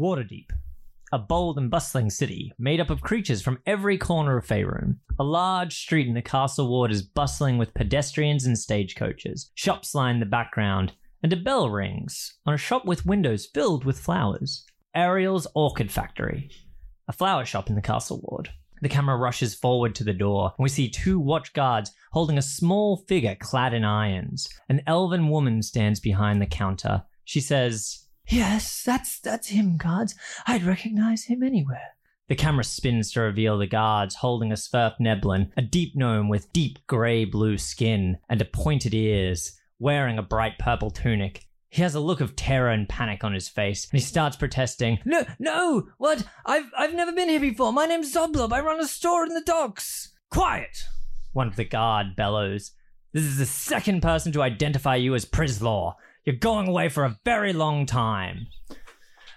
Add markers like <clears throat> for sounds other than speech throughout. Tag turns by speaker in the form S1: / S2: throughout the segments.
S1: Waterdeep, a bold and bustling city made up of creatures from every corner of Faerun. A large street in the castle ward is bustling with pedestrians and stagecoaches. Shops line the background, and a bell rings on a shop with windows filled with flowers. Ariel's Orchid Factory, a flower shop in the castle ward. The camera rushes forward to the door, and we see two watch guards holding a small figure clad in irons. An elven woman stands behind the counter. She says, Yes, that's that's him, guards. I'd recognize him anywhere. The camera spins to reveal the guards holding a Sverf Neblin, a deep gnome with deep grey blue skin and pointed ears, wearing a bright purple tunic. He has a look of terror and panic on his face, and he starts protesting. No, no, what? I've I've never been here before. My name's Zoblob. I run a store in the docks. Quiet! One of the guard bellows. This is the second person to identify you as Prislaw. You're going away for a very long time.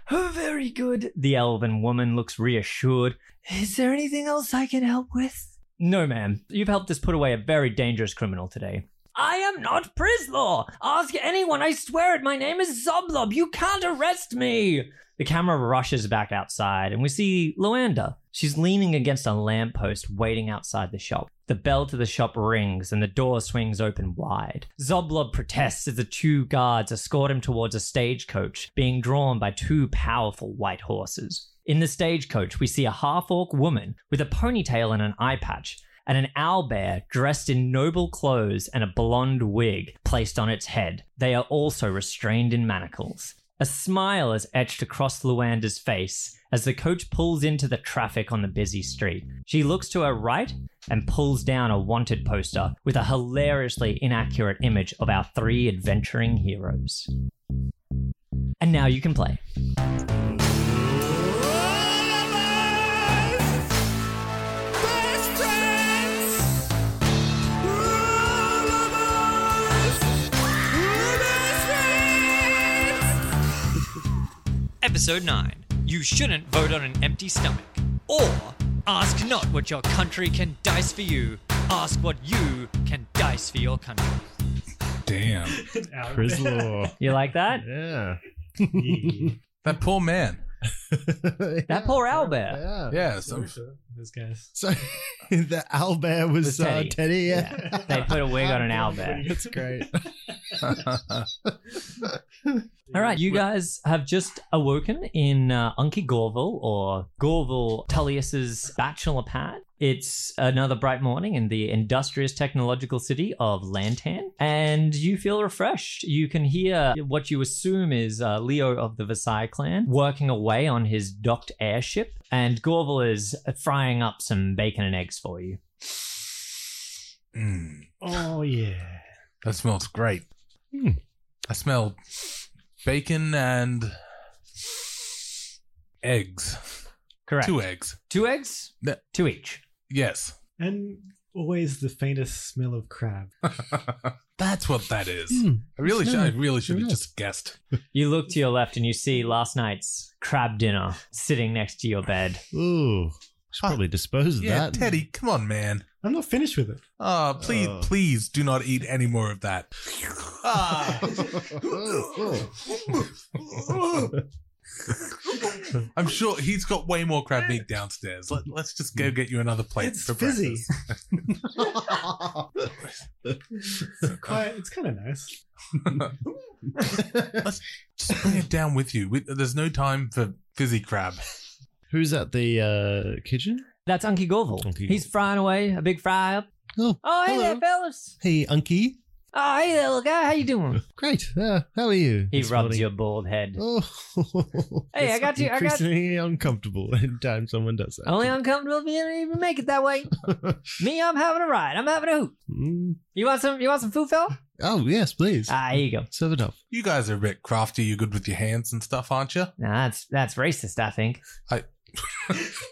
S1: Oh, very good. The elven woman looks reassured. Is there anything else I can help with? No, ma'am. You've helped us put away a very dangerous criminal today. I am not Prislaw! Ask anyone, I swear it, my name is Zoblob! You can't arrest me! The camera rushes back outside and we see Luanda. She's leaning against a lamppost waiting outside the shop. The bell to the shop rings and the door swings open wide. Zoblob protests as the two guards escort him towards a stagecoach being drawn by two powerful white horses. In the stagecoach, we see a half orc woman with a ponytail and an eye patch and an owlbear dressed in noble clothes and a blonde wig placed on its head. They are also restrained in manacles. A smile is etched across Luanda's face as the coach pulls into the traffic on the busy street. She looks to her right and pulls down a wanted poster with a hilariously inaccurate image of our three adventuring heroes. And now you can play. Episode 9 You shouldn't vote on an empty stomach. Or ask not what your country can dice for you, ask what you can dice for your country.
S2: Damn.
S3: <laughs>
S4: Prislaw.
S1: You like that?
S4: yeah.
S2: That poor man.
S1: That poor owlbear.
S4: Yeah.
S2: Yeah, so- <laughs>
S4: <laughs> Those guys.
S3: So <laughs> the owlbear was
S1: Was
S3: Teddy.
S1: Teddy.
S3: Uh, Teddy yeah.
S1: They
S3: <laughs>
S1: put a wig on an owlbear.
S3: That's great.
S1: All right, you guys have just awoken in uh, Unki Gorval or Gorval Tullius's bachelor pad. It's another bright morning in the industrious technological city of Lantan, and you feel refreshed. You can hear what you assume is uh, Leo of the Versailles clan working away on his docked airship, and Gorval is frying up some bacon and eggs for you.
S2: Mm,
S4: Oh yeah.
S2: that smells great.
S4: Hmm.
S2: I smell bacon and eggs.
S1: Correct.
S2: Two eggs.
S1: Two eggs?
S2: Yeah.
S1: Two each.
S2: Yes. <laughs>
S4: And always the faintest smell of crab.
S2: That's what that is.
S3: Hmm.
S4: Mm.
S2: I really should. I
S4: Smell.
S2: really should have
S4: Smell.
S2: just guessed.
S1: You look to your left and you see last night's crab dinner sitting next to your bed.
S3: Ooh. Should probably dispose of
S2: Yeah,
S3: that.
S2: Teddy, come on, man.
S4: I'm not finished with it.
S2: Ah, please,
S3: Oh.
S2: please do not eat any more of <laughs> that. Ah. I'm sure he's got way more crab meat downstairs. Hmm. Let, us just go get you another plate
S4: It's
S2: for
S4: fizzy.
S2: breakfast.
S4: Quite, it's kind of nice.
S2: Just bring it down with you. We, there's no time for fizzy crab.
S3: <laughs> Who's at the uh, kitchen?
S1: That's Unky Gorval.
S3: Unky
S1: He's frying away a big fry up.
S3: Oh,
S1: Oh, hey
S3: hello.
S1: there, fellas.
S3: Hey, Unky.
S1: Oh, hey there, little guy. How you
S2: <laughs>
S1: doing?
S3: Great. Uh, how are you?
S1: He
S3: this
S1: rubs
S3: morning?
S1: your bald head.
S3: <laughs> Oh.
S1: Hey, I got you, I got-
S3: increasingly uncomfortable <laughs> anytime someone does that.
S1: Only uncomfortable if you didn't even make it that
S3: <laughs>
S1: way. Me, I'm having a ride. I'm having a hoot.
S3: Mm.
S1: You want some? You want some food, fella?
S3: Oh, yes, please.
S1: Ah, here you go.
S3: Serve it up.
S2: You guys are a bit crafty. You're good with your hands and stuff, aren't you? <laughs>
S1: Nah, that's that's racist. I think.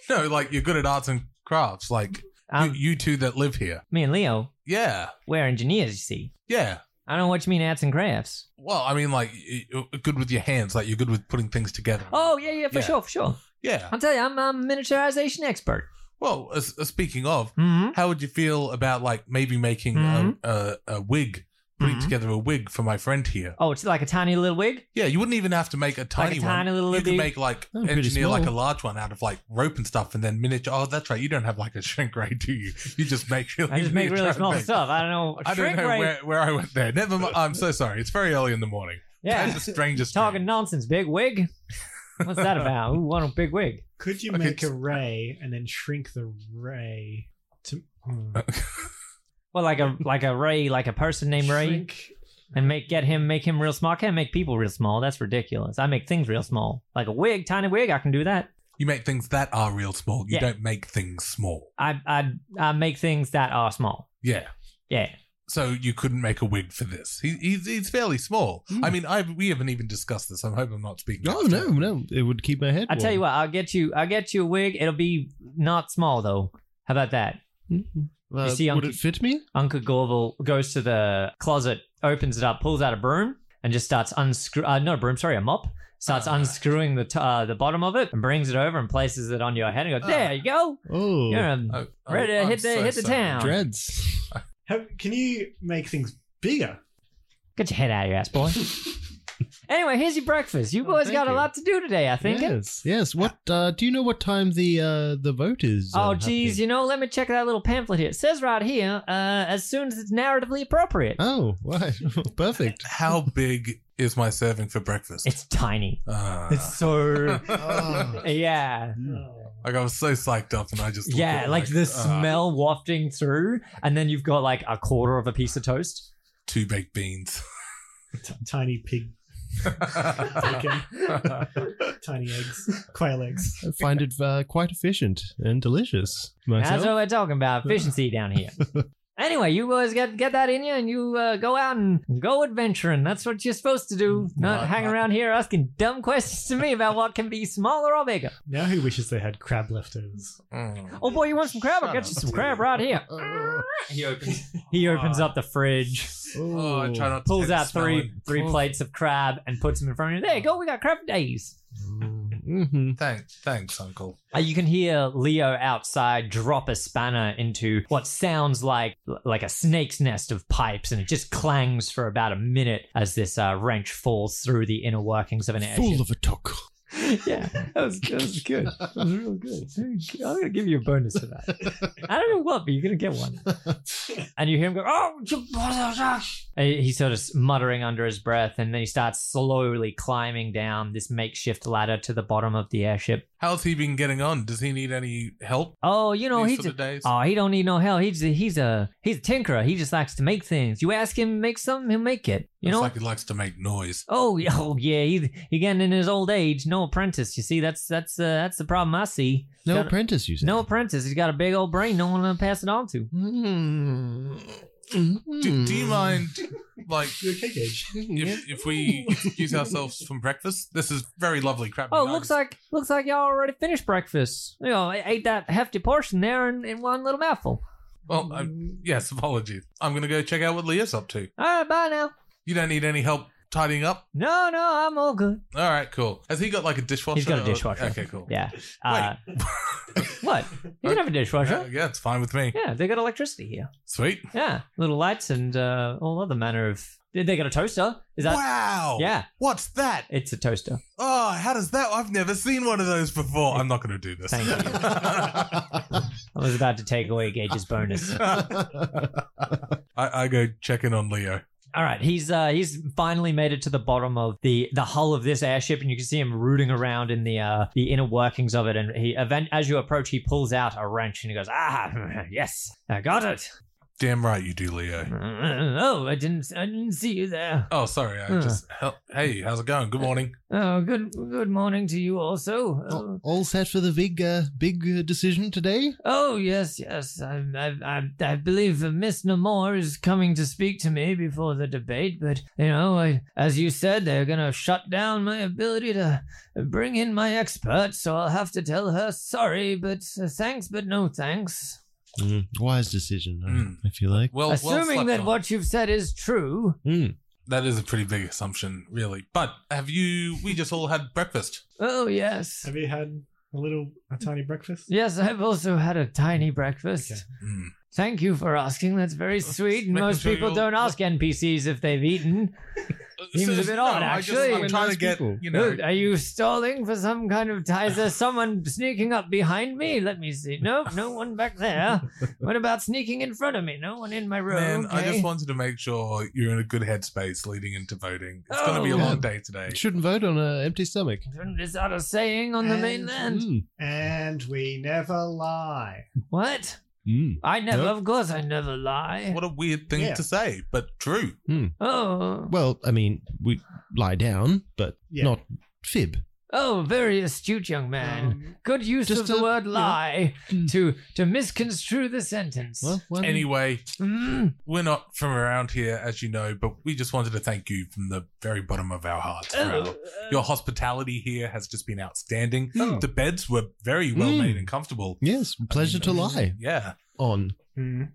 S2: No, like you're good at arts and crafts, like
S1: Um,
S2: you, you two that live here.
S1: me and Leo,
S2: Yeah,
S1: we're engineers. You see,
S2: yeah.
S1: I don't know what you mean, arts and crafts.
S2: Well, I mean, like you're good with your hands. Like you're good with putting things together.
S1: Oh yeah, yeah, for
S2: Yeah.
S1: sure, for sure.
S2: yeah.
S1: I'll tell you, I'm, I'm a miniaturization expert.
S2: Well, uh, s- uh, speaking of,
S1: Hmm.
S2: how would you feel about like maybe making a, a, a wig putting
S1: Mhm.
S2: together a wig for my friend here.
S1: Oh, it's like a tiny little wig.
S2: Yeah, you wouldn't even have to make a tiny
S1: a
S2: one.
S1: tiny little
S2: you could
S1: bit-
S2: make like
S3: Oh, pretty
S2: engineer like a
S3: small.
S2: large one out of like rope and stuff, and then miniature. Oh, that's right. You don't have like a shrink ray, do you? You just make really.
S1: <laughs> I just
S2: <laughs>
S1: make really
S2: miniature
S1: small
S2: things.
S1: stuff. I don't know.
S2: I don't
S1: Shrink
S2: know
S1: ray-
S2: where, where I went there. Never mind. I'm so sorry. It's very early in the morning. <laughs>
S1: Yeah,
S2: That's the
S1: <laughs>
S2: strangest.
S1: talking
S2: dream.
S1: nonsense, big wig. What's that about? Who want a big wig?
S4: Could you
S2: Okay,
S4: make a
S2: so-
S4: ray and then shrink the ray to hmm.
S2: Uh,
S1: Well, like a like a Ray, like a person named Ray,
S4: Shrink-
S1: and make get him make him real small. I can't make people real small. That's ridiculous. I make things real small, like a wig, tiny wig. I can do that.
S2: You make things that are real small. You
S1: Yeah.
S2: don't make things small.
S1: I I I make things that are small.
S2: Yeah.
S1: Yeah.
S2: So you couldn't make a wig for this. He, he's, he's fairly small.
S3: Hmm.
S2: I mean, I we haven't even discussed this. I hope I'm not speaking. out
S3: Oh
S2: of
S3: no,
S2: turn.
S3: no, it would keep my head.
S1: I tell you what, I'll get you. I'll get you a wig. It'll be not small though. How about that?
S3: what.
S1: You see,
S3: Uh, would
S1: Unky-
S3: it fit me?
S1: Uncle Gorville goes to the closet, opens it up, pulls out a broom, and just starts unscrew. Uh, not a broom, sorry, a mop. Starts
S2: Ah.
S1: unscrewing the t- uh, the bottom of it and brings it over and places it on your head and goes,
S2: Ah.
S1: "There you go.
S3: Oh,
S1: You're a
S2: Oh, oh,
S1: Ready to
S2: I'm
S1: hit the-
S2: so
S1: hit the
S2: sorry.
S1: town.
S3: dreads.
S4: Have, can you make things bigger?
S1: Get your head out of your ass, boy. anyway, here's your breakfast. You
S3: Oh,
S1: boys
S3: thank
S1: got a
S3: you.
S1: lot to do today, I think.
S3: Yes, yes. What uh, do you know? What time the uh, the vote is?
S1: Oh,
S3: um,
S1: geez,
S3: happening?
S1: you know, let me check that little pamphlet here. It says right here, uh, as soon as it's narratively appropriate.
S3: Oh, why? <laughs> Perfect.
S2: How big is my serving for breakfast?
S1: It's tiny.
S2: Ah.
S1: It's so.
S3: Oh.
S1: yeah.
S2: <laughs> like I was so psyched up, and I just looked
S1: Yeah,
S2: at it
S1: like the
S2: ah,
S1: smell wafting through, and then you've got like a quarter of a piece of toast.
S2: two baked beans. <laughs>
S4: T- tiny pig
S2: <laughs>
S4: bacon, tiny eggs, quail eggs.
S3: I find it uh, quite efficient and delicious
S1: That's what
S3: myself.
S1: we're talking about efficiency down here. Anyway, you boys get get that in you, and you uh, go out and go adventuring. That's what you're supposed to do. Not
S2: Right,
S1: hang
S2: right.
S1: around here asking dumb questions to me about what can be smaller or bigger.
S4: Now who wishes they had crab leftovers?
S2: Mm.
S1: Oh boy, you want some crab? I'll
S2: Shut
S1: get
S2: up,
S1: you some
S2: dude.
S1: crab right here.
S3: Oh.
S1: He opens. <laughs> He opens up the fridge,
S2: Oh, I try not to
S1: pulls
S2: take the
S1: out
S2: smell
S1: three
S2: in.
S1: three
S2: Oh,
S1: plates of crab, and puts them in front of you. There you go. We got crab for days.
S3: Mhm.
S2: Thanks, thanks, Uncle.
S1: Uh, you can hear Leo outside drop a spanner into what sounds like like a snake's nest of pipes, and it just clangs for about a minute as this uh, wrench falls through the inner workings of an
S3: Full
S1: <laughs> airship.
S3: of a talk.
S1: yeah, that was, that was good. That was real good. I'm gonna give you a bonus for that. I don't know what, but you're gonna get one. And you hear him go, "Oh!" and He's sort of muttering under his breath, and then he starts slowly climbing down this makeshift ladder to the bottom of the airship.
S2: How's he been getting on? Does he need any help
S1: Oh, you know,
S2: these
S1: he's
S2: sort
S1: a,
S2: of days?
S1: Oh, he don't need no help. He's a, he's a he's a tinkerer. He just likes to make things. You ask him to make something, he'll make it. You
S2: Looks
S1: know.
S2: like he likes to make noise.
S1: oh, <laughs> yeah, oh yeah. He he getting in his old age. No apprentice. You see, that's that's uh, that's the problem I see.
S3: No
S1: Got-
S3: apprentice, you said.
S1: No apprentice. He's got a big old brain. No one to pass it on to.
S3: Mm.
S2: Do, do you
S1: Hmm.
S2: mind,
S1: <laughs>
S2: like,
S4: Your
S2: <laughs>
S4: cake age.
S2: if, if we excuse ourselves from breakfast? This is very lovely crab.
S1: Oh,
S2: and
S1: looks
S2: nuggets.
S1: like looks like y'all already finished breakfast. You know, I ate that hefty portion there in, in one little mouthful.
S2: Well, I, yes, apologies. I'm gonna go check out what Leah's up to.
S1: All right, bye now.
S2: You don't need any help tidying up.
S1: No, no, I'm all good.
S2: All right, cool. Has he got like a dishwasher?
S1: He's got a
S2: or-
S1: dishwasher.
S2: Okay, cool.
S1: Yeah. Uh,
S2: <laughs>
S1: what? You can have a
S2: yeah, <laughs>
S1: dishwasher.
S2: Uh, yeah, it's fine with me.
S1: Yeah, they got electricity here.
S2: Sweet.
S1: Yeah, little lights and uh, all other manner of. They they got a toaster. Is that?
S2: wow.
S1: Yeah,
S2: What's that?
S1: it's a toaster.
S2: Oh, how does that? I've never seen one of those before. I'm not going to do this.
S1: Thank
S2: <laughs>
S3: Hmm. <laughs>
S1: I was about to take away Gage's bonus.
S2: I, I go check in on Leo.
S1: All right, he's uh, he's finally made it to the bottom of the the hull of this airship, and you can see him rooting around in the uh, the inner workings of it. And he event as you approach, he pulls out a wrench and he goes, "Ah, <laughs> yes, I got it.
S2: Damn right you do, Leo.
S1: <laughs> Oh, I didn't I didn't see you there.
S2: Oh, sorry. I
S1: Huh.
S2: just. hel- Hey, how's it going? Good morning.
S1: Oh, good good morning to you also. Oh.
S3: All- All set for the big, uh, big uh, decision today.
S1: Oh yes, yes. I, I, I, I believe uh, Miss Namor is coming to speak to me before the debate. But you know, I, as you said, they're gonna shut down my ability to bring in my expert. So I'll have to tell her sorry, but uh, thanks, but no thanks.
S3: Mm, Wise decision, I-
S2: Mm.
S3: I feel like.
S2: Well, well
S1: Assuming
S2: slept
S1: that
S2: on.
S1: what you've said is true.
S3: Mm.
S2: That is a pretty big assumption, really. But have you? We just all had breakfast.
S1: Oh yes,
S4: Have you had a little, a tiny breakfast?
S1: yes. I've also had a tiny breakfast.
S4: Okay.
S2: Hmm.
S1: Thank you for asking. That's very sweet.
S2: making
S1: Most
S2: sure
S1: people
S2: you're-
S1: don't ask NPCs if they've eaten. Seems a
S2: Says-
S1: bit odd,
S2: I just-
S1: actually.
S2: I'm trying to get,
S3: People.
S2: you know,
S1: Are you stalling for some kind of tie? Is there someone sneaking up behind me? Let me see. No, no one back there. What about sneaking in front of me? No one in my row.
S2: man, I
S1: okay.
S2: just wanted to make sure you're in a good headspace leading into voting. It's going to be a
S1: Oh.
S2: long day today.
S3: Shouldn't vote on an empty stomach.
S1: Is that a saying on the
S4: And-
S1: mainland?
S3: Mm.
S4: And we never lie.
S1: What?
S3: Mm.
S1: I never,
S3: Nope.
S1: of course, I never lie.
S2: What a weird thing
S4: Yeah.
S2: to say, but true.
S1: Oh,
S3: Well, I mean, we lie down, but
S4: Yeah.
S3: not fib.
S1: oh, very astute young
S2: Oh.
S1: man.
S4: Um,
S1: Good use
S3: Just
S1: of the
S3: a-
S1: word
S3: yeah.
S1: lie
S2: Hmm.
S3: Mm.
S1: to to misconstrue the sentence.
S3: Well, why don't-
S2: Anyway,
S1: Mm.
S2: we're not from around here, as you know, but we just wanted to thank you from the very bottom of our hearts. for
S1: Oh,
S2: our- Your hospitality here has just been outstanding.
S3: Mm.
S2: The beds were very well
S3: Mm.
S2: made and comfortable.
S3: yes, pleasure
S2: I
S3: to
S2: mean,
S3: lie
S2: Yeah.
S3: on.
S4: hmm.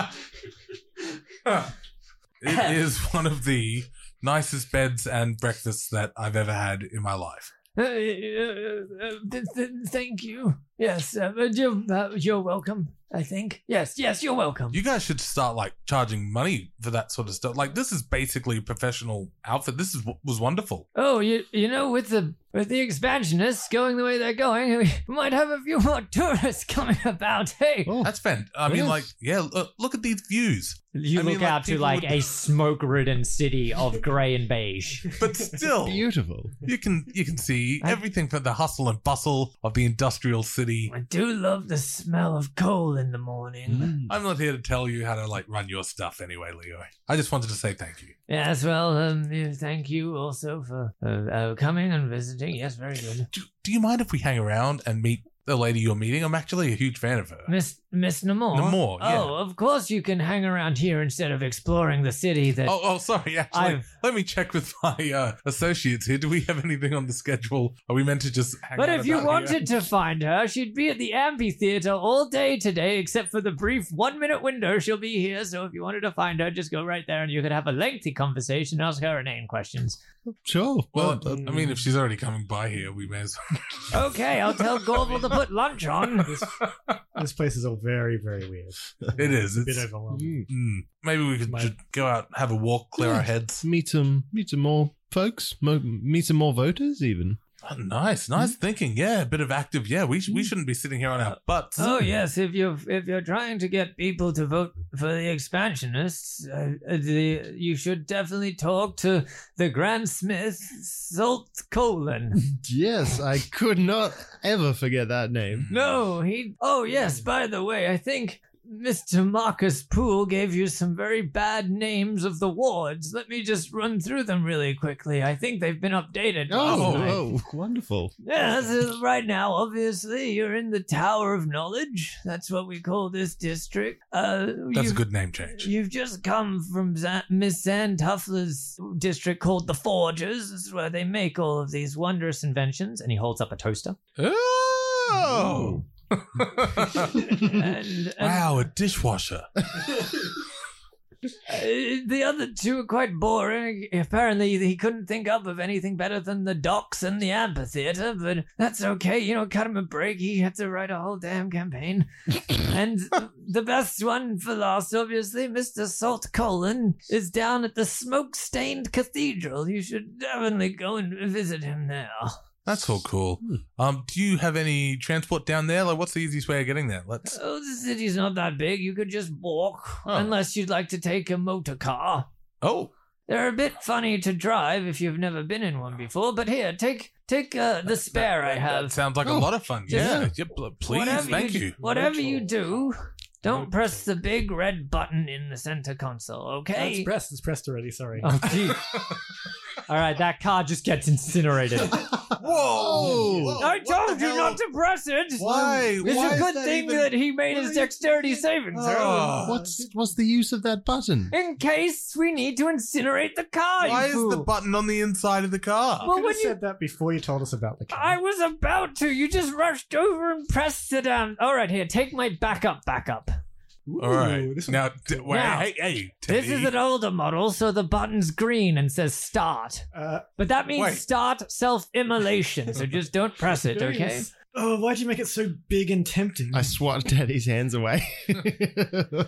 S2: <laughs> it is one of the nicest beds and breakfasts that I've ever had in my life.
S1: uh, uh, uh, th- th- thank you. Yes, uh, but you're, uh, you're welcome. I think. Yes, yes, you're welcome.
S2: You guys should start like charging money for that sort of stuff. Like this is basically a professional outfit. This is was wonderful.
S1: oh, you you know, with the with the expansionists going the way they're going, we might have a few more tourists <laughs> coming about. Hey,
S3: Oh,
S2: That's fan. I mean,
S3: Yes.
S2: like, yeah. Look, look at these views.
S1: you
S2: I mean,
S1: look
S2: like,
S1: out to
S2: people
S1: like
S2: would-
S1: a smoke-ridden city of grey and beige.
S4: <laughs>
S2: But still,
S3: beautiful.
S2: you can you can see
S1: I-
S2: everything from the hustle and bustle of the industrial city.
S1: I do love the smell of coal in the morning.
S3: Mm.
S2: I'm not here to tell you how to like run your stuff anyway, Leo. I just wanted to say thank you.
S1: Yes, well, um, yeah, thank you also for uh, uh, coming and visiting. Yes, very good.
S2: Do, do you mind if we hang around and meet the lady you're meeting? I'm actually a huge fan of her.
S1: Miss Miss Namor.
S2: Namor, yeah.
S1: Oh, of course you can hang around here instead of exploring the city that
S2: Oh, oh, sorry. Actually,
S1: I've.
S2: let me check with my uh, associates here. Do we have anything on the schedule? Are we meant to just? Hang
S1: But
S2: out
S1: if you
S2: about here?
S1: wanted to find her, she'd be at the amphitheater all day today, except for the brief one minute window she'll be here. So if you wanted to find her, just go right there and you could have a lengthy conversation, ask her inane questions.
S3: Sure.
S2: Well,
S3: Well,
S1: Mm.
S3: um,
S2: I mean, if she's already coming by here, we may as well.
S1: Okay, I'll tell Gorbel to put lunch on.
S4: This place is all very, very weird.
S2: <laughs> It is.
S4: a bit
S2: It's-
S3: hmm.
S4: overwhelming.
S2: Mm, maybe we could
S4: Might-
S2: just go out, have a walk, clear
S1: Mm.
S2: our heads.
S3: meet some, meet some more folks, mo- meet some more voters, even.
S2: Oh, nice, nice
S1: Mm.
S2: thinking. Yeah, a bit of active. Yeah, we sh- we shouldn't be sitting here on our butts.
S1: Oh yes, if you're if you're trying to get people to vote for the expansionists, uh, uh, the, you should definitely talk to the Grand Smith Salt Colon.
S3: Yes, I could not ever forget that
S2: Mm.
S3: name.
S1: no, he. Oh yes, by the way, I think Mr. Marcus Poole gave you some very bad names of the wards. Let me just run through them really quickly. I think they've been updated.
S3: <laughs> Oh,
S1: last night.
S3: oh, wonderful.
S1: Yes, uh, right now, obviously, you're in the Tower of Knowledge. That's what we call this district. Uh,
S2: That's a
S1: you've-
S2: good name
S1: <laughs>
S2: change.
S1: You've just come from Za- Miss Zan Tuffler's district called the Forgers. This is where they make all of these wondrous inventions. And he holds up a toaster.
S2: Oh.
S1: And, and
S2: <laughs> wow, a dishwasher.
S1: uh, the other two are quite boring. Apparently, he couldn't think up of anything better than the docks and the amphitheater, but that's okay. You know, cut him a break. He had to write a whole damn campaign. and the best one for last, obviously, Mr. Salt Colon, is down at the smoke stained cathedral. You should definitely go and visit him there.
S2: That's all cool.
S3: Hmm.
S2: Um, do you have any transport down there? Like, what's the easiest way of getting there? Let's.
S1: Oh, the city's not that big. You could just walk,
S2: Oh.
S1: unless you'd like to take a motor car.
S2: Oh,
S1: They're a bit funny to drive if you've never been in one before, but here, take take uh, the spare I
S2: That
S1: have.
S2: sounds like a
S3: Oh,
S2: lot of fun.
S3: just-
S2: Yeah. yeah. pl- Please, thank you.
S1: Whatever you do, don't
S4: Virtual.
S1: press the big red button in the center console,
S4: That's
S1: okay?
S4: pressed. It's pressed already. Sorry.
S1: Oh, gee.
S2: <laughs>
S1: All right, that car just gets incinerated.
S2: Whoa!
S3: Whoa.
S1: I told you not to press it.
S2: Why?
S1: It's
S2: Why
S1: a
S2: is
S1: good
S2: that
S1: thing
S2: even-
S1: that he made
S3: Why
S1: his
S3: are you-
S1: dexterity saving throw.
S2: Oh.
S3: <laughs> What's what's the use of that button?
S1: In case we need to incinerate the car.
S2: Why
S1: you
S2: is
S1: fool.
S2: the button on the inside of the car?
S1: Well,
S4: could
S1: when
S4: have
S1: you-
S4: said that before you told us about the car.
S1: I was about to. You just rushed over and pressed it down. All right, here, take my backup. Backup.
S2: All right.
S4: Ooh, this
S2: now, d- wait,
S1: Now,
S2: hey, hey,
S1: This
S2: Teddy.
S1: is an older model, so the button's green and says start.
S4: Uh,
S1: But that means
S2: Wait.
S1: start self-immolation. so just don't press it, okay?
S4: Nice. Oh, why'd you make it so big and tempting? <laughs>
S3: I swatted Daddy's hands away. <laughs>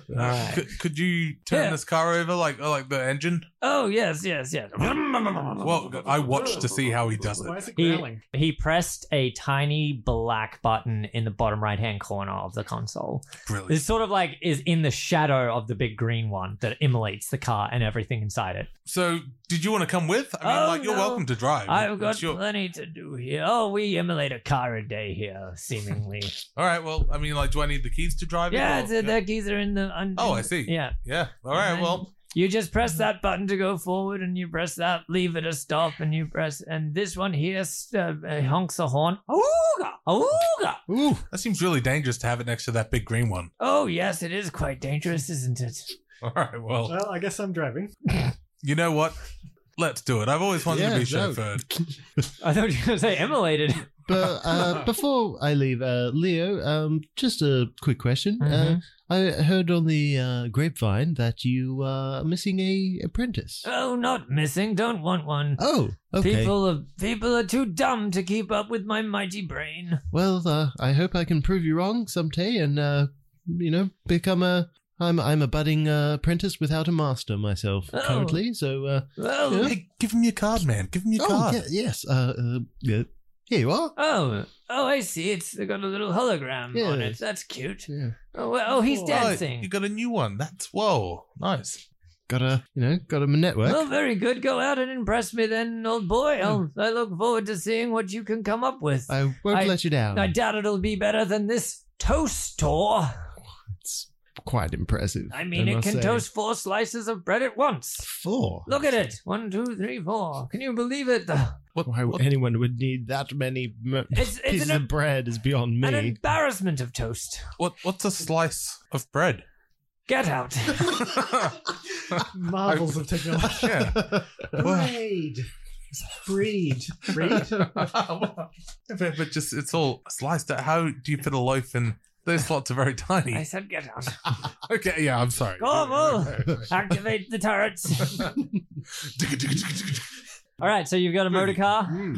S1: right.
S2: Could, could you turn
S1: Yeah.
S2: this car over, like uh, like the engine?
S1: Oh yes, yes, yes. Oh,
S2: Well, I watched to see how he does
S4: Why
S2: it.
S4: is it
S1: He-
S4: growling?
S1: He pressed a tiny black button in the bottom right hand corner of the console.
S2: Brilliant.
S1: It's sort of like is in the shadow of the big green one that immolates the car and everything inside it.
S2: So, did you want to come with? I mean,
S1: Oh,
S2: like you're
S1: no.
S2: welcome to drive.
S1: I've
S2: It's
S1: got
S2: your-
S1: plenty to do here. Oh, we immolate a car a day here, seemingly.
S2: All right. Well, I mean, like, do I need the keys to drive? it,
S1: yeah,
S2: or-
S1: it's, uh, the keys are in the. Un-
S2: Oh, I see.
S1: Yeah.
S2: Yeah. All right.
S1: Fine.
S2: Well, Mm-hmm.
S1: You just press that button to go forward, and you press that lever to stop, and you press, and this one here uh, uh, honks a horn. Ooga, ooga.
S3: Ooh,
S2: that seems really dangerous to have it next to that big green one. <laughs>
S1: Oh yes, it is quite dangerous, isn't it?
S2: All right. Well,
S4: Well, I guess I'm driving.
S2: you know what? Let's do it. I've always wanted to
S3: Yeah,
S2: be
S3: no.
S2: chauffeured.
S1: I thought you were going to say immolated. <laughs>
S3: but <laughs> uh, before I leave, uh, Leo, um, just a quick question. Uh, I heard on the uh, grapevine that you are missing a apprentice.
S1: Oh, not missing. Don't want one.
S3: oh, okay.
S1: People are people are too dumb to keep up with my mighty brain.
S3: Well, uh, I hope I can prove you wrong someday, and uh, you know, become a. I'm I'm a budding uh, apprentice without a master myself
S1: Oh.
S3: currently. So, uh,
S1: Oh,
S3: Yeah.
S2: Hey, give him your card, man. Give him your
S3: oh
S2: card.
S3: yeah, yes, uh, uh, yeah, here you are.
S1: oh, oh! I see. It's got a little hologram on it.
S3: Yes.
S1: That's cute.
S3: Yeah.
S1: Oh, well, oh he's
S4: Oh,
S2: Right,
S1: dancing.
S2: you got a new one. That's whoa, nice.
S3: Got a you know got a network.
S1: Well, very good. Go out and impress me, then, old
S3: Hmm.
S1: boy. I'll, I look forward to seeing what you can come up with. I,
S3: I won't
S1: I-
S3: let you down.
S1: doubt it'll be better than this toast tour.
S3: it's quite impressive.
S1: I mean, it
S3: must
S1: can
S3: say.
S1: toast four slices of bread at once.
S3: four.
S1: Look at it. One, two, three, four. Can you believe it?
S2: What,
S3: Why
S2: what-
S3: anyone would need that many m- <laughs>
S1: It's, it's
S3: pieces
S1: an,
S3: of bread is beyond
S1: an
S3: me.
S1: embarrassment of toast.
S2: what- what's a slice of bread? <laughs>
S1: Get
S3: <laughs>
S1: out.
S4: Marvels
S2: <laughs>
S4: of technology.
S2: yeah.
S3: <laughs>
S2: Well,
S4: Braid. Breed. Breed.
S2: but just it's all sliced out. How do you fit a loaf in? Those slots are
S1: I
S2: very tiny.
S1: said, get out.
S2: Okay, yeah, I'm sorry.
S3: <laughs>
S1: Corvo! Activate the turrets. All right, so you've got a motor car?
S2: <laughs>
S3: <laughs>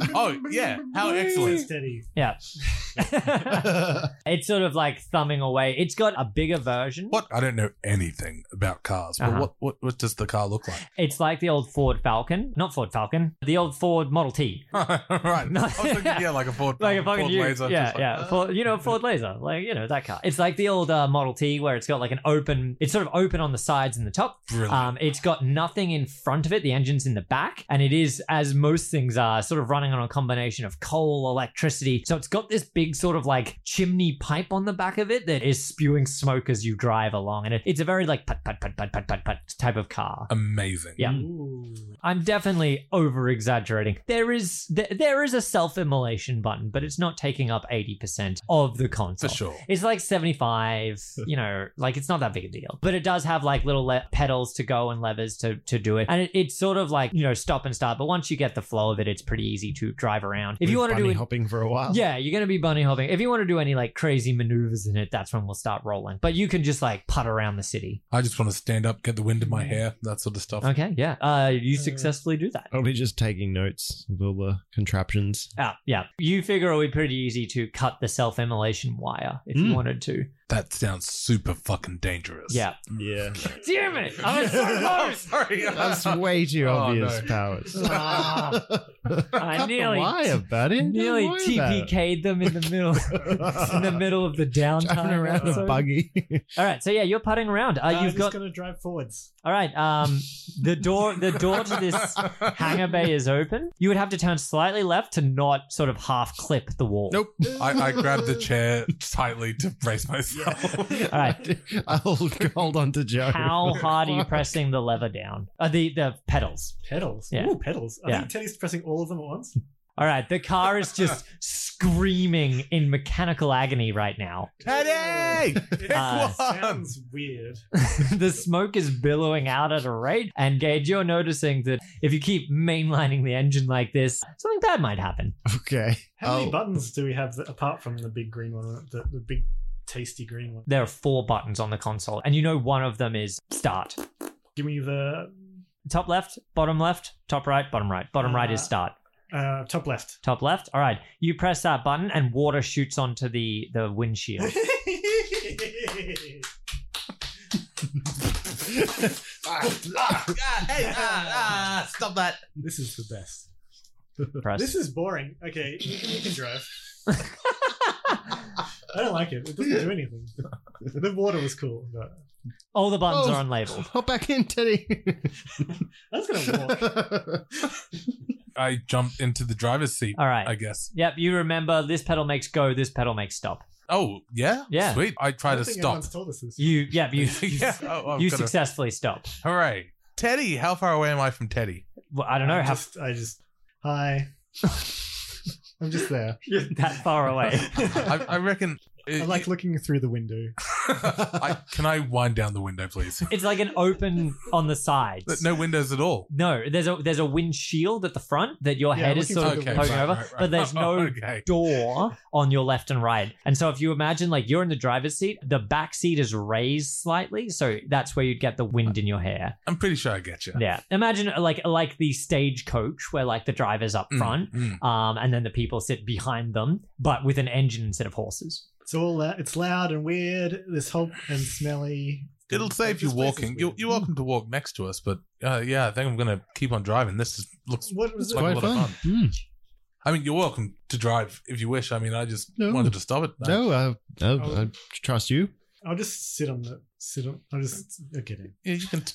S1: <laughs>
S2: oh yeah, how <laughs> excellent!
S4: Steady.
S1: it's sort of like thumbing away. It's got a bigger version.
S2: What I don't know anything about cars, but
S1: Uh-huh.
S2: what, what what does the car look like?
S1: It's like the old Ford Falcon, not Ford Falcon, the old Ford Model T, <laughs>
S2: <laughs> right,
S1: No.
S2: I was thinking, yeah, like a Ford,
S1: <laughs> like a fucking
S2: Ford
S1: huge-
S2: Laser,
S1: yeah,
S2: just like,
S1: yeah,
S2: uh,
S1: Ford, you know, Ford Laser, like you know that car. It's like the old uh, Model T where it's got like an open, it's sort of open on the sides and the top.
S2: brilliant.
S1: Um, it's got nothing in front of it. The engine's in the back, and it is, as most things are, sort of running on a combination of coal, electricity. So it's got this big sort of like chimney pipe on the back of it that is spewing smoke as you drive along, and it, it's a very like put put put put put put put type of car.
S2: Amazing.
S1: Yeah.
S4: Ooh.
S1: I'm definitely over exaggerating. There is there, there is a self immolation button, but it's not taking up 80% of the
S2: for
S1: console.
S2: sure.
S1: It's like
S2: <laughs>
S1: 75, you know, like it's not that big a deal. But it does have like little le- pedals to go and levers to, to do it. And it, it's sort of like, you know, stop and start. But once you get the flow of it, it's pretty easy to drive around. <laughs> If you want to do it,
S3: hopping for a while,
S1: yeah, you're going to be bunny hopping. If you want to do any like crazy maneuvers in it, that's when we'll start rolling. But you can just like putt around the city.
S2: I just want to stand up, get the wind in my hair, that sort of stuff.
S1: Mm. Okay, yeah. Uh, you
S4: Uh,
S1: successfully do that.
S3: I'll be just taking notes of all the
S2: <laughs>
S3: contraptions.
S1: Ah, yeah. You figure it would be pretty easy to cut the self immolation wire if you
S3: Mm.
S1: wanted
S3: <laughs>
S1: to.
S2: That sounds super fucking dangerous. Mm.
S1: Yeah.
S3: Yeah,
S1: <laughs> Damn it! I
S3: <laughs>
S1: was so
S2: <laughs> I'm
S1: close! <laughs>
S2: sorry. <laughs>
S3: that's way too
S2: Oh,
S3: obvious,
S2: no. <laughs>
S3: powers.
S1: Ah, I
S3: Cut the
S1: nearly-
S3: wire, buddy.
S1: <laughs>
S3: Don't
S1: Nearly
S3: worry about it.
S1: TPK'd them in the
S3: <laughs>
S1: middle. in the middle of the downtime.
S3: Driving around a
S1: episode.
S3: buggy.
S1: All right, so yeah, you're putting around. Uh,
S4: I'm
S1: you've
S4: just
S1: got
S4: gonna drive
S2: <laughs>
S4: forwards.
S1: all right. Um, the door, the door to
S3: <laughs>
S1: this hangar bay is open. You would have to turn slightly left to not sort of half clip the wall.
S3: nope.
S2: I, I grabbed the
S3: <laughs>
S2: chair tightly to brace myself.
S1: All right.
S3: I'll hold on to Joe. <laughs>
S1: How hard are you pressing the lever down? Uh, the the pedals.
S4: Pedals.
S1: Yeah.
S4: Ooh, pedals. I
S1: Yeah.
S4: think Teddy's pressing all of them
S2: <laughs>
S4: at once.
S1: All right, the car is just screaming in mechanical agony right now. <laughs>
S2: Teddy! Pick
S1: Uh,
S2: one!
S4: Sounds weird.
S1: the smoke is billowing out at a rate, and Gage, you're noticing that if you keep mainlining the engine like this, something bad might happen.
S3: Okay.
S4: How many
S3: Oh.
S4: buttons do we have that, apart from the big green one, the, the big tasty green one?
S1: There are four buttons on the console, and you know one of them is start.
S4: Give me the.
S1: Top left, bottom left, top right, bottom right. Bottom right is
S2: Uh-huh.
S4: Uh,
S1: start.
S4: Uh, top left.
S1: Top left. All right. You press that button and water shoots onto the, the
S2: <laughs>
S1: windshield.
S3: Oh.
S2: ah, stop that.
S4: this is the best.
S1: Press.
S4: This is boring. Okay, you can, you can drive. <laughs> I don't like it. It doesn't do anything. The water was cool, but
S1: All the buttons
S3: Oh.
S1: are unlabeled.
S3: <laughs> Hop back in, Teddy.
S4: I was gonna walk.
S2: <laughs> I jumped into the driver's seat,
S1: All right.
S2: I guess.
S1: Yep. You remember this pedal makes go, this pedal makes stop.
S2: Oh, yeah?
S1: Yeah.
S2: Sweet. I
S4: I
S2: try
S4: don't
S2: to
S4: think
S2: stop.
S4: anyone's told us this.
S1: You, yep. You,
S2: <laughs> yeah. Oh, I've
S1: you
S2: gotta-
S1: successfully stop.
S2: Hooray. Teddy, how far away am I from Teddy?
S1: Well, I don't know
S2: <laughs>
S4: I
S1: how
S4: just, I just hi. <laughs> I'm just there.
S1: that far away.
S2: I, I reckon. uh,
S4: I like looking through the window.
S2: <laughs> I- can I wind down the window, please?
S1: It's like an open on the sides.
S2: No windows at all.
S1: No, there's a there's a windshield at the front that your
S4: Yeah,
S1: head is
S4: looking
S1: sort of
S4: through
S2: Okay.
S4: the
S1: poking
S2: right,
S4: window.
S1: over,
S2: right, <laughs> right.
S1: but there's no
S2: okay.
S1: door on your left and right. And so if you imagine like you're in the driver's seat, the back seat is raised slightly, so that's where you'd get the wind in your hair.
S2: I'm pretty sure I get you.
S1: Yeah. Imagine uh, like like the stagecoach where like the driver's up
S2: Mm,
S1: front.
S2: mm.
S1: Um, and then the people sit behind them, but with an engine instead of horses.
S4: It's all that. It's loud and weird. This whole and smelly.
S2: It'll save
S4: This
S2: you
S4: place is
S2: walking. You're,
S4: weird.
S2: you're welcome to walk next to us, but uh, yeah, I think I'm going to keep on driving. This is, looks.
S4: What was
S3: It's
S4: it?
S2: Like a
S3: quite
S2: lot of
S3: fun. Mm.
S2: I mean, you're welcome to drive if you wish. I mean, I just
S3: No.
S2: wanted to stop it.
S3: No, I, I, I
S4: Oh.
S3: trust you.
S4: I'll just sit on the sit on. I'll just I'll get in.
S2: Yeah, you can. T-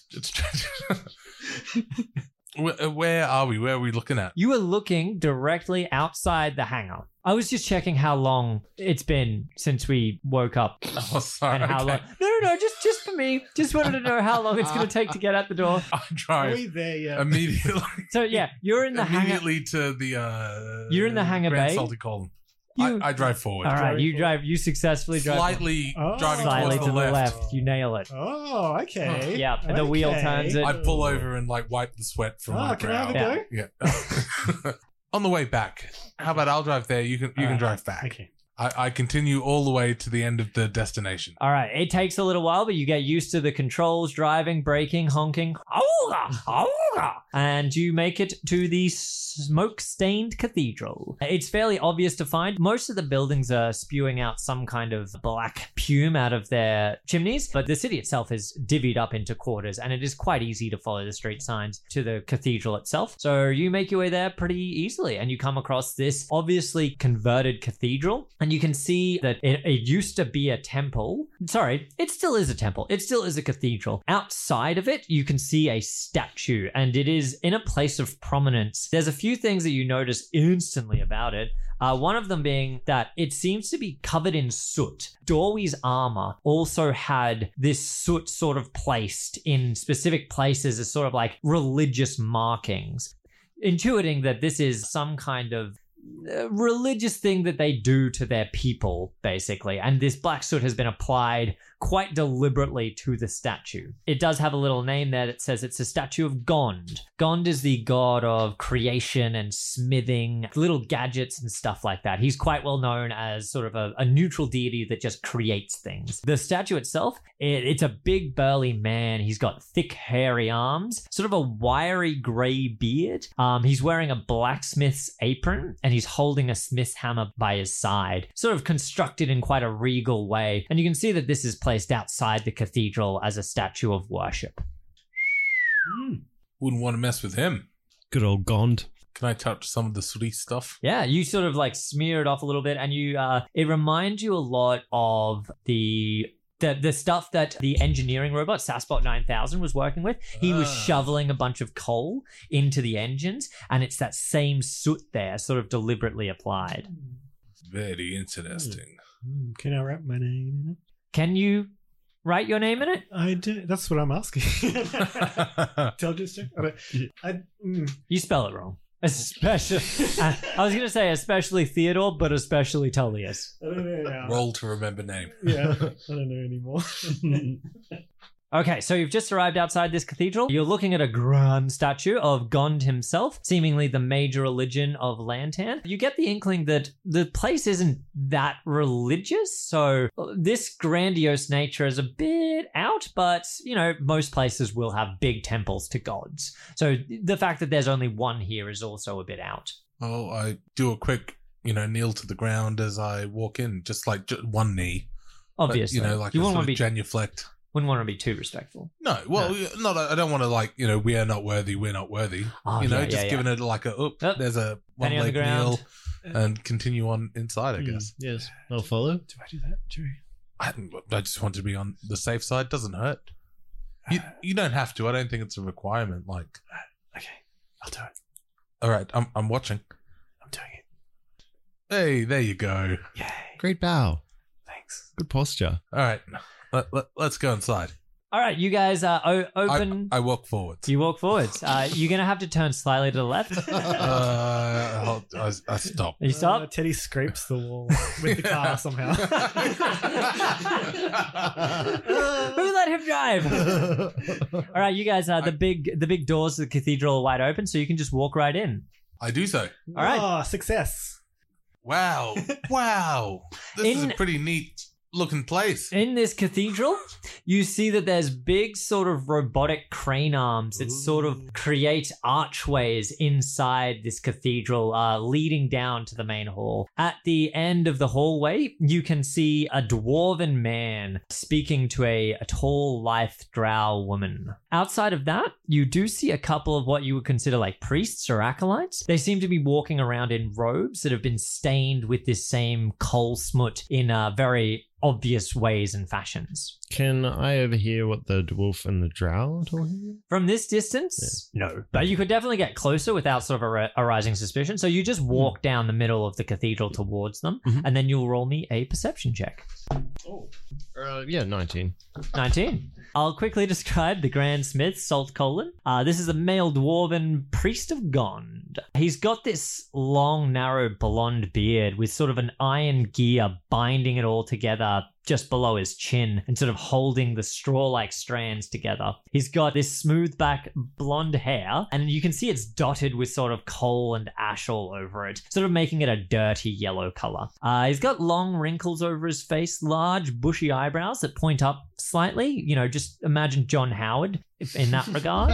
S2: it's- <laughs> where, uh, where are we? Where are we looking at? <laughs>
S1: You were looking directly outside the hangar. I was just checking how long it's been since we woke up
S2: Oh, sorry.
S1: and how
S2: okay.
S1: long. No, no, no, just just for me. Just wanted to know how long it's going to take to get out the door.
S2: I
S4: Are
S2: drive
S4: we there yet?
S2: <laughs> immediately.
S1: So yeah, you're in the hangar.
S2: immediately to the. Uh,
S1: You're in the hangar
S2: Grand
S1: bay?
S2: Salty Column.
S1: You,
S2: I, I drive forward.
S1: all right, you
S4: Drive-
S1: drive. You successfully drive
S2: Slightly
S4: Oh.
S2: driving
S1: slightly
S2: towards
S1: to
S2: the left.
S1: You nail it.
S4: oh, okay.
S1: Yeah, and the wheel
S4: Okay.
S1: turns it.
S2: I pull over and like wipe the sweat from
S4: Oh,
S2: my
S4: can I
S2: brow.
S4: have a
S1: Yeah.
S4: go?
S2: yeah. <laughs> On the way back, how about I'll drive there? You can you can
S1: Alright.
S2: drive back.
S4: Okay.
S2: I, I continue all the way to the end of the destination.
S1: All right, it takes a little while, but you get used to the controls, driving, braking, honking, Auga! Auga! and you make it to the smoke-stained cathedral. It's fairly obvious to find. Most of the buildings are spewing out some kind of black pume out of their chimneys, but the city itself is divvied up into quarters, and it is quite easy to follow the street signs to the cathedral itself. So you make your way there pretty easily, and you come across this obviously converted cathedral, and you can see that it, it used to be a temple. Sorry, it still is a temple. It still is a cathedral. Outside of it, you can see a statue, and it is in a place of prominence. There's a few things that you notice instantly about it. Uh, one of them being that it seems to be covered in soot. Dorwe's armor also had this soot sort of placed in specific places as sort of like religious markings, intuiting that this is some kind of uh, religious thing that they do to their people, basically. And this black soot has been applied quite deliberately to the statue. It does have a little name there that says it's a statue of Gond. Gond is the god of creation and smithing, little gadgets and stuff like that. He's quite well known as sort of a, a neutral deity that just creates things. The statue itself, it, it's a big burly man. He's got thick, hairy arms, sort of a wiry grey beard. Um, he's wearing a blacksmith's apron and he's holding a smith's hammer by his side, sort of constructed in quite a regal way. And you can see that this is placed outside the cathedral as a statue of worship.
S4: Mm.
S2: Wouldn't want to mess with him.
S3: Good old Gond.
S2: Can I touch some of the sweet stuff?
S1: Yeah, you sort of like smear it off a little bit, and you uh, it reminds you a lot of the. The, the stuff that the engineering robot Sasbot 9000 was working with, he was
S2: Ah.
S1: shoveling a bunch of coal into the engines, and it's that same soot there, sort of deliberately applied.
S2: Very interesting.
S4: Mm, Can I wrap my name in it?
S1: Can you write your name in it?
S4: I do. That's what
S2: <laughs>
S4: I'm asking. Intelligence check. I, don't, I mm,
S1: You spell it wrong. Especially, uh, <laughs> I was going to say especially Theodore, but especially Tullius.
S4: I don't know. Now.
S2: Roll to remember name.
S4: Yeah, I don't know anymore.
S1: Okay, so you've just arrived outside this cathedral. You're looking at a grand statue of Gond himself, seemingly the major religion of Lantan. You get the inkling that the place isn't that religious, so uh, this grandiose nature is a bit out, but you know, most places will have big temples to gods. So the fact that there's only one here is also a bit out.
S2: Oh, I do a quick, you know, kneel to the ground as I walk in, just like ju- one knee. But,
S1: Obviously,
S2: you know, like
S1: you
S2: a
S1: wouldn't
S2: sort
S1: want
S2: of
S1: to be
S2: genuflect.
S1: wouldn't want to be too respectful.
S2: No, well, not. I don't want to like, you know, we are not worthy. We're not worthy.
S1: Oh,
S2: you know,
S1: yeah,
S2: just
S1: yeah,
S2: giving it like a oop.
S1: Oop.
S2: There's a one
S1: Penny on the
S2: leg kneel
S1: ground.
S2: and continue on inside. I
S3: Hmm,
S2: guess.
S3: Yes, I'll follow.
S4: Do I do that? Do
S2: I, I just want to be on the safe side. Doesn't hurt. You,
S1: Ah.
S2: you don't have to. I don't think it's a requirement. Like,
S4: okay, I'll do it.
S2: all right, I'm I'm watching.
S4: I'm doing it.
S2: Hey, there you go.
S4: Yay!
S3: Great bow.
S4: Thanks.
S3: Good <laughs> posture.
S2: All right, let, let, us go inside.
S1: All right, you guys are uh, o- open.
S2: I walk forwards.
S1: you walk forwards. Uh, you're gonna have to turn slightly to the left.
S2: uh, hold- I,
S1: <laughs>
S2: I stop. <laughs>
S1: You
S4: Uh,
S1: stop.
S4: Teddy scrapes the wall with the car somehow.
S1: Who let him
S3: <laughs>
S1: drive? All right, you guys. Uh, the
S2: I-
S1: big the big doors of the cathedral are wide open, so you can just walk right in.
S2: I do so.
S1: All right.
S4: Oh, success. <laughs>
S2: Wow. Wow. This is
S1: In-
S2: a pretty neat looking place.
S1: In this cathedral, you see that there's big sort of robotic crane arms that sort of create archways inside this cathedral, uh, leading down to the main hall. At the end of the hallway, you can see a dwarven man speaking to a, a tall, lithe drow woman. Outside of that, you do see a couple of what you would consider like priests or acolytes. They seem to be walking around in robes that have been stained with this same coal smut in uh, very obvious ways and fashions.
S3: Can I overhear what the dwarf and the drow are talking
S1: From this distance, no. But you could definitely get closer without sort of ar- arising suspicion. So you just walk down the middle of the cathedral towards them,
S3: Mhm.
S1: and then you'll roll me a perception check.
S3: about? Uh, yeah, 19.
S1: 19. I'll quickly <laughs> describe the Grand Smith, Salt Colon. Uh, this is a male dwarven priest of Gond. He's got this long, narrow blonde beard with sort of an iron gear binding it all together just below his chin and sort of holding the straw like strands together. He's got this smooth back blonde hair, and you can see it's dotted with sort of coal and ash all over it, sort of making it a dirty yellow color. Uh, he's got long wrinkles over his face, large bushy eyebrows that point up slightly. You know, just imagine John Howard if- in that regard.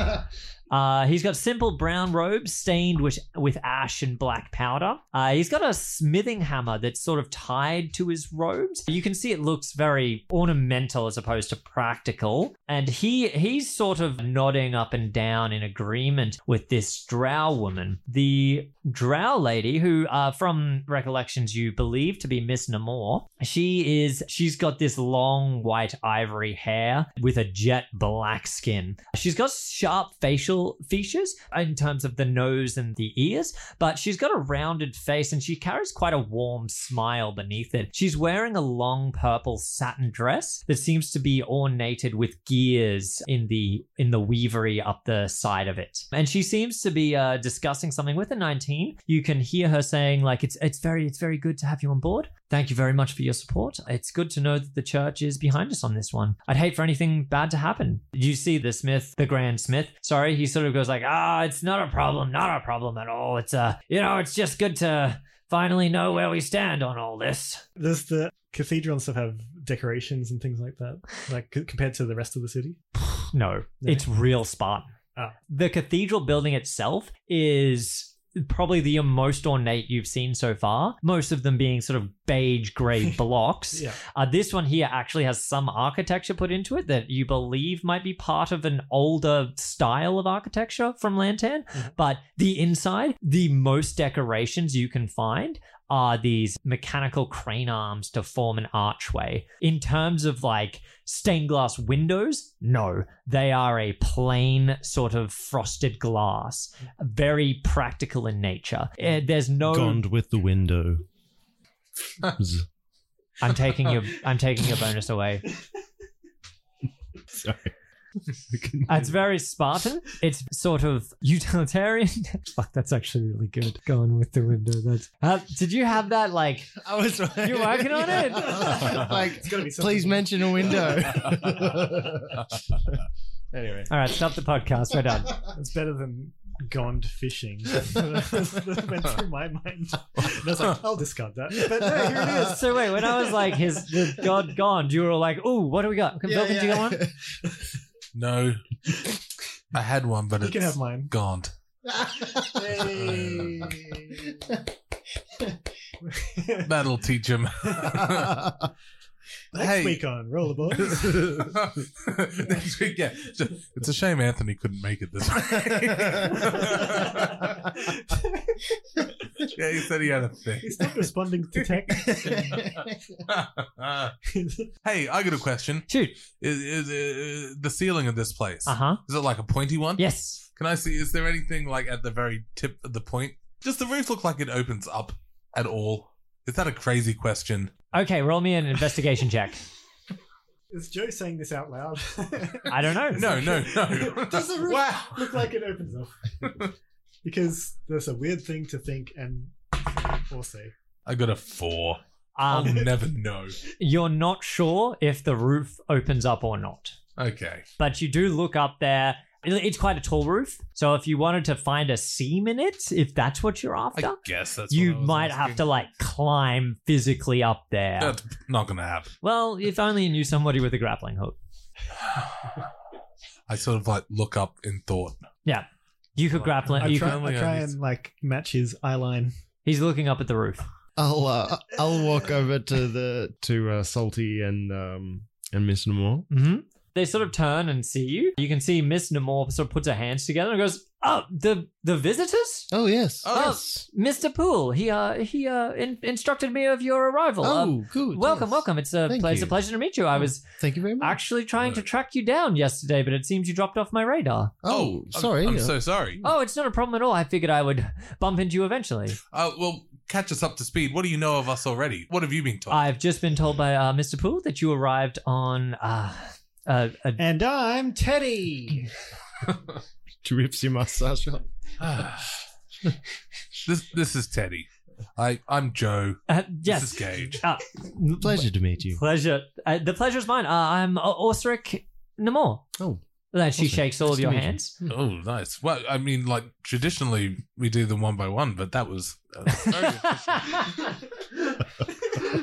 S1: Uh, he's got simple brown robes stained with, with ash and black powder. Uh, he's got a smithing hammer that's sort of tied to his robes. You can see it looks very ornamental as opposed to practical. And he he's sort of nodding up and down in agreement with this drow woman. The drow lady, who uh, from recollections you believe to be Miss Namor, she is she's got this long white ivory hair with a jet black skin. She's got sharp facial features in terms of the nose and the ears, but she's got a rounded face and she carries quite a warm smile beneath it. She's wearing a long purple satin dress that seems to be ornated with gears in the in the weavery up the side of it. And she seems to be uh, discussing something with a 19. You can hear her saying like it's it's very it's very good to have you on board. Thank you very much for your support. It's good to know that the church is behind us on this one. I'd hate for anything bad to happen. You see the smith, the grand smith. Sorry, he sort of goes like, "Ah, it's not a problem, not a problem at all. It's uh, you know, it's just good to finally know where we stand on all this."
S4: Does the cathedral and stuff have decorations and things like that? Like c- compared to the rest of the city?
S1: No,
S4: No?
S1: it's real Spartan.
S4: Ah.
S1: The cathedral building itself is probably the most ornate you've seen so far. Most of them being sort of beige <laughs> gray blocks.
S4: Yeah.
S1: Uh, this one here actually has some architecture put into it that you believe might be part of an older style of architecture from Lantan.
S4: Mhm.
S1: But the inside, the most decorations you can find are these mechanical crane arms to form an archway. In terms of like stained glass windows, no, they are a plain sort of frosted glass, very practical in nature. Eh, There's no.
S3: Gone with the window. <laughs> Z-
S1: I'm taking your. I'm taking your bonus away.
S3: Sorry.
S1: Uh, It's very Spartan. It's sort of utilitarian. <laughs> Fuck, that's actually really good. Going with the window. That's. Uh, did you have that like?
S3: I was right.
S1: You're working on
S4: <laughs>
S1: it?
S3: <laughs> like,
S4: gotta be something.
S3: <laughs> please mention a window. <laughs> anyway.
S1: All right, stop the podcast. We're done.
S4: It's better than gond fishing. <laughs> that went through my mind. And I was like, I'll discard that. But no, <laughs> here it is.
S1: So wait, when I was like, "His the god gone," you were all like, "Ooh, what do we got?" Can Bilton, do
S4: <laughs>
S1: you got one?
S2: No. I had one, but
S4: You
S2: it's
S4: can have mine.
S2: gone.
S4: Hey.
S2: That'll teach him.
S4: <laughs> Next week on Roller Boys.
S2: Next week, yeah. So, It's a shame Anthony couldn't make it this
S4: <laughs>
S2: week. yeah, he said he had a thing. <laughs>
S4: He's not responding to text.
S2: hey, I got a question.
S1: Shoot.
S2: Is, is, is the ceiling of this place
S1: Uh huh.
S2: is it like a pointy one?
S1: Yes.
S2: Can I see? Is there anything like at the very tip of the point? Does the roof look like it opens up at all? Is that a crazy question?
S1: Okay, roll me an investigation check.
S4: Is Joe saying this out loud? <laughs>
S1: I don't know.
S2: No, no, no.
S4: Does the roof
S2: wow.
S4: look like it opens up? because that's a weird thing to think and or say.
S2: I got a four. I'll
S1: Um,
S2: never know.
S1: you're not sure if the roof opens up or not,
S2: Okay.
S1: but you do look up there. It- It's quite a tall roof, so if you wanted to find a seam in it, if that's what you're after,
S2: I guess that's.
S1: you
S2: what I was
S1: might
S2: asking.
S1: have to like climb physically up there.
S2: That's not gonna happen.
S1: Well, if only you knew somebody with a grappling hook.
S2: I sort of like look up in thought.
S1: You could
S2: Well,
S1: grapple
S4: I
S1: it. You
S4: try,
S1: could-
S2: Apparently
S4: I
S2: I
S4: try
S2: need
S4: and like match his eye line.
S1: he's looking up at the roof.
S3: <laughs> I'll uh, I'll walk over to the to uh, Salty and um and Miss Namor.
S1: Mm-hmm. They sort of turn and see you. You can see Miss Namor sort of puts her hands together and goes, "Oh, the the visitors."
S3: Oh yes.
S2: Oh.
S3: yes.
S1: Mr. Poole, he uh he uh in- instructed me of your arrival. Um,
S3: Oh, good.
S1: welcome,
S3: yes.
S1: welcome. It's a
S3: Thank
S1: pla- it's a
S3: you.
S1: pleasure to meet you. I was
S3: Thank you very
S2: Mm-hmm.
S3: much.
S1: actually trying to track you down yesterday, but it seems you dropped off my radar.
S3: oh,
S2: I'm-
S3: sorry.
S2: I'm,
S3: <laughs>
S2: so sorry.
S1: Oh, it's not a problem at all. I figured I would <laughs> bump into you eventually.
S2: Uh, well, catch us up to speed. What do you know of us already? What have you been taught?
S1: I've just been told by uh, Mr. Poole that you arrived on uh, a, a
S4: And I'm Teddy. <laughs>
S3: She rips your mustache off.
S2: <sighs> this this is Teddy. I I'm Joe.
S1: Uh,
S2: This
S1: yes.
S2: is Gage.
S1: Uh,
S3: Pleasure to meet you.
S1: Pleasure. Uh, the pleasure's mine. Uh, I'm uh, Osric Namor.
S3: Oh.
S1: Then she
S3: Osric.
S1: shakes all
S3: Nice
S1: of
S3: to
S1: your
S3: meet you.
S1: hands.
S2: Oh, nice. Well, I mean, like traditionally we do them one by one, but that was uh,
S1: <laughs>
S2: very-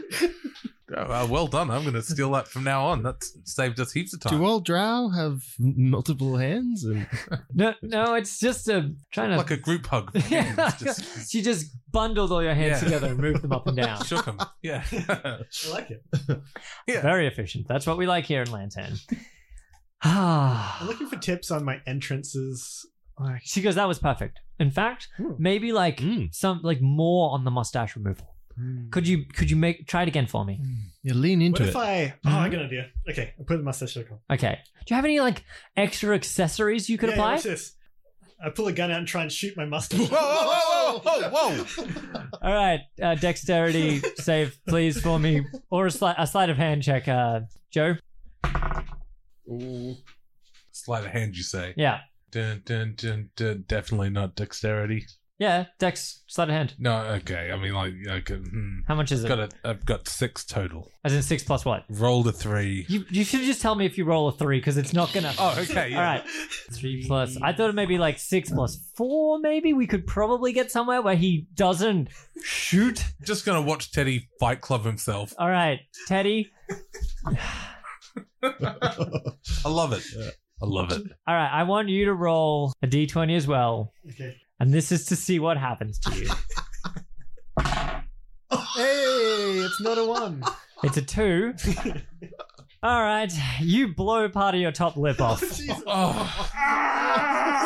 S2: uh, well done. I'm going to steal that from now on. That's saved us heaps of time.
S3: Do all drow have multiple hands? And
S1: no, no, it's just a trying to. <laughs>
S2: like a group <laughs> hug. for
S1: Yeah,
S2: kittens,
S1: like
S2: just,
S1: a- she just bundled all your hands
S2: Yeah.
S1: together and moved them up and down.
S2: shook 'em. Yeah.
S4: I like it.
S2: <laughs> Yeah.
S1: Very efficient. That's what we like here in Lantern. <sighs>
S4: I'm
S1: Ah.
S4: looking for tips on my entrances. Like,
S1: she goes, that was perfect. In fact,
S4: Hmm.
S1: maybe like
S3: Mm.
S1: some like more on the mustache removal. Could you could you make try it again for me?
S3: you lean
S4: Hmm. what
S3: into
S4: if
S3: it.
S4: I? Oh, I got an idea. Okay, I put the mustache back on.
S1: Okay. Do you have any like extra accessories you could
S4: Yeah, yeah,
S1: apply?
S4: watch this. I pull a gun out and try and shoot my mustache.
S2: Whoa, whoa, whoa, whoa, whoa, whoa.
S1: All right, uh,
S4: <laughs>
S1: dexterity save, please, for me, or a, sli- a sleight of hand check, uh, Joe.
S2: Sleight of hand, you say.
S1: Yeah,
S2: Dun, dun, dun, dun. Definitely not dexterity.
S1: yeah, dex sleight of hand.
S2: No, okay. I mean, like, okay. Hmm.
S1: How much is it?
S2: Got a, I've got six total.
S1: As in six plus what?
S2: Rolled a three.
S1: You you should just tell me if you roll a three because it's not gonna.
S2: <laughs> Oh, okay. Yeah.
S1: All right, three plus. I thought it maybe like six plus four. Maybe we could probably get somewhere where he doesn't shoot.
S2: Just gonna watch Teddy Fight Club himself.
S1: All right, Teddy.
S2: I love it. I love it.
S1: All right, I want you to roll a d20 as well,
S4: <laughs> Okay.
S1: and this is to see what happens to you.
S4: Hey, it's not a <laughs> one.
S1: It's a
S2: <laughs>
S1: two. All right, you blow part of your top lip off.
S2: <laughs>
S4: Jesus.
S2: Oh.
S3: <laughs>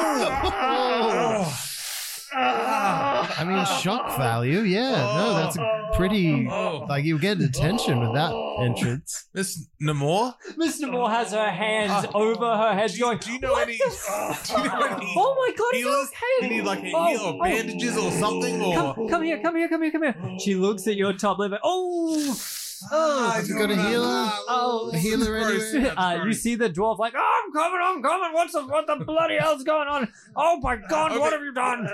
S3: I mean, shock value. Yeah, no, that's a pretty.
S2: Oh.
S3: Like you get attention with that entrance.
S2: Miss Namor?
S1: Miss Namor has her hands
S2: Oh.
S1: over her head,
S2: Do you,
S1: going.
S2: do you know
S1: "What
S2: any? <laughs>
S1: the f-
S2: Do you know any?
S1: Oh my god, he's
S2: healers?
S1: okay.
S2: Do you need like a heel
S1: Oh,
S2: or bandages or something?
S1: oh,
S2: Or Oh.
S1: Come, come here, come here, come here, come here. She looks at your top lip. Oh,
S2: Ah,
S1: oh.
S3: Has it got a healer?
S1: Oh.
S3: A healer
S2: Gross.
S3: anywhere?
S2: That's
S1: Uh, you
S2: gross.
S1: see the dwarf like, oh, I'm coming, I'm coming. What's the what the bloody hell's going on? Oh my god, what
S2: Okay.
S1: have you done?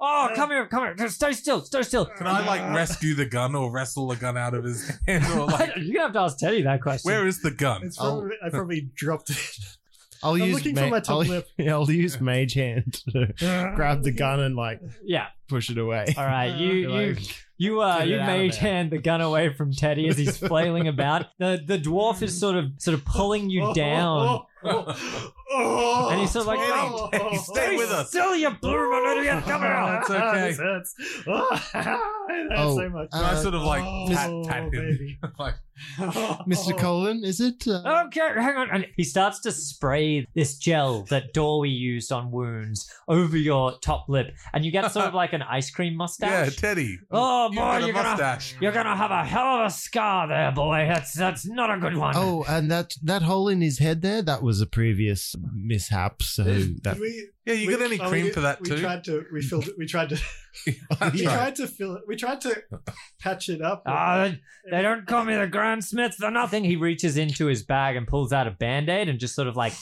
S1: Oh, come here, come here. Just stay still, stay still.
S2: Can I like rescue the gun or wrestle the gun out of his hand
S1: <laughs>
S2: or like
S1: You're gonna have to ask Teddy that question.
S2: Oh where is the gun?
S4: It's probably, I probably dropped it.
S1: <laughs>
S3: I'll
S4: I'm
S3: use
S4: looking
S3: ma-
S4: for my top
S3: <laughs> I'll,
S4: lip. <laughs>
S3: <laughs> I'll use mage hand to grab the gun and like
S1: Yeah.
S3: push it away.
S1: All
S2: <laughs>
S1: right, you
S3: You're
S1: you
S3: like,
S1: you uh
S3: Get it
S1: you
S3: out of
S1: mage
S3: there.
S1: hand the gun away from Teddy as he's flailing
S2: <laughs>
S1: about. The the dwarf is sort of sort of pulling
S4: Oh,
S1: you down. And he's sort of like,
S4: oh,
S2: "Hey,
S1: <laughs>
S2: hey, stay with us."
S1: Still, you blue malarian camera. <laughs>
S2: It's okay.
S4: This hurts. <laughs> Oh, it hurts
S3: Oh,
S4: so much.
S2: And I
S3: uh,
S2: sort of like
S4: oh,
S2: tat tat him.
S4: baby.
S2: like,
S4: <laughs>
S3: Mr. Colin, is it? Uh,
S1: Okay, hang on. And he starts to spray this gel that Dory used on wounds over your top lip, and you get sort
S2: <laughs>
S1: of like an ice cream
S2: yeah,
S1: mustache.
S2: Teddy.
S1: oh
S2: You've
S1: boy,
S2: got a
S1: you're gonna
S2: mustache.
S1: you're gonna have a hell of a scar there, boy. That's that's not a good one.
S3: Oh, and that that hole in his head there, that was a previous mishap. So that
S4: Did we,
S2: Yeah, you
S4: we-
S2: got any
S4: oh,
S2: cream
S4: we,
S2: for that <laughs>
S4: we
S2: too?
S4: Tried to, we, filled, we tried to
S2: <laughs> That's
S4: we
S2: right.
S4: tried to fill it. We tried to patch it up.
S1: Ah, they- they don't call me the Grand Smith for nothing. He reaches into his bag and pulls out a band aid and just sort of like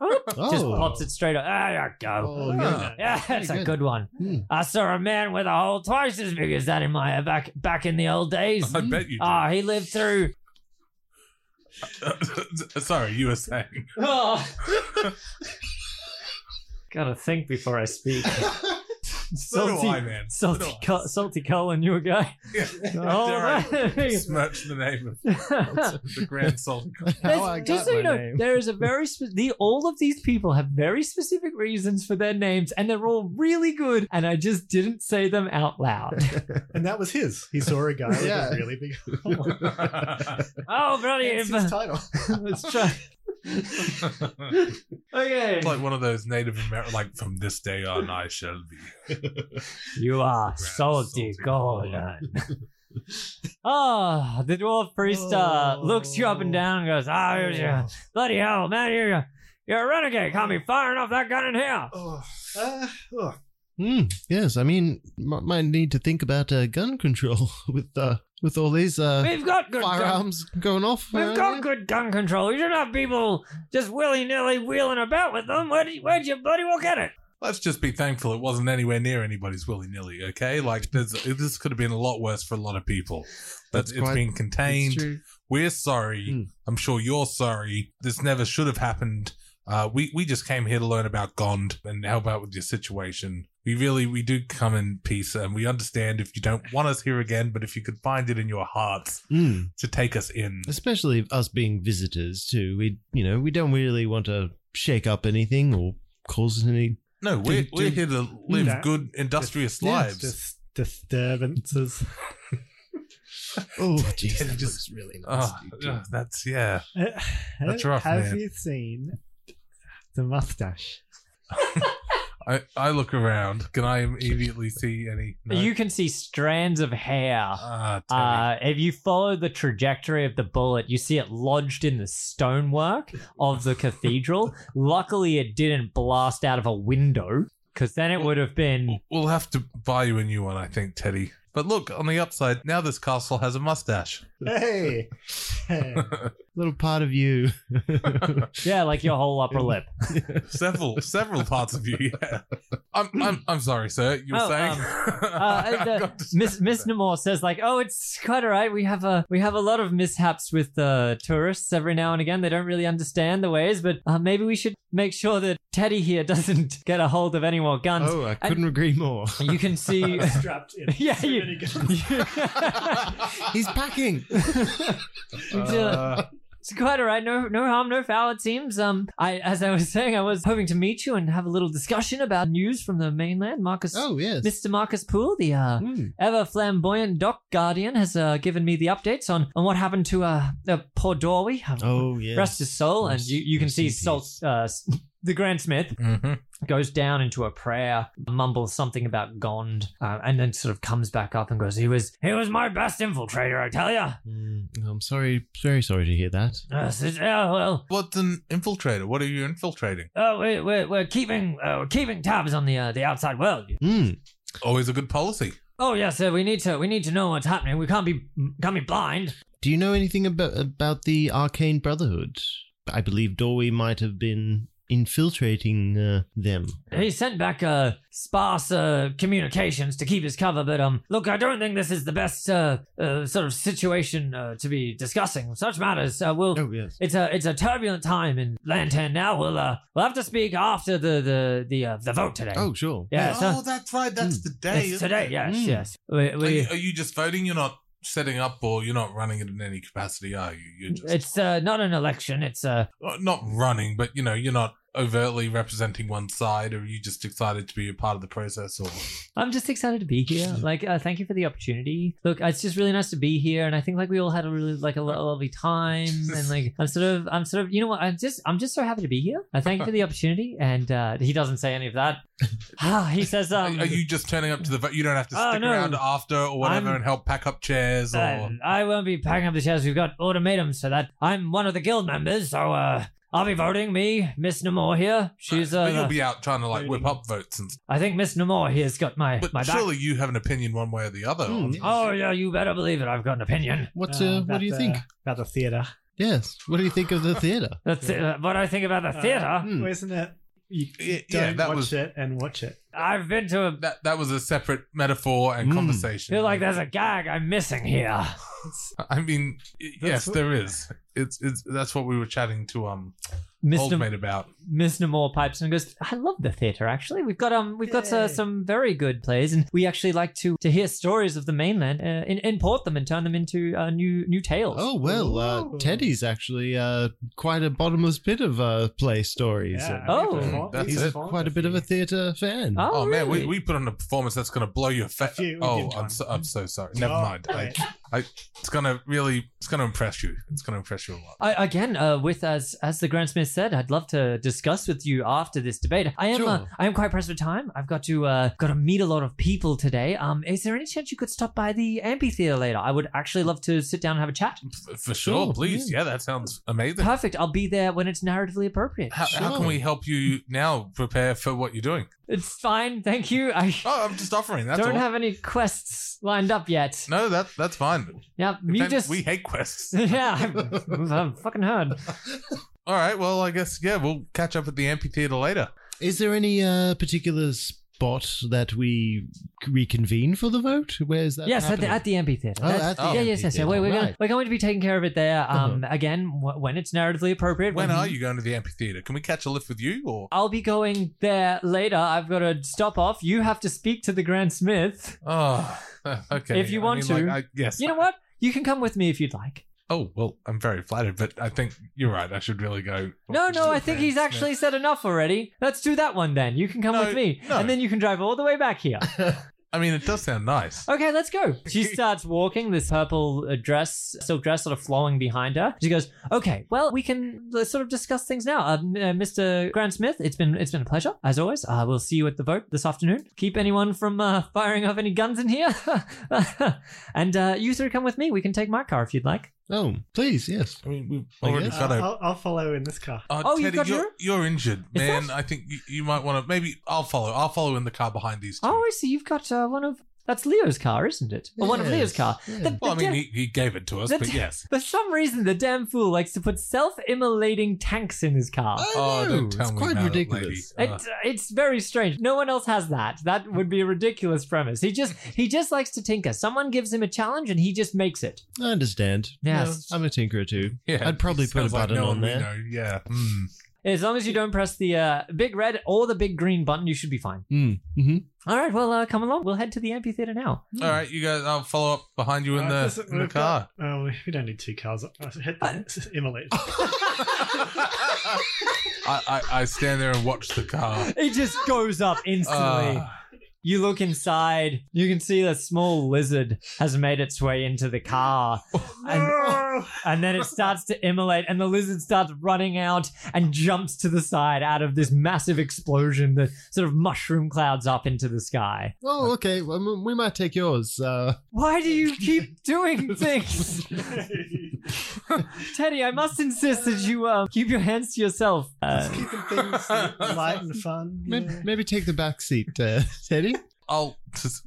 S3: oh,
S1: just pops it straight up. Ah, there you go.
S3: Oh, yeah.
S1: Yeah, that's a
S3: good.
S1: good one.
S3: Hmm.
S1: I saw a man with a hole twice as big as that in my back back in the old days.
S2: I bet you.
S1: Ah, he lived through.
S2: did. <laughs> Sorry, you
S1: <laughs>
S2: were saying.
S1: Gotta think before I <laughs> speak.
S2: So do I,
S1: salty,
S2: man. So do
S1: salty,
S2: I.
S1: Col- salty Colin, you a guy?
S2: Yeah.
S1: <laughs> Oh,
S2: Dare I
S1: right.
S2: Smirch the name of
S1: <laughs>
S2: the grand salt.
S1: There's-
S3: How I got
S1: just so
S3: my
S1: you know,
S3: name.
S1: there
S3: <laughs>
S1: is a very spe- the all of these people have very specific reasons for their names, and they're all really good. And I just didn't say them out
S3: <laughs>
S1: loud.
S4: <laughs> and that was his. He saw a guy with
S3: Yeah.
S4: a really big hole.
S1: oh, bloody!
S4: That's
S1: If,
S4: his title.
S1: <laughs> let's try.
S2: it's
S1: Okay,
S2: like one of those Native American, like from this day on, I shall be.
S1: you are
S2: Grand
S1: salty,
S2: salty
S1: golden. Ah, the dwarf priest
S3: Oh.
S1: uh, looks you up and down and goes, "Ah, oh, yeah. bloody hell, man, you're you're a renegade. Can't be firing off that gun in here."
S4: Oh, uh, oh.
S3: Hmm, yes, I mean, m- might need to think about uh, gun control <laughs> with uh, with all these uh,
S1: We've got good guns.
S3: firearms going off.
S1: We've
S3: around
S1: got
S3: here.
S1: good gun control. You don't have people just willy nilly wheeling about with them. Where did, where'd you bloody well get it?
S2: Let's just be thankful it wasn't anywhere near anybody's willy nilly. Okay, like there's, this could have been a lot worse for a lot of people. But
S3: That's
S2: it's
S3: quite-
S2: been
S3: It's
S2: contained.
S3: true.
S2: We're sorry.
S3: Hmm.
S2: I'm sure you're sorry. This never should have happened. Uh, we we just came here to learn about Gond and help out with your situation. We really we do come in peace, and we understand if you don't want us here again. But if you could find it in your hearts
S3: Hmm.
S2: to take us in,
S3: especially us being visitors too. We, you know, we don't really want to shake up anything or cause any.
S2: no, we're
S3: do-
S2: we're here to live
S4: that-
S2: good, industrious
S3: Yeah,
S2: lives.
S4: Dis- disturbances.
S3: <laughs> Oh, jeez,
S2: Teddy
S3: that
S2: just-
S3: just really nice.
S2: Oh,
S3: dude.
S2: yeah, that's yeah. That's
S4: That's
S2: rough,
S4: Uh, Have
S2: man.
S4: you seen the mustache?
S2: I, I look around. Can I immediately see any? No?
S1: You can see strands of hair.
S2: Ah, Teddy.
S1: Uh, if you follow the trajectory of the bullet, you see it lodged in the stonework of the cathedral. Luckily, it didn't blast out of a window because then it would have been.
S2: we'll have to buy you a new one, I think, Teddy. But look on the upside. Now this castle has a mustache.
S1: <laughs>
S4: Hey,
S3: Little part of <laughs> you.
S1: Yeah, like your whole upper lip.
S3: <laughs>
S2: several several parts of you. Yeah, I'm I'm, I'm sorry, sir. You were
S1: Oh,
S2: saying
S1: um,
S2: <laughs> I- I
S1: uh, the-
S2: got dis-
S1: Miss Miss Namor says like, "Oh, it's quite all right. We have a we have a lot of mishaps with uh, tourists every now and again. They don't really understand the ways, but uh, maybe we should make sure that Teddy here doesn't <laughs> get a hold of any more guns.
S3: oh, I couldn't agree more.
S1: You can
S4: <laughs>
S1: see, <laughs>
S4: strapped in.
S1: yeah, <laughs>
S4: So
S1: you-
S4: many guns.
S3: He's packing.
S1: <laughs>
S2: Uh,
S1: It's quite all right. No, no harm, no foul. It seems. Um, I, as I was saying, I was hoping to meet you and have a little discussion about news from the mainland. Marcus,
S3: <laughs> oh yes.
S1: Mr. Marcus Poole, the uh,
S3: Hmm.
S1: ever flamboyant doc guardian, has uh, given me the updates on, on what happened to uh, uh poor Dorwey.
S3: Oh yes.
S1: rest his soul, and
S3: Rest-
S1: you, you can
S3: rest
S1: see
S3: in
S1: Salt,
S3: peace.
S1: uh, s- <laughs> the Grand Smith,
S2: mhm.
S1: goes down into a prayer, mumbles something about Gond, uh, and then sort of comes back up and goes, "He was he was my best infiltrator, I tell ya."
S3: Hmm. I'm sorry. Very sorry to hear that.
S1: Uh, says, "Yeah, well."
S2: What's an infiltrator? What are you infiltrating?
S1: Uh, we, we're, we're keeping uh, we're keeping tabs on the uh, the outside world.
S3: Hmm.
S2: Always a good policy.
S1: Oh yes, sir. We need to we need to know what's happening. We can't be can't be blind.
S3: Do you know anything about about the Arcane Brotherhood? I believe Dory might have been infiltrating uh, them.
S1: He sent back uh, sparse uh, communications to keep his cover, but um, look, I don't think this is the best uh, uh, sort of situation uh, to be discussing such matters. Uh, we'll
S3: Oh yes.
S1: it's a it's a turbulent time in Lantan now. We'll uh, we'll have to speak after the the the uh, the vote today.
S3: Oh sure.
S1: yeah, so
S2: oh, that's right. That's the day.
S1: it's
S2: isn't
S1: today.
S2: it?
S1: Yes,
S3: Mm.
S1: yes. We,
S2: Are
S1: we,
S2: you, are you just voting? You're not setting up, or you're not running it in any capacity, are you? You're just
S1: it's uh, not an election. It's uh,
S2: uh, not running, but you know, you're not overtly representing one side. Or are you just excited to be a part of the process, or
S1: I'm just excited to be here. Like, uh, thank you for the opportunity. Look, it's just really nice to be here, and I think like we all had a really like a lo- lovely time, and like I'm sort of I'm sort of you know what I'm just I'm just so happy to be here. I thank you for the opportunity, and uh, he doesn't say any of
S2: <laughs>
S1: that. Ah, he says, um,
S2: are, are you just turning up to the vote? You don't have to
S1: Oh,
S2: stick
S1: no.
S2: around after or whatever
S1: I'm-
S2: and help pack up chairs, or
S1: uh, I won't be packing up the chairs. We've got ultimatums for that. I'm one of the guild members, so uh, I'll be voting. Me, Miss Namor here. She's uh,
S2: but you'll be out trying to like whip
S4: voting.
S2: up votes and.
S1: I think Miss Namor here's got my
S2: But
S1: my back.
S2: surely you have an opinion one way or the other.
S3: Hmm.
S2: on this.
S1: Oh yeah, you better believe it. I've got an opinion.
S3: What's
S4: Uh,
S3: uh, what
S4: about
S3: do you
S4: the-
S3: think?
S4: About the theatre.
S3: Yes. What do you think
S4: <laughs>
S3: of the theater?
S1: That's uh, what I think about the
S4: Uh,
S1: theater.
S3: Hmm.
S4: Well, isn't it? You
S2: Yeah,
S4: don't
S2: yeah, that
S4: watch
S2: was-
S4: it and watch it.
S1: I've been to a.
S2: That that was a separate metaphor and
S3: Mm.
S2: conversation.
S1: Feel Hmm. like there's a gag I'm missing here.
S2: I mean, y- yes,
S4: That's-
S2: there is. It's it's that's what we were chatting to um old
S1: Mr.
S2: mate about.
S1: Miss Namor pipes in and goes, "I love the theater. Actually, we've got um, we've got uh,
S4: Yay.
S1: some very good plays, and we actually like to to hear stories of the mainland, uh, and import them and turn them into uh, new new tales.
S3: Oh well, uh,
S4: Ooh.
S3: Teddy's actually uh, quite a bottomless pit of uh, play stories.
S4: Yeah,
S3: Uh,
S1: Oh.
S4: he's
S2: Mm,
S4: fond-
S2: that's
S3: He's
S2: it.
S3: quite a bit of a theater fan.
S1: Oh,
S2: Oh, man, we,
S1: really?
S2: we put on a performance that's going to blow your face.
S4: Phew, we
S2: Oh,
S4: did
S2: I'm
S4: one.
S2: so, I'm so sorry. Never
S4: Oh,
S2: mind. I,
S4: right.
S2: it's going to really, it's going to impress you. It's going to impress you a lot.
S1: I, again, uh, with as as the Grand Smith said, I'd love to discuss with you after this debate. I am uh,
S3: Sure.
S1: I am quite pressed for time. I've got to uh, got to meet a lot of people today. Um, is there any chance you could stop by the amphitheater later? I would actually love to sit down and have a chat.
S2: F- For sure,
S3: Sure,
S2: please. Yeah. that sounds amazing.
S1: Perfect. I'll be there when it's narratively appropriate.
S2: How, how can
S3: Sure.
S2: we help you now prepare for what you're doing?
S1: It's fine. Thank you. I
S2: Oh, I'm just offering. That's
S1: don't
S2: all.
S1: have any quests lined up yet.
S2: no, that that's fine.
S1: Yeah,
S2: In
S1: you
S2: fact,
S1: just
S2: we
S1: <laughs>
S2: hate quests.
S1: yeah.
S2: <laughs>
S1: I'm, I'm fucking heard.
S2: all right. Well, I guess yeah, we'll catch up at the amphitheater later.
S3: Is there any uh, particular spot that we reconvene for the vote? Where's that?
S1: Yes, at the,
S3: happening?
S1: at the amphitheater.
S3: Oh,
S1: That's-
S3: at the
S1: yeah, yes, yes, yeah.
S3: amphitheater,
S1: We're, we're, gonna,
S3: right. Uh-huh.
S1: we're going to be taking care of it there. Um, again, w- when it's narratively appropriate.
S2: When are you going to the amphitheater? Can we catch a lift with you or?
S1: I'll be going there later. I've got to stop off. You have to speak to the Grand Smith.
S2: Oh, <laughs> okay.
S1: If you
S2: I
S1: want
S2: mean,
S1: to.
S2: like, I, yes.
S1: You know what? You can come with me if you'd like.
S2: Oh well, I'm very flattered, but I think you're right. I should really go.
S1: No, no, I think he's actually said enough already. Let's do that one then. You can come
S2: No,
S1: with me,
S2: no.
S1: and then you can drive all the way back here.
S2: I mean, it does sound nice.
S1: Okay, let's go. <laughs> She starts walking, this purple uh, dress, silk dress, sort of flowing behind her. She goes, "Okay, well, we can uh, sort of discuss things now." Uh, m- uh, Mr. Grant Smith, it's been it's been a pleasure as always. Uh, we'll see you at the vote this afternoon. Keep anyone from uh, firing off any guns in here, <laughs> and uh, you three come with me. We can take my car if you'd like.
S3: Oh, please, yes.
S2: I mean, we've
S3: I
S2: already
S3: guess.
S2: got
S4: Uh,
S2: a.
S4: I'll, I'll follow in this car.
S2: Oh,
S1: Oh, you've
S2: Teddy,
S1: got
S2: you're,
S1: your-
S2: you're injured,
S1: Is
S2: man. I think you, you might want to. Maybe I'll follow. I'll follow in the car behind these two.
S1: Oh, I see. You've got uh, one of that's Leo's car, isn't it? Or one of Leo's
S3: Yes,
S1: car.
S3: yeah.
S1: The-
S2: well, I
S1: the
S2: mean,
S1: de-
S2: he, he gave it to us,
S1: the
S2: but
S1: de- <laughs>
S2: yes.
S1: For some reason, the damn fool likes to put self-immolating tanks in his car.
S3: I
S2: Oh,
S3: know,
S2: don't tell
S3: it's
S2: me
S3: quite
S2: about it,
S3: ridiculous.
S1: It,
S2: lady. Uh,
S1: it's very strange. No one else has that. That would be a ridiculous premise. He just he just likes to tinker. Someone gives him a challenge and he just makes it.
S3: I understand.
S1: Yes.
S3: No, I'm a tinkerer too.
S2: yeah,
S3: I'd probably put a
S2: sounds like
S3: button
S2: no
S3: on
S2: one we
S3: there.
S2: know. Yeah. Mm.
S1: As long as you don't press the uh, big red or the big green button, you should be fine.
S3: Mm. hmm
S1: All right, well, uh, come along. We'll head to the amphitheater now.
S2: All right, you guys. I'll follow up behind you in
S4: Uh,
S2: the
S4: listen,
S2: in the
S4: we've
S2: car.
S4: got- Oh, we don't need two cars. I'll hit the <laughs>
S1: <laughs>
S4: immolate.
S2: I, I I stand there and watch the car.
S1: It just goes up instantly.
S2: Uh,
S1: You look inside. You can see the small lizard has made its way into the car.
S4: No!
S1: <laughs> And then it starts to immolate, and the lizard starts running out and jumps to the side out of this massive explosion that sort of mushroom clouds up into the sky.
S3: Oh, okay. Well, m- we might take yours. Uh,
S1: Why do you keep doing
S4: <laughs>
S1: things? Teddy, I must insist that you uh, keep your hands to yourself. Uh,
S2: <laughs>
S4: Keeping things light and fun.
S3: maybe,
S4: yeah.
S3: maybe take the back seat, uh, <laughs> Teddy.
S2: I'll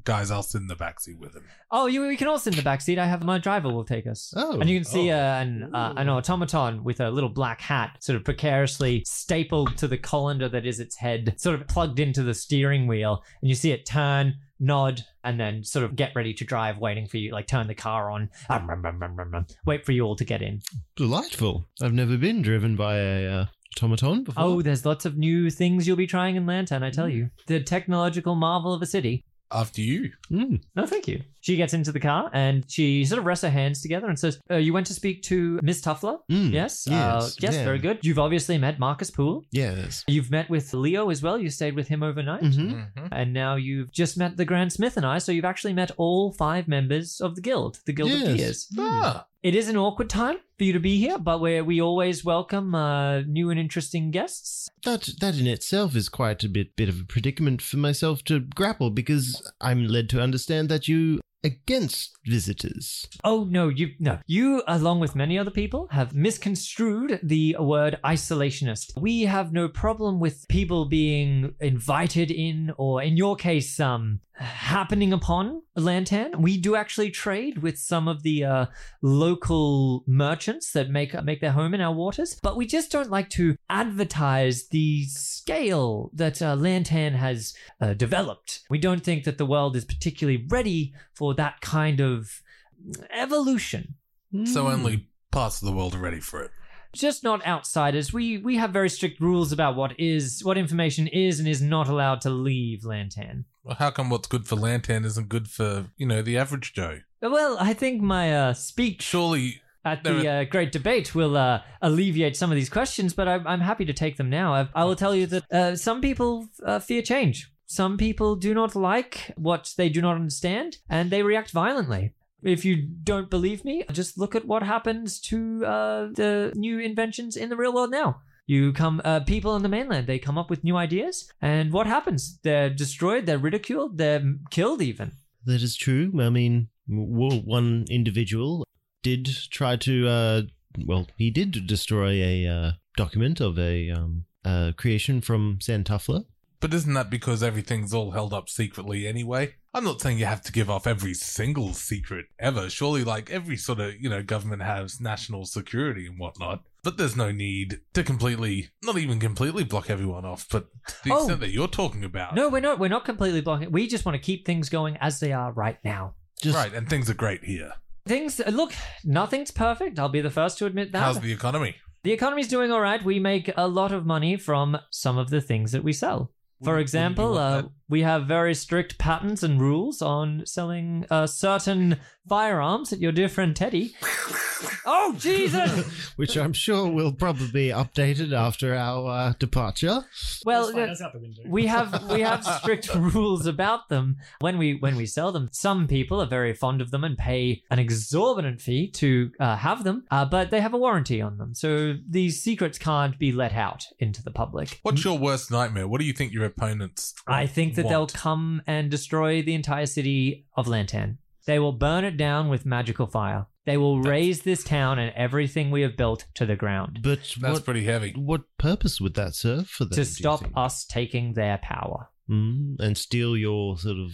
S2: guys, I'll sit in the backseat with him.
S1: Oh, you, we can all sit in the back seat. I have my driver will take us.
S3: Oh,
S1: And you can see
S2: oh.
S1: uh, an uh, an automaton with a little black hat, sort of precariously stapled to the colander that is its head, sort of plugged into the steering wheel, and you see it turn, nod, and then sort of get ready to drive, waiting for you, like turn the car on, ah, rum, rum, rum, rum, rum, wait for you all to get in.
S3: delightful. I've never been driven by a uh, automaton before.
S1: Oh, there's lots of new things you'll be trying in Lantern, I tell you. The technological marvel of a city.
S2: After you.
S3: Mm.
S1: No, thank you. She gets into the car and she sort of rests her hands together and says, uh, You went to speak to Miss Tuffler?
S3: Mm.
S1: Yes. uh,
S3: Yes.
S1: yes.
S3: Yeah.
S1: Very good. You've obviously met Marcus Poole.
S3: Yes.
S1: You've met with Leo as well. You stayed with him overnight.
S3: hmm
S2: Mhm.
S1: And now you've just met the Grand Smith and I. So you've actually met all five members of the guild, the Guild of
S3: Yes.
S1: Gears.
S2: Ah,
S1: It is an awkward time for you to be here, but where we always welcome uh, new and interesting guests.
S3: That that in itself is quite a bit bit of a predicament for myself to grapple because I'm led to understand that you against visitors.
S1: Oh no, you no. You along with many other people have misconstrued the word isolationist. We have no problem with people being invited in or in your case um happening upon Lantan. We do actually trade with some of the uh local merchants that make make their home in our waters, but we just don't like to advertise the scale that uh, Lantan has uh, developed. We don't think that the world is particularly ready for that kind of evolution. Hmm.
S2: So only parts of the world are ready for it.
S1: Just not outsiders. We we have very strict rules about what is what information is and is not allowed to leave Lantan.
S2: Well, how come what's good for Lantan isn't good for you know the average Joe?
S1: Well, I think my uh, speech
S2: Surely,
S1: at
S2: There
S1: the uh, great debate will uh, alleviate some of these questions, but I'm, I'm happy to take them now. I, I will tell you that uh, some people uh, fear change. Some people do not like what they do not understand, and they react violently. If you don't believe me, just look at what happens to uh, the new inventions in the real world now. You come, uh, people on the mainland, they come up with new ideas, and what happens? They're destroyed, they're ridiculed, they're killed, even.
S3: That is true. I mean, w- one individual did try to, uh, well, he did destroy a uh, document of a um, uh, creation from Santuffla.
S2: but isn't that because everything's all held up secretly anyway? I'm not saying you have to give off every single secret ever. Surely, like every sort of you know government has national security and whatnot. But there's no need to completely, not even completely, block everyone off. But to the
S1: Oh.
S2: extent that you're talking about,
S1: No, we're not. We're not completely blocking. it. We just want to keep things going as they are right now.
S3: Just
S2: right? And things are great here.
S1: Things uh, look, nothing's perfect. I'll be the first to admit that.
S2: How's the economy?
S1: the economy's doing all right. We make a lot of money from some of the things that we sell. For
S2: Wouldn't-
S1: example,
S2: wouldn't you
S1: uh,
S2: want
S1: we have very strict patents and rules on selling uh, certain firearms at your dear friend
S2: <laughs>
S1: Teddy. oh, Jesus!
S3: <laughs> which I'm sure will probably be updated after our uh, departure.
S1: well,
S4: That's fine,
S1: uh,
S4: that's out the window.
S1: we have we have strict rules about them when we when we sell them. Some people are very fond of them and pay an exorbitant fee to uh, have them, uh, but they have a warranty on them, so these secrets can't be let out into the public.
S2: What's your worst nightmare? What do you think your opponents?
S1: I think that
S2: want?
S1: they'll come and destroy the entire city of Lantan. They will burn it down with magical fire. They will raise this town and everything we have built to the ground
S3: But
S2: That's
S3: what,
S2: pretty heavy.
S3: what purpose would that serve for them? do
S1: to
S3: you
S1: stop
S3: think?
S1: us taking their power.
S3: Mm, and steal your sort of.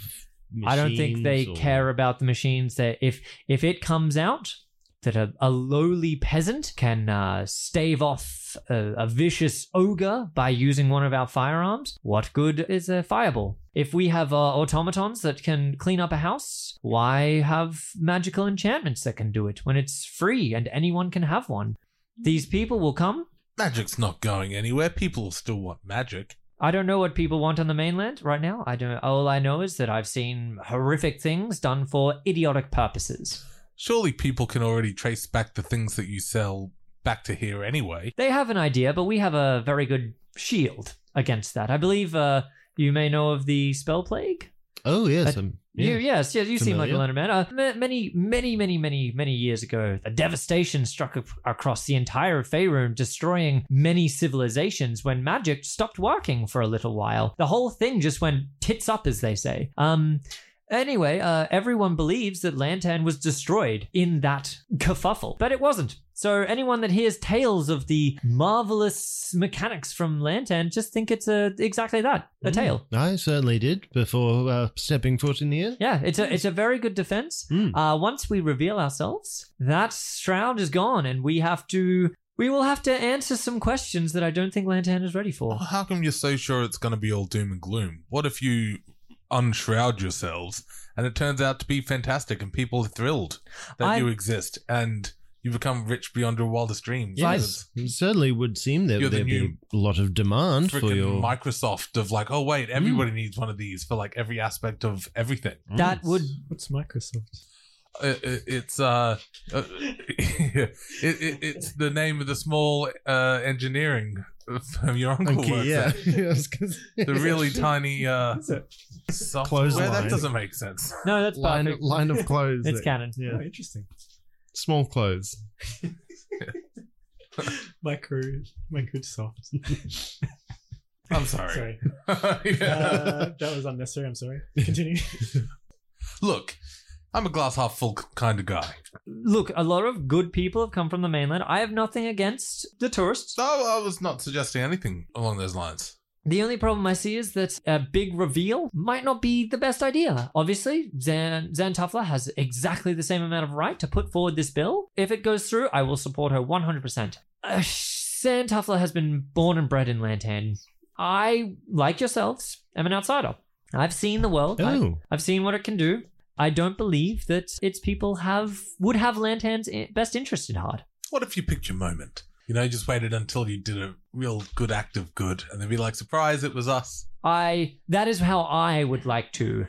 S1: I don't think they
S3: machines or-
S1: care about the machines. That if if it comes out that a, a lowly peasant can uh, stave off a, a vicious ogre by using one of our firearms, what good is a fireball? If we have uh, automatons that can clean up a house, why have magical enchantments that can do it when it's free and anyone can have one? These people will come.
S2: Magic's not going anywhere. People still want magic.
S1: I don't know what people want on the mainland right now. I don't. All I know is that I've seen horrific things done for idiotic purposes.
S2: Surely people can already trace back the things that you sell back to here anyway.
S1: They have an idea, but we have a very good shield against that. I believe uh, you may know of the spell plague.
S3: Oh, yes.
S1: I-
S3: I'm,
S1: You, yes, yes, you seem like a
S3: Familiar.
S1: learned man. Uh, ma- many, many, many, many, many years ago, a devastation struck ac- across the entire Faerun, destroying many civilizations when magic stopped working for a little while. The whole thing just went tits up, as they say. Um, Anyway, uh, everyone believes that Lantan was destroyed in that kerfuffle, but it wasn't. So anyone that hears tales of the marvelous mechanics from Lantan just think it's a, exactly that, a
S3: Mm.
S1: tale.
S3: I certainly did before uh, stepping foot in here.
S1: Yeah, it's a it's a very good defense.
S3: Mm.
S1: Uh, once we reveal ourselves, that shroud is gone, and we have to we will have to answer some questions that I don't think Lantan is ready for.
S2: Well, how come you're so sure it's going to be all doom and gloom? What if you unshroud yourselves and it turns out to be fantastic and people are thrilled that
S1: I-
S2: you exist and you become rich beyond your wildest dreams?
S3: Yes, it certainly would seem that
S2: You're the
S3: there'd be
S2: new
S3: a lot of demand
S2: It's
S3: for
S2: Freaking
S3: your.
S2: Microsoft of like, oh wait, everybody needs one of these for like every aspect of everything.
S3: Mm.
S1: That
S2: <laughs>
S1: would
S4: What's Microsoft?
S2: Uh, it- it's uh, uh <laughs> it, it, it's the name of the small uh engineering <laughs> firm your uncle works at.
S3: <laughs>
S2: The really tiny uh
S4: Is it?
S2: software
S5: Clothesline.
S2: that doesn't make sense.
S1: no, that's
S5: line,
S1: perfect.
S5: line of clothes.
S1: <laughs> It's canon.
S5: Yeah.
S4: Oh, interesting.
S5: Small clothes.
S4: Micro, <laughs> Microsoft.
S2: I'm sorry. <laughs>
S4: Sorry.
S2: Yeah.
S4: Uh, that was unnecessary. I'm sorry. Continue.
S2: Look, I'm a glass half full kind of guy.
S1: Look, a lot of good people have come from the mainland. I have nothing against the tourists.
S2: So I was not suggesting anything along those lines.
S1: The only problem I see is that a big reveal might not be the best idea. Obviously, Zan Zan Tuffler has exactly the same amount of right to put forward this bill. If it goes through, I will support her 100%. Uh, Zan Tuffler has been born and bred in Lantan. I, like yourselves, am an outsider. I've seen the world. I-
S3: Oh,
S1: I've seen what it can do. I don't believe that its people have would have Lantan's i- best interest at heart.
S2: What if you picked your moment? You know, you just waited until you did a real good act of good, and they'd be like, "Surprise! It was us."
S1: I that is how I would like to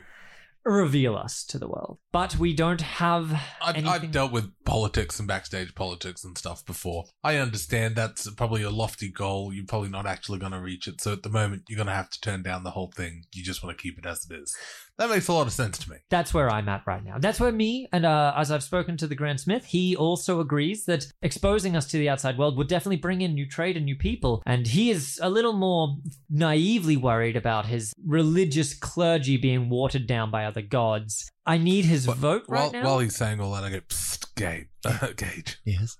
S1: reveal us to the world. But we don't have
S2: I've,
S1: anything-
S2: I've dealt with politics and backstage politics and stuff before. I understand that's probably a lofty goal. You're probably not actually going to reach it. So at the moment, you're going to have to turn down the whole thing. You just want to keep it as it is. That makes a lot of sense to me.
S1: that's where I'm at right now. That's where me and uh, as I've spoken to the Grand Smith, he also agrees that exposing us to the outside world would definitely bring in new trade and new people. And he is a little more naively worried about his religious clergy being watered down by other gods. I need his
S2: But
S1: vote right
S2: while,
S1: now.
S2: while he's saying all that, I go, Psst, Gabe, <laughs> Gage.
S3: yes.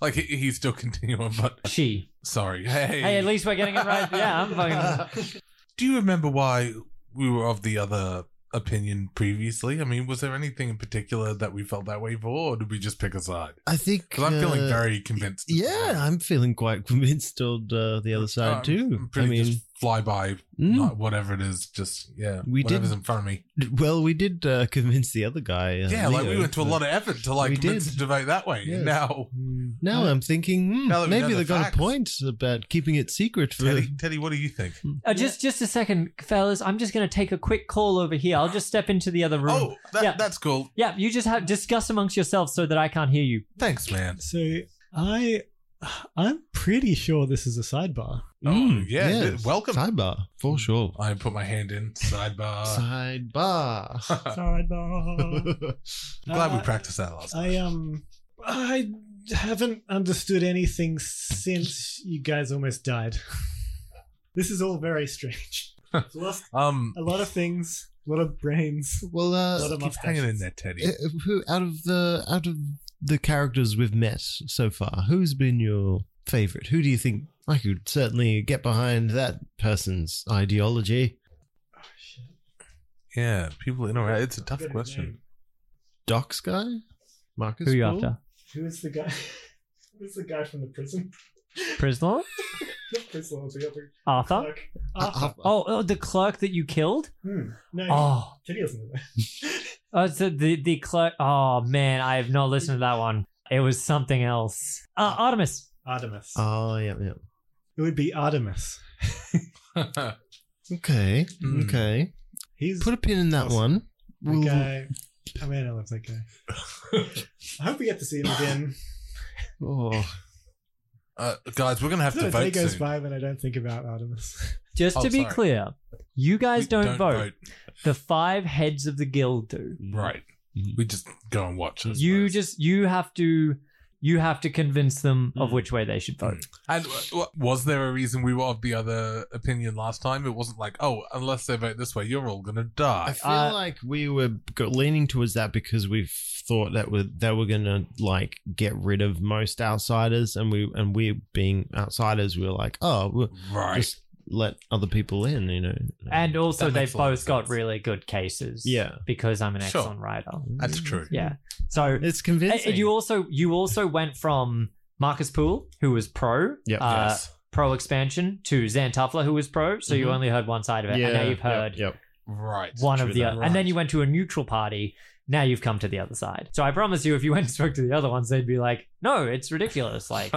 S2: Like he, he's still continuing, but
S1: she.
S2: sorry. Hey,
S1: Hey, at least we're getting it right. <laughs>
S2: <laughs>
S1: Yeah, I'm fucking.
S4: <laughs>
S2: Do you remember why we were of the other opinion previously? I mean, was there anything in particular that we felt that way for, or did we just pick a side?
S3: I think.
S2: Because I'm feeling
S3: uh,
S2: very convinced. that-
S3: Yeah, I'm feeling quite <laughs> convinced on uh, the other side
S2: I'm
S3: too. I
S2: pretty
S3: mean,
S2: just fly by,
S3: mm,
S2: not whatever it is, just yeah,
S3: We
S2: whatever's
S3: did-
S2: in front of me.
S3: well, we did uh, convince the other guy. Uh,
S2: yeah, like we went to a lot of effort to like
S3: We
S2: convince
S3: did.
S2: him to vote that way.
S3: Yes.
S2: And now
S4: Hmm.
S3: Now
S4: Uh,
S3: I'm thinking hmm,
S2: Mm. Now that we
S3: maybe
S2: know
S3: they
S2: the
S3: got
S2: facts.
S3: a point about keeping it secret for. <laughs>
S2: Teddy, Teddy, what do you think?
S1: Uh, just, just a second, fellas. I'm just gonna take a quick call over here. I'll just step into the other room.
S2: Oh, that,
S1: Yeah.
S2: that's cool.
S1: Yeah, you just have discuss amongst yourselves so that I can't hear you.
S2: Thanks, man.
S4: so I, I'm pretty sure this is a sidebar.
S2: oh, yeah,
S3: Mm, yes.
S2: welcome. Mm.
S3: Sidebar for sure.
S2: I put my hand in sidebar.
S3: Sidebar.
S4: Sidebar.
S2: Uh. <laughs> Glad we
S4: Uh,
S2: practiced that last.
S4: I um I haven't understood anything since you guys almost died. <laughs> this is all very
S2: <laughs>
S4: strange. I've lost
S2: Um,
S4: a lot of things, a lot of brains,
S3: <laughs> well,
S4: a
S3: uh,
S4: lot of
S2: keep hanging in
S4: mustaches.
S2: there, Teddy.
S3: Uh, who out of the out of the characters we've met so far, who's been your favorite? Who do you think I could certainly get behind that person's ideology?
S2: Yeah, people interact. It's a tough
S4: Get his
S2: question.
S4: name.
S3: Doc's guy, Marcus.
S1: Who are you
S3: Ball?
S1: after?
S4: Who is the guy? <laughs> Who's the guy from the prison?
S1: Prisoner?
S4: the <laughs> prison was the other
S1: Arthur?
S4: clerk.
S3: Uh,
S4: Arthur.
S3: uh,
S1: Oh, oh, the clerk that you killed?
S4: Hmm. No,
S1: Oh,
S4: Teddy doesn't know that.
S1: oh so the, the clerk. Oh, man, I have not listened to that one. It was something else. Uh, Artemis.
S4: Artemis.
S3: Oh, yeah, yeah.
S4: it would be Artemis.
S3: Okay,
S2: Hmm.
S3: okay.
S4: He's
S3: Put a pin in that
S4: Awesome.
S3: one.
S4: the
S3: We'll-
S4: guy. Oh man, I love that guy. I hope we get to see him again.
S3: oh,
S2: <laughs> uh, guys, we're gonna have
S4: So
S2: to
S4: the day
S2: vote
S4: goes
S2: soon.
S4: by when I don't think about Artemis. <laughs>
S1: Just
S2: Oh,
S1: to be
S2: sorry.
S1: clear, you guys
S2: We
S1: don't, vote. The five heads of the guild do.
S2: Mm-hmm. Right. We just go and watch. I
S1: You
S2: suppose.
S1: just you have to You have to convince them of
S2: Hmm.
S3: Mm.
S1: which way they should vote.
S2: And uh, w- was there a reason we were of the other opinion last time? It wasn't like, oh, unless they vote this way, you're all gonna
S3: I
S2: die.
S3: feel
S1: Uh,
S3: like we were go- leaning towards that because we thought that we they were gonna like get rid of most outsiders, and we and we being outsiders, we were like, oh, we'll
S2: Right.
S3: just let other people in, you know. Um,
S1: And also,
S2: That
S1: they
S2: makes a lot of
S1: both got
S2: sense.
S1: really good cases.
S3: Yeah.
S1: Because I'm an
S2: Sure.
S1: excellent writer.
S2: That's true.
S1: mm, Yeah. So
S3: it's
S1: and,
S3: convincing.
S1: and you also you also went from Marcus Poole, who was pro,
S3: Yep.
S1: uh,
S2: yes.
S1: pro expansion, to Zan Tuffler, who was pro. So you
S3: Mhm.
S1: only heard one side of it, and now you've heard
S3: Yep.
S2: Right.
S1: one of
S3: True
S1: the
S3: that.
S1: other. And then you went to a neutral party. Now you've come to the other side. So I promise you, if you went and spoke to the other ones, they'd be like, "No, it's ridiculous."
S4: <laughs>
S1: Like,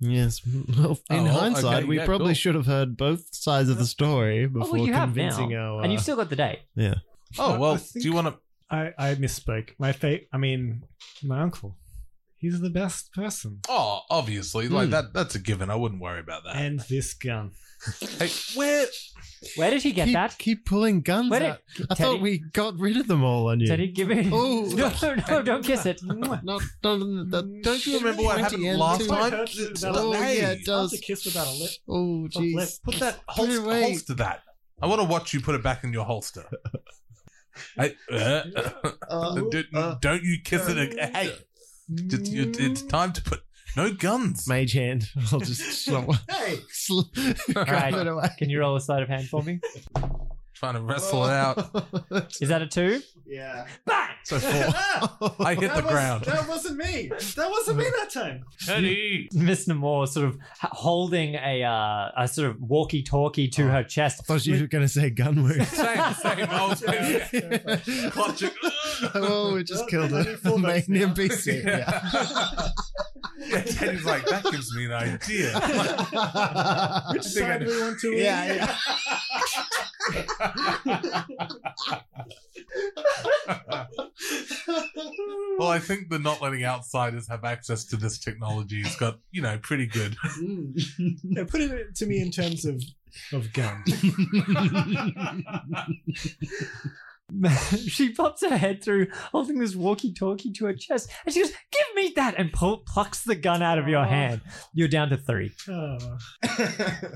S3: Yes. <laughs> Well,
S2: Oh,
S3: in hindsight,
S2: okay,
S3: we
S2: yeah,
S3: probably
S2: cool.
S3: should have heard both sides of the story before
S1: Oh, you have
S3: convincing our. uh,
S1: and you've still got the day.
S2: oh well.
S4: I
S2: Do you
S4: think-
S2: want to?
S4: I, I misspoke. My fate. I mean, my uncle. He's the best person.
S2: Oh, obviously, like
S3: Hmm.
S2: that. That's a given. I wouldn't worry about that.
S4: And this gun.
S2: hey, where?
S1: Where did he get
S3: keep,
S1: that?
S3: keep pulling guns.
S1: Where did-
S3: out. I
S1: Teddy-
S3: thought we got rid of them all on you.
S1: Teddy, give me.
S3: Oh.
S1: <laughs> no, no, don't kiss
S4: <laughs>
S1: it.
S3: Not, not, not, don't you remember what happened
S2: last
S3: last
S2: time?
S3: time?
S4: It hurts it without
S3: Oh,
S4: a
S2: Hey.
S4: lip.
S3: yeah, it
S4: How's a
S3: does.
S4: kiss without a lip.
S3: Oh,
S4: Stop lip.
S3: jeez.
S2: Put that
S3: Put it
S2: holster,
S3: away.
S2: holster that. I want to watch you put it back in your holster. <laughs> hey, uh,
S4: Oh,
S3: Uh,
S2: don't, don't you kiss it again. Hey, it's, it's- it's time to put no guns.
S3: mage hand. <laughs> I'll just slap
S4: Mm, Hey.
S3: <laughs> sl-
S1: right.
S3: grab it away.
S1: Can you roll a sleight of hand for
S3: <laughs>
S1: me?
S2: Trying to wrestle it
S4: <laughs>
S2: out.
S1: Is that a two?
S4: Yeah.
S1: Bang!
S3: So
S4: <laughs>
S2: I hit the
S4: was,
S2: ground.
S4: That wasn't me. That wasn't me that time.
S2: Teddy.
S1: Miss Namor sort of h- holding a uh, a sort of walkie-talkie to her chest.
S3: Oh, thought you were going to say gun wound.
S2: Same, same. I <laughs> was
S4: Yeah.
S2: clutching.
S3: <laughs> oh, we just
S4: Well,
S3: killed
S4: I
S3: it.
S4: need full
S3: Made
S4: votes
S3: him
S4: now.
S3: be
S2: <laughs>
S3: sick.
S2: Yeah. Yeah, Teddy's like, that gives me an idea.
S3: Yeah.
S4: <laughs> <laughs> Which
S2: think I
S4: side do we want to win?
S3: Yeah, yeah.
S2: well, I think the not letting outsiders have access to this technology has got, you know, pretty good.
S4: Yeah, Put it to me in terms of of gun.
S1: <laughs>
S3: <laughs>
S1: she pops her head through, holding this walkie-talkie to her chest, and she goes, "Give me that!" and pull, plucks the gun out of your
S4: Oh.
S1: hand. You're down to three.
S4: Oh.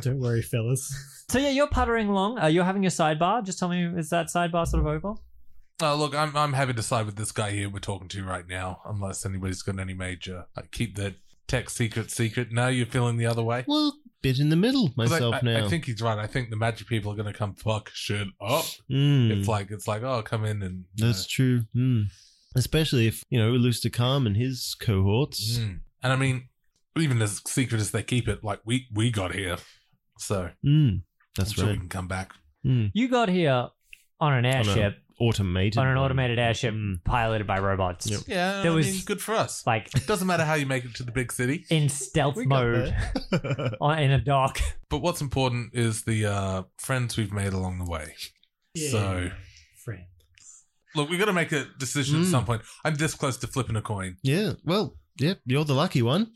S4: Don't worry, fellas.
S1: So yeah, you're puttering along. Uh, you're having your sidebar. Just tell me, is that sidebar sort of over?
S2: Oh, look, I'm, I'm happy to side with this guy here we're talking to right now, unless anybody's got any major. Like, keep the tech secret secret. No, you're feeling the other way?
S3: well, bit in the middle
S2: 'Cause I-
S3: myself
S2: I,
S3: now.
S2: I think he's right. I think the magic people are going to come fuck shit up.
S3: Mm.
S2: It's like, it's like, oh, come in and. you
S3: That's true. Mm. Especially if, you know, Lustakam and his cohorts.
S2: Mm. And I mean, even as secret as they keep it, like we we got here, so
S3: Mm.
S2: I'm
S3: That's
S2: sure
S3: right. Mm.
S2: we can come back.
S1: You got here on an
S3: a-
S1: airship,
S3: Automated.
S1: on, an
S3: one.
S1: automated airship piloted by robots,
S3: Yep.
S2: Yeah,
S1: There
S2: I
S1: was-
S2: mean, good for us.
S1: like
S2: It doesn't matter how you make it to the big city,
S1: in stealth
S3: We got
S1: mode
S3: <laughs> there.
S1: on, in a dock.
S2: but what's important is the uh, friends we've made along the way. So
S4: friend.
S2: look, we got to make a decision at
S3: Mm.
S2: some point. I'm this close to flipping a coin.
S3: yeah. Well, yep. You're the lucky one.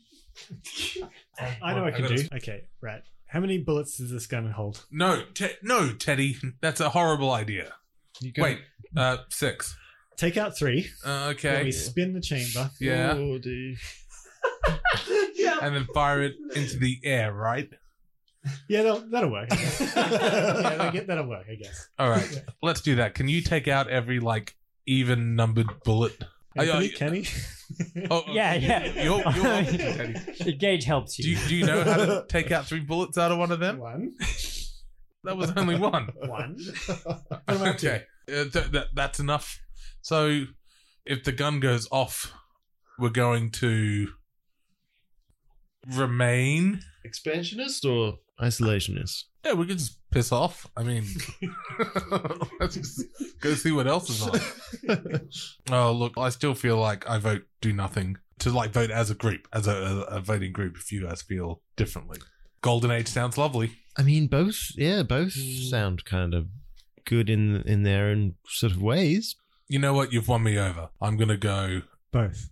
S4: I know what I
S2: I
S4: can
S2: gotta-
S4: do. Okay, right. How many bullets does this gun hold?
S2: No, te- no, Teddy, that's a horrible idea. Wait, uh, six.
S4: Take out three.
S2: Uh,
S4: then
S2: okay,
S4: we spin the chamber.
S2: yeah,
S4: yeah.
S2: and then fire it into the air, right?
S4: Yeah, that'll, that'll work. I guess. <laughs> yeah, that'll, get- that'll work, I
S2: <laughs>
S4: guess.
S2: All right, let's do that. Can you take out every like even numbered bullet? Are you- are
S4: Anthony,
S2: you-
S4: Kenny?
S2: Oh,
S1: Yeah, yeah.
S2: You're,
S1: <laughs>
S2: you're welcome, Teddy.
S1: The gauge helps
S2: Do
S1: you.
S2: you, do you know how to take out three bullets out of one of them?
S4: One.
S2: That was
S1: <laughs>
S2: only one.
S4: <laughs> One.
S2: Okay, Uh, th- that- that's enough. So, if the gun goes off, we're going to remain.
S3: Expansionist or isolationist?
S2: Yeah, we could just piss off. I mean, <laughs> let's just go see what else is on. <laughs> Oh, look, I still feel like I vote do nothing to like vote as a group, as a, a, a voting group. If you guys feel differently, Golden Age sounds lovely.
S3: I mean, both. Yeah, both sound kind of good in in their own sort of ways.
S2: You know what? You've won me over. I'm gonna go.
S4: Both.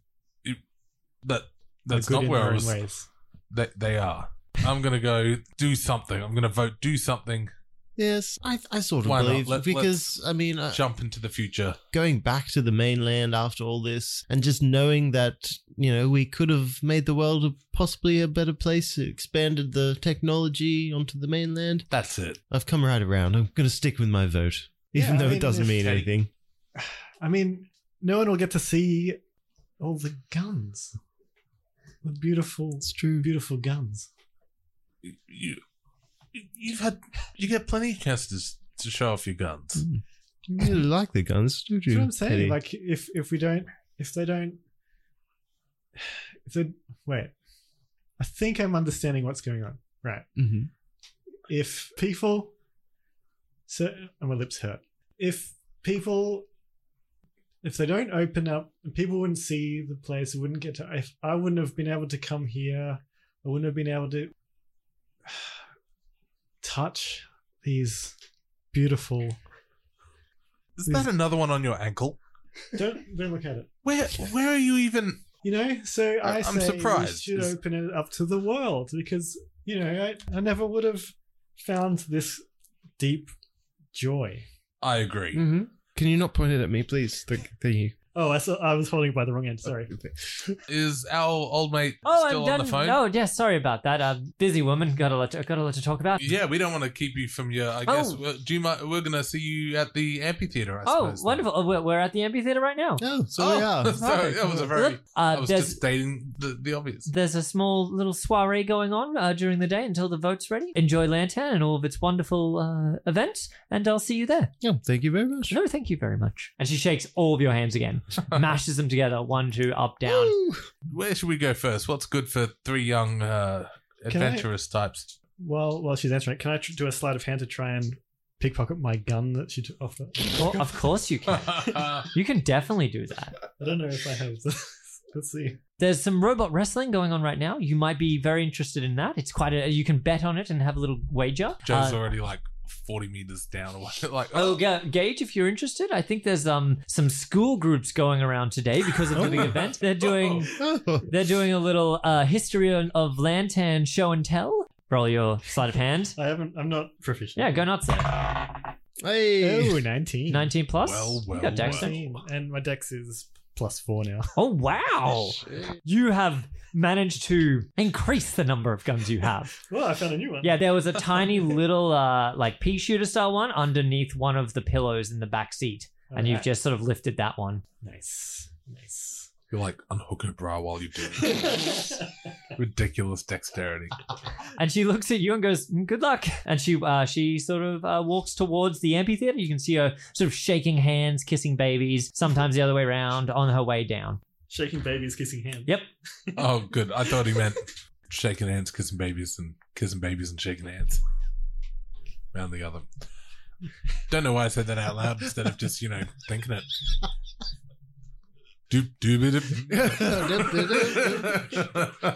S2: That that's
S4: They're
S2: not
S4: good in
S2: where
S4: their
S2: I
S4: own
S2: was.
S4: ways.
S2: They, they are. I'm gonna go do something. I'm gonna vote do something
S3: Yes, I, I sort of
S2: Why not?
S3: believe
S2: Let-
S3: because I mean, I,
S2: Jump into the future.
S3: going back to the mainland after all this, and just knowing that you know we could have made the world a- possibly a better place, expanded the technology onto the mainland.
S2: That's it.
S3: I've come right around. I'm going to stick with my vote,
S4: Yeah,
S3: even
S4: I
S3: though
S4: mean,
S3: it doesn't
S4: if-
S3: mean
S2: Hey.
S3: anything.
S4: I mean, no one will get to see all the guns. The beautiful,
S3: It's true.
S4: beautiful guns.
S2: You, you've had you get plenty of chances to show off your guns.
S3: You
S4: <laughs>
S3: really like the guns, do you?
S4: Do you know what I'm saying?
S3: Eddie?
S4: Like, if if we don't, if they don't, if they wait, I think I'm understanding what's going on. Right.
S3: Mhm.
S4: if people so and my lips hurt if people if they don't open up people wouldn't see the place they wouldn't get to if i wouldn't have been able to come here i wouldn't have been able to <sighs> touch these beautiful
S2: Is
S1: Hmm.
S2: that another one on your ankle?
S4: don't don't look at it
S2: Where where are you even?
S4: you know so i,
S2: I- I'm
S4: say
S2: surprised.
S4: we should
S2: Is-
S4: open it up to the world because you know I, I never would have found this deep joy
S2: I agree.
S1: Hmm.
S5: Mm-hmm. Can you not point it at me, please? Thank, thank you.
S4: Oh, I, saw, I was holding it by the wrong end. Sorry.
S2: Is our old mate
S1: Oh,
S2: still
S1: I'm done.
S2: on the phone?
S1: No, yeah, sorry about that. Uh, busy woman, got a lot. To, got a lot to talk about.
S2: Yeah, we don't want to keep you from your. I guess
S1: Oh.
S2: well, do you, mi- we're gonna see you at the amphitheater. I
S1: Oh,
S2: suppose, then.
S1: wonderful! Oh, we're, we're at the amphitheater right now.
S3: Oh, so
S2: oh,
S3: we
S2: <laughs>
S4: <laughs>
S3: are.
S2: sorry, that was a very. I
S1: Uh,
S2: was
S1: there's
S2: just stating the, the obvious.
S1: there's a small little soiree going on uh, during the day until the vote's ready. Enjoy Lantern and all of its wonderful uh, events, and I'll see you there.
S3: Yeah, Oh, thank you very much.
S1: No, thank you very much. And she shakes all of your hands
S2: <laughs>
S1: again, mashes them together, one, two, up, down.
S3: Woo!
S2: Where should we go first? What's good for three young uh,
S4: Can I-
S2: adventurous types?
S4: While while she's answering, can I tr- do a sleight of hand to try and pickpocket my gun that she took off? The-
S1: Well, of course you can. <laughs> You can definitely do that.
S4: I don't know if I have. this. <laughs> Let's see.
S1: There's some robot wrestling going on right now. You might be very interested in that. It's quite a. You can bet on it and have a little wager.
S2: <laughs> Joe's
S1: Uh,
S2: already like forty meters down. away. like
S1: Oh, Ga- Gage, if you're interested, I think there's um some school groups going around today because of the
S2: <laughs> Oh.
S1: big event. They're doing
S3: Oh,
S1: they're doing a little uh, history on- of Lantan show and tell. Roll your sleight of hand.
S4: I haven't. I'm not proficient.
S1: Yeah, go nuts. there.
S3: hey.
S4: Oh, 19.
S1: 19 plus.
S2: Well,
S1: you
S2: well,
S1: got Dex.
S2: well.
S1: there.
S4: 19. And my dex is plus four now. <laughs>
S1: Oh wow! You have managed to increase the number of guns you have.
S4: Well, I found a new one.
S1: Yeah, there was a tiny little uh like pea shooter style one underneath one of the pillows in the back seat.
S4: All
S1: And you've
S4: right.
S1: just sort of lifted that one.
S4: Ah, Nice. Nice.
S2: you're like unhook her bra while you do
S1: <laughs>
S2: it. Ridiculous dexterity.
S1: And she looks at you and goes, "Mm, "Good luck." And she uh, she sort of uh, walks towards the amphitheater. You can see her sort of shaking hands, kissing babies, sometimes the other way around on her way down.
S4: <laughs> Shaking babies, kissing hands.
S1: Yep.
S2: Oh, good. I thought he meant shaking hands, kissing babies, and kissing babies and shaking hands. Round the other. Don't know why I said that out loud instead of just you know thinking it. Doop doop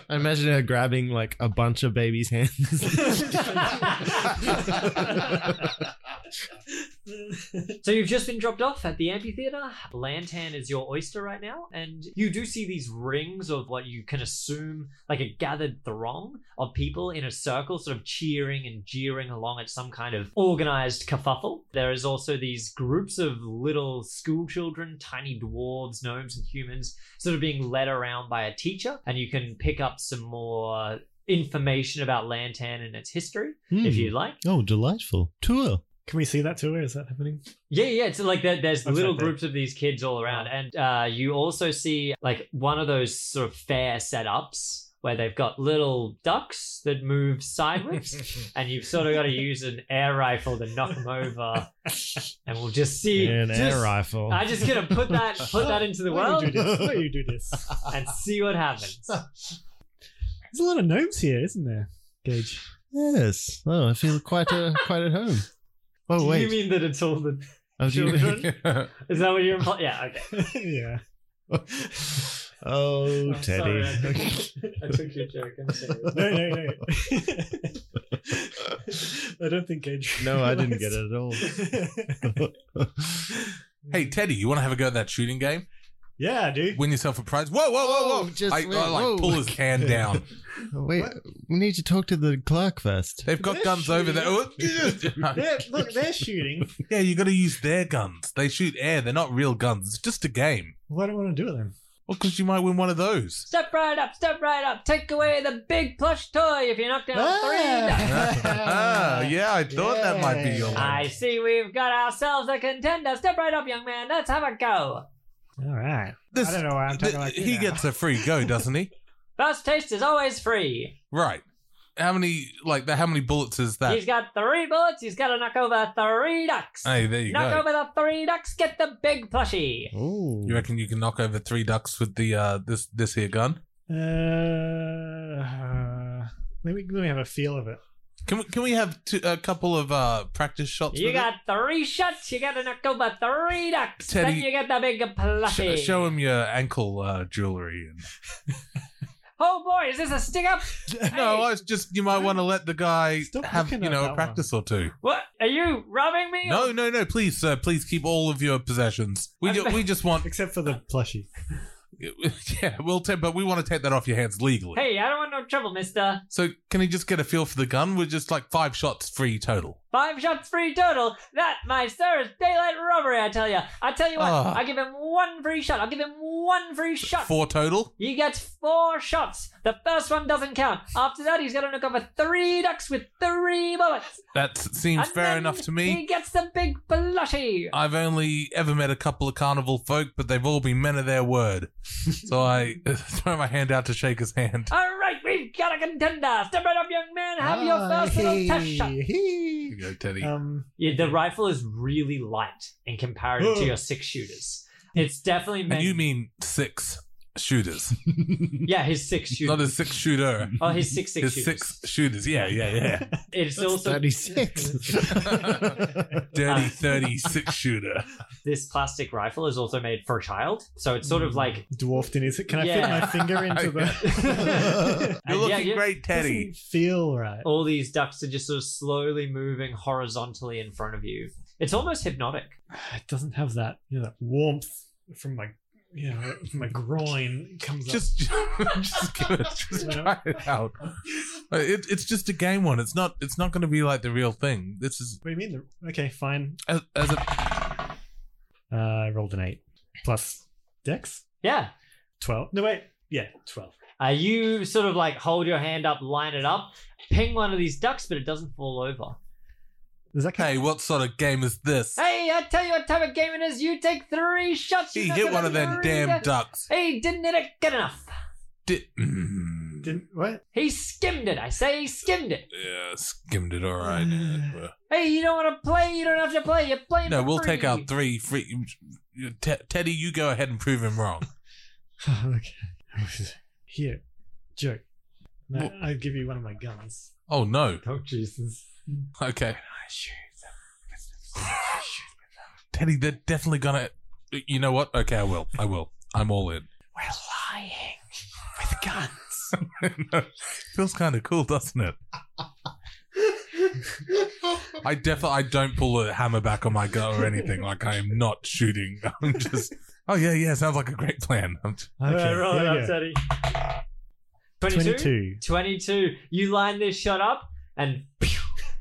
S3: I imagine her grabbing like a bunch of babies' hands. <laughs>
S1: So you've just been dropped off at the amphitheater. Lantan is your oyster right now, and you do see these rings of what you can assume like a gathered throng of people in a circle, sort of cheering and jeering along at some kind of organized kerfuffle. There is also these groups of little school children, tiny dwarves, gnomes, and humans, sort of being led around by a teacher, and you can pick up some more information about Lantan and its history
S3: Hmm.
S1: if you'd like.
S3: Oh, delightful tour.
S4: <laughs> Can we see that too? Or is that happening?
S1: Yeah, yeah. It's like there, there's
S4: That's
S1: little
S4: right there.
S1: groups of these kids all around, and uh, you also see like one of those sort of fair setups where they've got little ducks that move sideways,
S4: <laughs>
S1: and you've sort of got to use an air rifle to knock them over,
S4: <laughs>
S1: and we'll just see.
S3: An
S1: just-
S3: air rifle.
S1: I'm just gonna put that put that into the
S4: Why
S1: world
S4: you
S1: <laughs>
S4: do this? Why you do this?
S1: and see what happens.
S4: <laughs> There's a lot of gnomes here, isn't there? Gage.
S3: Yes. Oh, I feel quite uh, quite at home. Oh
S1: Do
S3: wait.
S1: you mean that it's all the?
S3: oh, do you-
S1: Is that what you're implying? Yeah. Okay.
S4: <laughs> yeah.
S3: <laughs> oh,
S1: I'm sorry,
S3: Teddy.
S1: I
S3: <laughs>
S1: took- I took your joke. I'm sorry.
S4: no, no, no. <laughs> I don't think Gage.
S3: no, I didn't get it at all.
S1: <laughs>
S4: realised.
S2: hey Teddy, you want to have a go at that shooting game?
S4: <laughs> Yeah, I do.
S2: Win yourself a prize. Whoa, whoa, whoa, whoa!
S3: Oh, just
S2: I, I,
S3: wait,
S2: like
S3: whoa.
S2: pull his hand down.
S3: Wait,
S4: What?
S3: we need to talk to the clerk first.
S2: They've got
S4: They're
S2: guns over there.
S4: They're, look, they're shooting.
S2: <laughs> yeah, you got to use their guns. They shoot air. They're not real guns. It's just a game.
S4: What do I want to do with them?
S2: Well, because you might win one
S1: <laughs>
S2: of those. <laughs>
S1: Step right up, step right up. Take away the big plush toy if you knock down three. dice.
S2: ah, yeah, I thought that might be your
S4: Yeah.
S2: one.
S1: I see we've got ourselves a contender. Step right up, young man. Let's have a go.
S4: All right.
S2: This-
S4: I don't know why I'm
S2: th-
S4: talking like you
S2: he
S4: now.
S2: gets a free
S1: <laughs>
S2: go, doesn't he?
S1: First taste is always free.
S2: right. How many like that? How many bullets is that?
S1: He's got three bullets. He's got to knock over three ducks.
S2: hey, there you
S1: knock
S2: go.
S1: over the three ducks. Get the big plushie.
S3: Oh. <laughs>
S2: You reckon you can knock over three ducks with the uh this this here gun?
S4: Uh, let me let me have a feel of it.
S2: Can we can we have two, a couple of uh practice shots?
S1: You
S2: with
S1: got three shots. You got to knock over three ducks.
S2: Teddy-
S1: then you get the big
S2: it? Sh- uh,
S1: plushie.
S2: show him your ankle uh, jewelry.
S1: <laughs> Oh boy, is this a stick up?
S2: And- no, I was just you might want to let the guy
S4: Stop
S2: have
S4: looking
S2: you
S4: at
S2: know
S4: that
S2: a practice or two.
S1: What are you robbing me?
S2: No, no, no! Please, sir, please keep all of your possessions. We ju-
S1: <laughs>
S2: we just want,
S4: Except for the plushie.
S2: <laughs> yeah, we'll take, but we want to take that off your hands legally.
S1: Hey, I don't want no trouble, Mister.
S2: So can he just get a feel for the gun? We're just like five shots free total.
S1: Five shots free total. That, my sir, is daylight robbery. I tell you. I tell you what.
S2: Ah.
S1: I'll give him one free shot. I'll give him one free shot.
S2: Four total.
S1: He gets four shots. The first one doesn't count. After that, he's got to knock over three ducks with three bullets.
S2: That s- seems
S1: And
S2: fair
S1: then
S2: enough to
S1: He
S2: me.
S1: gets the big plushie.
S2: I've only ever met a couple of carnival folk, but they've all been men of
S1: <laughs>
S2: their word. so I <laughs> throw my hand out to shake his hand.
S1: All right, we've got a contender. Step right up, young man. Have your
S4: Ah,
S1: first little
S4: hey,
S1: test shot.
S2: Here
S4: hey.
S2: you go, Teddy.
S1: uh,
S3: <laughs>
S4: Um,
S1: Yeah, the rifle is really light in comparison to
S4: Ugh.
S1: your six shooters. It's definitely meant.
S2: and you mean six <laughs> shooters,
S1: yeah, his six
S2: not
S1: shooters.
S2: a six shooter.
S1: Oh, his six six
S2: His
S1: shooters.
S2: six shooters. Yeah, yeah, yeah.
S1: It's also <laughs>
S3: 36.
S2: Dirty
S1: Ah.
S2: 30 six shooter.
S1: this plastic rifle is also made for a child, so it's
S2: Mm.
S1: sort of like
S4: dwarfed in his. Can I fit
S1: Yeah.
S4: my finger
S1: <laughs>
S4: into the?
S1: You're
S2: <laughs> You're
S1: And yeah,
S2: looking
S1: yeah.
S2: great, Teddy.
S4: <laughs> Doesn't feel right.
S1: all these ducks are just sort of slowly moving horizontally in front of you. It's almost hypnotic.
S4: It doesn't have that you know that warmth from my you know from my groin it comes <laughs>
S2: Just, just, <laughs> give it, just try it out. Uh, It, it's just a game one. It's not. It's not going to be like the real thing. This is
S4: up. What do you mean? Okay, fine.
S2: as, as a
S4: Uh, I rolled an eight plus dex
S1: Yeah.
S4: twelve. No wait, yeah twelve.
S1: Uh, you sort of like hold your hand up, line it up, ping one of these ducks, but it doesn't fall over.
S4: Does that count?
S2: hey, what sort of game is this?
S1: Hey, I tell you what type of game it is. You take three shots. you
S2: He
S1: knock
S2: hit
S1: it up
S2: one of them
S1: <laughs> three
S2: damn
S1: ducks.
S2: ducks.
S1: He didn't hit it good enough.
S2: Di- <laughs> mm.
S4: Didn't what? <laughs>
S1: He skimmed it. I say he skimmed it.
S2: yeah, skimmed it all right. yeah.
S1: Hey, you don't want to play. You don't have to play. You're playing.
S2: No,
S1: for
S2: we'll
S1: free.
S2: take out three free. Te- Teddy, you go ahead and prove him wrong.
S4: okay. <laughs> Here, joke. No,
S2: What?
S4: I'll give you one of my guns.
S2: Oh no.
S4: Oh Jesus!
S2: Okay. Teddy, they're definitely gonna. You know what? Okay, I will. I will. I'm all in.
S1: We're lying
S4: With guns.
S2: Feels kind of cool, doesn't it? I definitely I don't pull a hammer back on my gun or anything. Like I am not shooting. <laughs> I'm just. Oh yeah, yeah. Sounds like a great plan. I'm t-
S4: Okay.
S1: All right, roll
S4: here
S1: it
S4: we
S1: up,
S4: go.
S1: Teddy. 22?
S4: Twenty-two.
S1: 22. You line this shot up, and pew,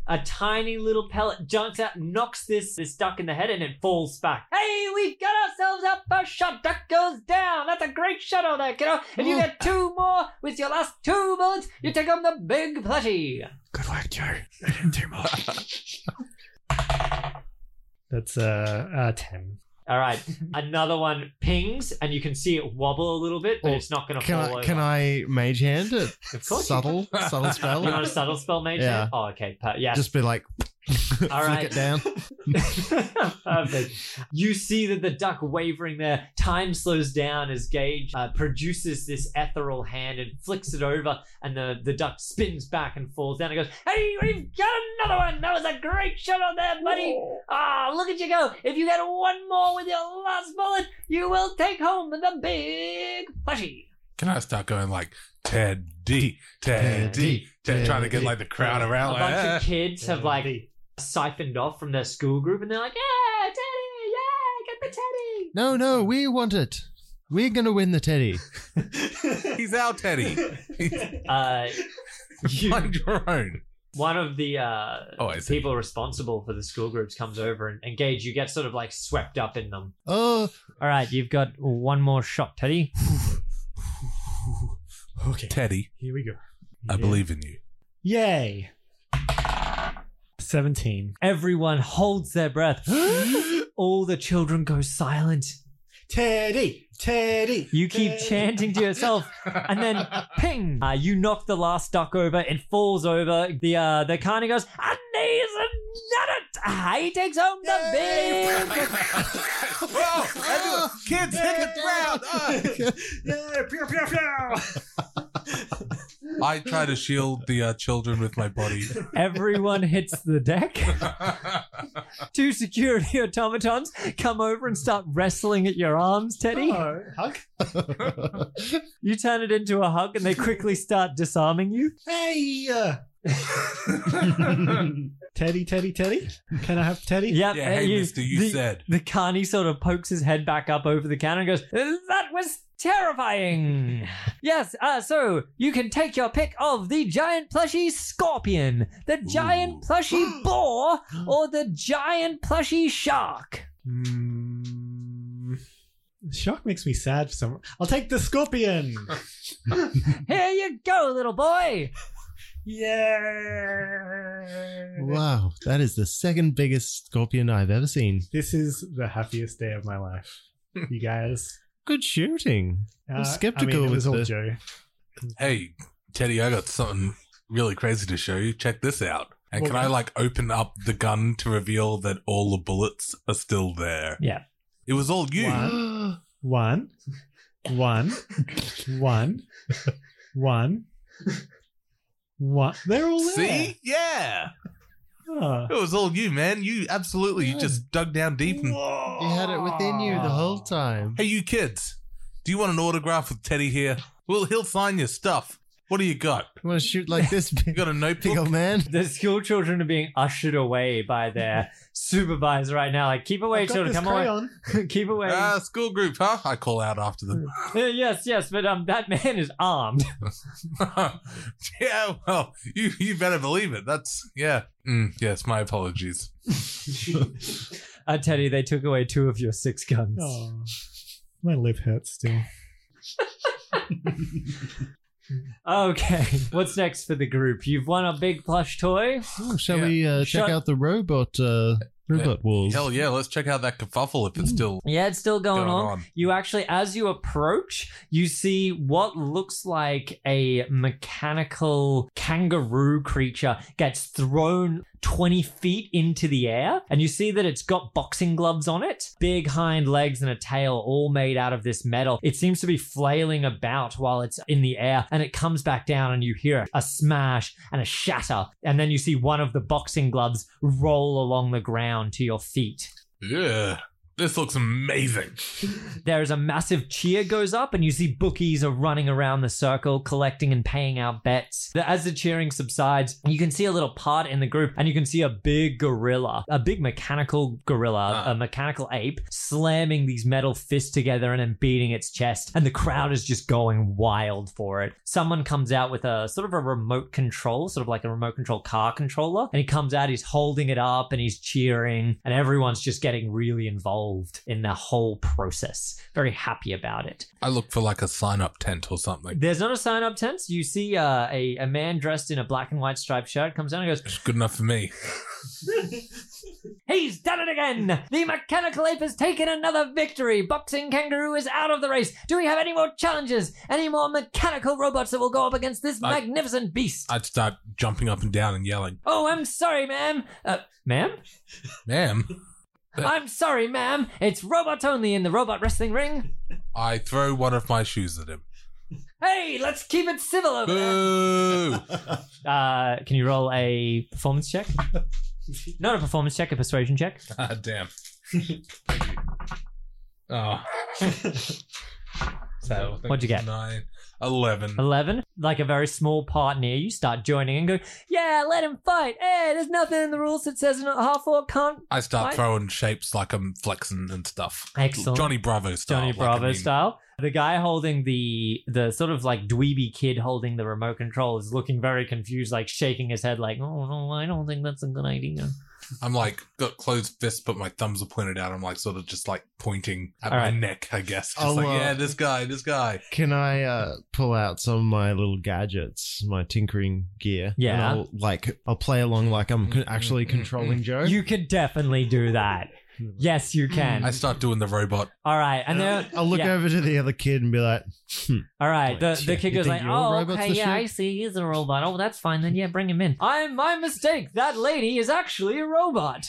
S1: a tiny little pellet jumps out, knocks this, this duck in the head, and it falls back. Hey, we got ourselves our first shot. Duck goes down. That's a great shot all there, kiddo. If you get two more with your last two bullets, you take home the big plushie.
S4: Good work, Joe. I didn't do much. That's uh, uh ten.
S5: <laughs>
S1: All right. Another one pings, and you can see it wobble a little bit, but
S5: Oh,
S1: it's not going to
S5: Can
S1: fall
S5: I
S1: over.
S5: can I mage hand it?
S1: Of course you
S5: subtle
S2: can.
S5: subtle
S2: <laughs>
S1: You want
S5: spell.
S1: a subtle spell, Major?
S5: Yeah.
S1: Oh, okay. per- Yeah.
S5: Just be
S3: <laughs>
S5: like, flick
S1: right.
S5: it down.
S1: Perfect. You see that the duck wavering there. Time slows down as Gage uh, produces this ethereal hand and flicks it over, and the, the duck spins back and falls down and goes, Hey, we've got another one! That was a great shot on there, buddy! Ah, look at you go! If you get one more with your last bullet, you will take home the big plushie.
S2: Can I start going like Teddy, Teddy, Teddy, trying to get like the crowd around?
S1: a bunch of
S2: Like,
S1: kids have like siphoned off from their school group, and they're like, Yeah, Teddy! Yeah, get the Teddy!
S5: No, no, we want it.
S3: We're gonna win the teddy.
S2: He's our
S4: <laughs>
S2: Teddy.
S1: Uh,
S2: <laughs> Find your own.
S1: one of the uh,
S2: Oh, I see.
S1: people responsible for the school groups comes over and engage. You get sort of like swept up in them.
S3: Oh,
S1: All right, you've got one more shot, Teddy.
S4: okay,
S2: Teddy,
S4: here we go.
S2: I
S4: Yeah.
S2: believe in you.
S4: Yay. 17.
S1: Everyone holds their breath. <gasps> All the children go silent.
S4: <gasps> Teddy! Teddy!
S1: You keep
S4: Teddy.
S1: chanting to yourself, and then ping! Uh, you knock the last duck over. It falls over. The uh, the carny goes. And he's a nut. Ah, He takes home the
S3: Yay!
S1: big.
S2: Whoa, everyone- kids, hit the ground! Ah!
S4: Yeah, pew, pew, pew.
S2: I try to shield the uh, children with my body.
S1: Everyone hits the deck. Two security <laughs> automatons come over and start wrestling at your arms, Teddy.
S4: Oh, hug.
S2: <laughs>
S1: You turn it into a hug and they quickly start disarming you.
S4: Hey! Teddy, Teddy, Teddy. Can I have Teddy?
S1: Yep.
S2: yeah,
S1: and
S2: hey, mister, you
S1: the,
S2: said.
S1: The carny sort of pokes his head back up over the counter and goes, "Uh, That was terrifying. yes, uh, so you can take your pick of the giant plushy scorpion, the giant
S2: Ooh.
S4: <gasps>
S1: plushy boar, or the giant plushy shark.
S4: Mm. Shark makes me sad for some. I'll take the scorpion.
S1: Here you go, little boy.
S4: <laughs> yeah.
S3: wow! That is the second biggest scorpion I've ever seen.
S4: This is the happiest day of my life. You guys.
S3: Good shooting.
S2: <gasps>
S4: Uh,
S3: I'm skeptical
S4: I mean, it
S3: with
S4: was all
S3: the-
S4: Joe.
S2: Hey, Teddy, I got something really crazy to show you. Check this out. And can
S4: What?
S2: I like open up the gun to reveal that all the bullets are still there?
S1: Yeah.
S2: It was all you.
S4: Wow. One, one, one, one, one. They're all there.
S2: See? Yeah.
S4: Ah.
S1: Oh.
S2: It was all you, man. You absolutely you
S3: Yeah.
S2: just dug down deep and
S3: You had it within you the whole time.
S2: Hey you kids, do you want an autograph with Teddy here? Well he'll sign your stuff. What do you got?
S3: You want to shoot like this,
S2: <laughs> You
S3: big,
S2: got a
S3: <laughs> big
S2: notebook?
S3: old man?
S2: <laughs>
S1: The school children are being ushered away by
S4: <laughs>
S1: their supervisor right now. Like, keep away,
S4: I've got
S1: children.
S4: this
S1: Come
S4: crayon.
S1: away. <laughs> keep away.
S2: Ah, school group, huh? I call out after them.
S1: Uh, yes, yes, but um, that man is armed. <laughs>
S2: <laughs> yeah, well, you you better believe it. That's yeah. Mm, yes, my apologies.
S1: I tell you, they took away two of your six guns.
S4: Oh, my lip hurts still.
S1: Okay, <laughs> what's next for the group? You've won a big plush toy.
S3: Oh, shall
S2: Yeah.
S3: we uh,
S1: Shut-
S3: check out the robot uh, robot walls?
S2: Hell yeah, let's check out that kerfuffle if it's still
S1: Yeah, it's still going,
S2: going
S1: on.
S2: on.
S1: You actually, as you approach, you see what looks like a mechanical kangaroo creature gets thrown 20 feet into the air. And you see that it's got boxing gloves on it, big hind legs and a tail, all made out of this metal. It seems to be flailing about while it's in the air, and it comes back down, and you hear a smash and a shatter. And then you see one of the boxing gloves roll along the ground to your feet.
S2: Yeah, this looks amazing.
S1: There is a massive cheer goes up, and you see bookies are running around the circle, collecting and paying out bets. The- As the cheering subsides, you can see a little part in the group, and you can see a big gorilla, a big mechanical gorilla,
S2: Ah.
S1: a mechanical ape, slamming these metal fists together and then beating its chest. And the crowd is just going wild for it. Someone comes out with a sort of a remote control, sort of like a remote control car controller, and he comes out, he's holding it up and he's cheering, and everyone's just getting really involved in the whole process. Very happy about it.
S2: I look for like a sign up tent or something.
S1: There's not a sign up tent. You see uh, a, a man dressed in a black and white striped shirt comes down and goes,
S2: It's good enough for me.
S1: He's done it again! The mechanical ape has taken another victory! Boxing kangaroo is out of the race! Do we have any more challenges? Any more mechanical robots that will go up against this
S2: I-
S1: magnificent beast?
S2: I'd start jumping up and down and yelling,
S1: oh, I'm sorry, ma'am! Uh, ma'am?
S2: "Ma'am!"
S1: I'm sorry, ma'am! It's robots only in the robot wrestling ring!
S2: I throw one of my shoes at him.
S1: Hey, let's keep it civil over there! <laughs>
S2: Boo!
S1: Uh, can you roll a performance <laughs> check? Not a performance check, a persuasion check.
S2: Ah, damn. Oh. so, I
S1: <laughs>
S2: think
S1: What'd you get?
S2: Nine. Eleven.
S1: 11, like a very small part near you, start joining and go, yeah, let him fight. Hey, there's nothing in the rules that says a half orc can't.
S2: I start
S1: Right.
S2: throwing shapes like I'm flexing and stuff.
S1: Excellent.
S2: Johnny Bravo style.
S1: Johnny
S2: like, I
S1: Bravo
S2: mean,
S1: style. The guy holding the the sort of like dweeby kid holding the remote control is looking very confused, like shaking his head, like, "Oh no, I don't think that's a good idea."
S2: I'm like got closed fists, but my thumbs are pointed out. I'm like sort of just like pointing at
S1: All
S2: my
S1: right.
S2: neck, I guess. Just
S5: I'll,
S2: like
S5: uh,
S2: yeah, this guy, this guy.
S5: Can I uh, pull out some of my little gadgets, my tinkering gear?
S1: Yeah.
S5: And I'll, like I'll play along like I'm con- actually controlling Joe.
S1: You could definitely do that. Yes, you can.
S2: I start doing the robot.
S1: All right, and
S5: I'll,
S1: then
S5: I'll look
S1: yeah.
S5: over to the other kid and be like, hmm,
S1: All right, the the
S5: You
S1: kid goes
S5: think
S1: like,
S5: your
S1: "Oh,
S5: robot's
S1: okay,
S5: the
S1: yeah, I
S5: shit?"
S1: see, he's a robot. Oh, that's fine then. Yeah, bring him in. I'm my mistake. That lady is actually a robot.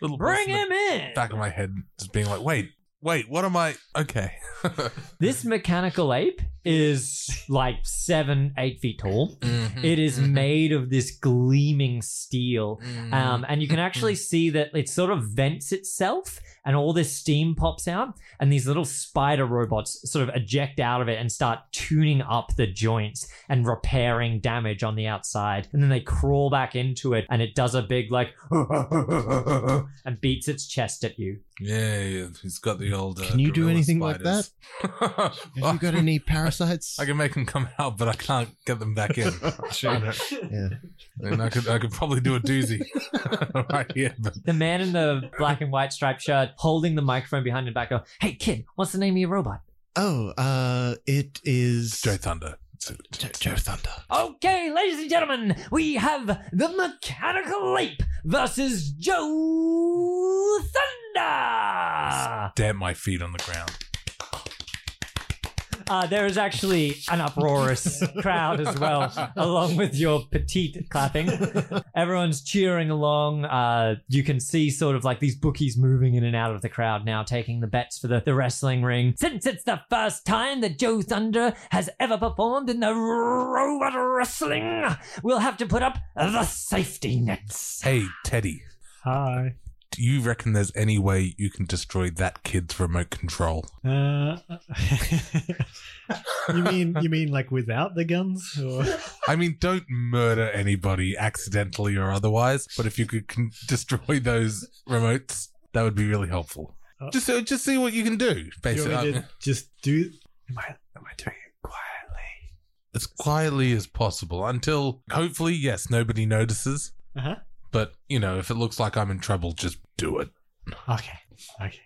S2: Little
S1: Bring
S2: voice in
S1: him in.
S2: the Back of my head, just being like, wait, wait, what am I?
S1: <laughs>
S2: Okay.
S1: This mechanical ape is like seven, eight feet tall.
S2: Mm-hmm.
S1: It is made of this gleaming steel.
S2: Mm-hmm.
S1: Um, and you can actually see that it sort of vents itself and all this steam pops out, and these little spider robots sort of eject out of it and start tuning up the joints and repairing damage on the outside. And then they crawl back into it, and it does a big, like, <laughs> and beats its chest at you.
S2: yeah, yeah, he's got the old. Uh,
S5: Can you do
S2: gorilla
S5: anything like
S2: spiders. <laughs>
S5: "Have you got any parasites?"
S2: I can make them come out, but I can't get them back in.
S5: <laughs> yeah.
S2: and I could, I could probably do a doozy <laughs> right here. But
S1: The man in the black and white striped shirt holding the microphone behind his back, go, Hey, kid, what's the name of your robot?
S5: Oh, uh, it is
S2: Joe Thunder. Oh. Joe, Thunder.
S1: Okay, ladies and gentlemen, we have the Mechanical Ape versus Joe Thunder.
S2: Stamp my feet on the ground.
S1: Uh, there is actually an uproarious crowd as well, along with your petite clapping. Everyone's cheering along. Uh, you can see sort of like these bookies moving in and out of the crowd now, taking the bets for the, the wrestling ring. Since it's the first time that Joe Thunder has ever performed in the robot wrestling, we'll have to put up the safety nets.
S2: Hey, Teddy,
S4: Hi.
S2: do you reckon there's any way you can destroy that kid's remote control?
S4: Uh, <laughs> you mean you mean like without the guns? Or?
S2: I mean, don't murder anybody accidentally or otherwise, but if you could con- destroy those remotes, that would be really helpful.
S4: Uh,
S2: Just, uh, just see what you can do.
S4: you
S2: Basically,
S4: want me
S2: Uh,
S4: to just do? Am I am I doing it quietly?
S2: as quietly as possible until, hopefully, yes, nobody notices.
S4: Uh
S2: But you know, if it looks like I'm in trouble, just do it.
S4: huh. Okay. Okay.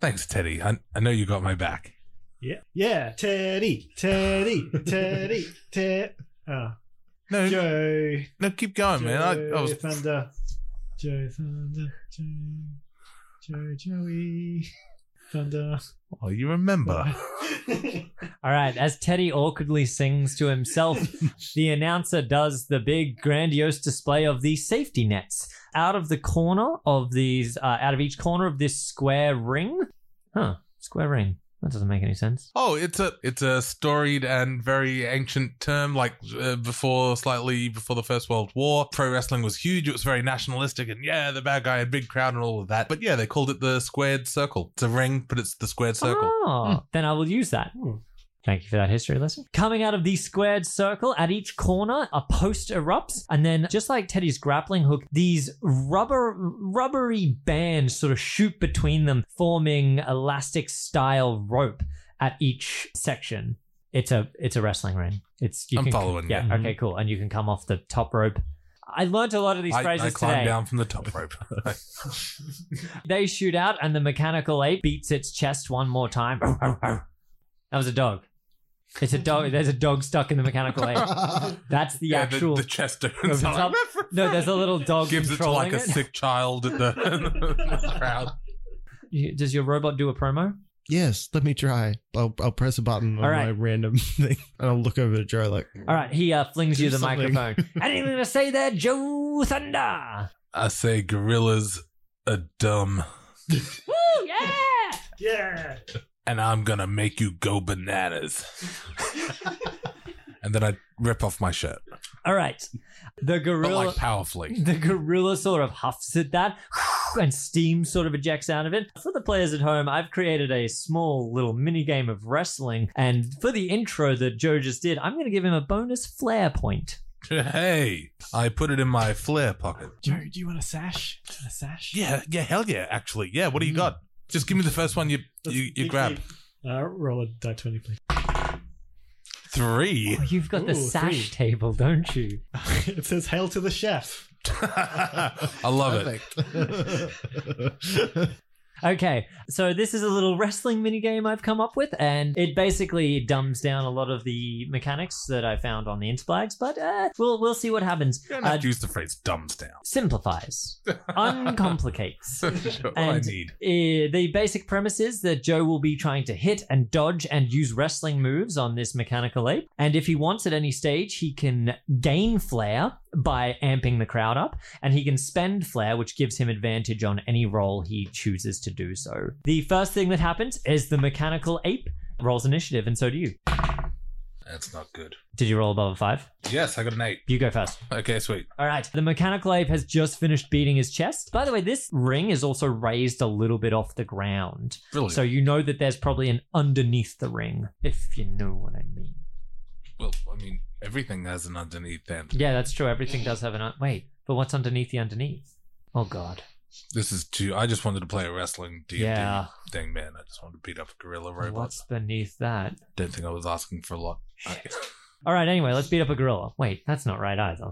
S2: Thanks, Teddy. I, I know you got my back.
S4: Yeah. Yeah. Teddy. Teddy. Teddy. Teddy. Oh.
S2: No,
S4: Joe.
S2: no, keep going, man. I, I was
S4: Thunder. Joe Thunder. Joe. Joe Joey. Thunder.
S2: Oh, you remember?
S1: All right, as Teddy awkwardly sings to
S2: Oh.
S4: <laughs>
S1: himself, the announcer does the big grandiose display of the safety nets out of the corner of these, uh, out of each corner of this square ring. Huh, square ring. That doesn't make any sense.
S2: Oh, it's a it's a storied and very ancient term. Like uh, before, slightly before the First World War, pro wrestling was huge. It was very nationalistic, and yeah, the bad guy had big crowd and all of that. But yeah, they called it the squared circle. It's a ring, but it's the squared circle.
S1: Oh, then I will use that.
S4: Hmm.
S1: Thank you for that history lesson. Coming out of the squared circle at each corner, a post erupts, and then just like Teddy's grappling hook, these rubber, rubbery bands sort of shoot between them, forming elastic style rope at each section. It's a it's a wrestling ring. It's you
S2: I'm
S1: can,
S2: following
S1: Yeah.
S2: you.
S1: Okay. Cool. And you can come off the top rope. I learnt a lot of these
S2: I,
S1: phrases
S2: I climbed
S1: today.
S2: down from the top rope.
S1: They shoot out, and the mechanical ape beats its chest one more time. that was a dog. It's a dog. There's a dog stuck in the mechanical
S2: <laughs>
S1: ape. That's the
S2: yeah,
S1: actual.
S2: the, the chest
S1: Over
S2: opens.
S1: the top.
S2: up.
S1: no, there's a little dog
S2: Gives it to
S1: controlling
S2: like
S1: it.
S2: a sick child at the, the <laughs> crowd.
S1: You- Does your robot do a promo?
S5: <laughs> Yes, let me try. I'll, I'll press a button on
S1: All right.
S5: my random <laughs> thing, and I'll look over to Joe like,
S1: All right, he uh, flings
S5: Do
S1: you the
S5: something.
S1: microphone.
S5: <laughs>
S1: Anything to say there, Joe Thunder?
S2: I say gorillas are dumb,
S1: Woo! Yeah.
S4: yeah.
S2: and I'm gonna make you go bananas. and then I rip off my shirt.
S1: All right, the
S2: but
S1: gorilla. <laughs>
S2: like powerfully.
S1: the gorilla sort of huffs at that <laughs> and steam sort of ejects out of it. For the players at home, I've created a small little mini game of wrestling, and for the intro that Joe just did, I'm going to give him a bonus flair point.
S2: Hey, I put it in my flare pocket.
S4: Joe, do you want a sash? Do you want A sash?
S2: Yeah, yeah, hell yeah, actually. Yeah, what do you
S3: Mm.
S2: got? Just give me the first one you you, you
S4: Big
S2: grab.
S4: feet. Uh, roll a die twenty, please. <laughs>
S2: Three.
S1: Oh, you've got the
S4: Ooh,
S1: sash
S4: three.
S1: table, don't you?
S4: it says "Hail to
S2: <laughs>
S4: the chef."
S2: I love it.
S3: Perfect.
S1: Okay, so this is a little wrestling minigame I've come up with, and it basically dumbs down a lot of the mechanics that I found on the Interflags, but uh, we'll we'll see what happens.
S2: You don't
S1: Uh,
S2: have to use the phrase dumbs down. <laughs>
S4: <laughs>
S1: simplifies, uncomplicates.
S2: That's what I
S1: And-
S2: need.
S1: Uh, the basic premise is that Joe will be trying to hit and dodge and use wrestling moves on this mechanical ape. And if he wants at any stage, he can gain flair by amping the crowd up, and he can spend flair, which gives him advantage on any role he chooses to do so. The first thing that happens is the mechanical ape rolls initiative, and so do you.
S2: That's not good.
S1: Did you roll above a five?
S2: Yes, I got an eight.
S1: You go first.
S2: Okay, sweet.
S1: All right. The mechanical ape has just finished beating his chest. By the way, this ring is also raised a little bit off the ground.
S2: Brilliant.
S1: So you know that there's probably an underneath the ring, if you know what I mean.
S2: well, I mean, everything has an underneath them.
S1: Yeah, that's true. Everything does have an un- wait, but what's underneath the underneath? Oh God.
S2: This is too. I just wanted to play a wrestling D&D
S1: Yeah.
S2: thing, man. I just wanted to beat up a gorilla robot.
S1: What's beneath that?
S2: Don't think I was asking for
S1: <laughs>
S2: a lot.
S1: All right. Anyway, let's beat up a gorilla. Wait, that's not right either.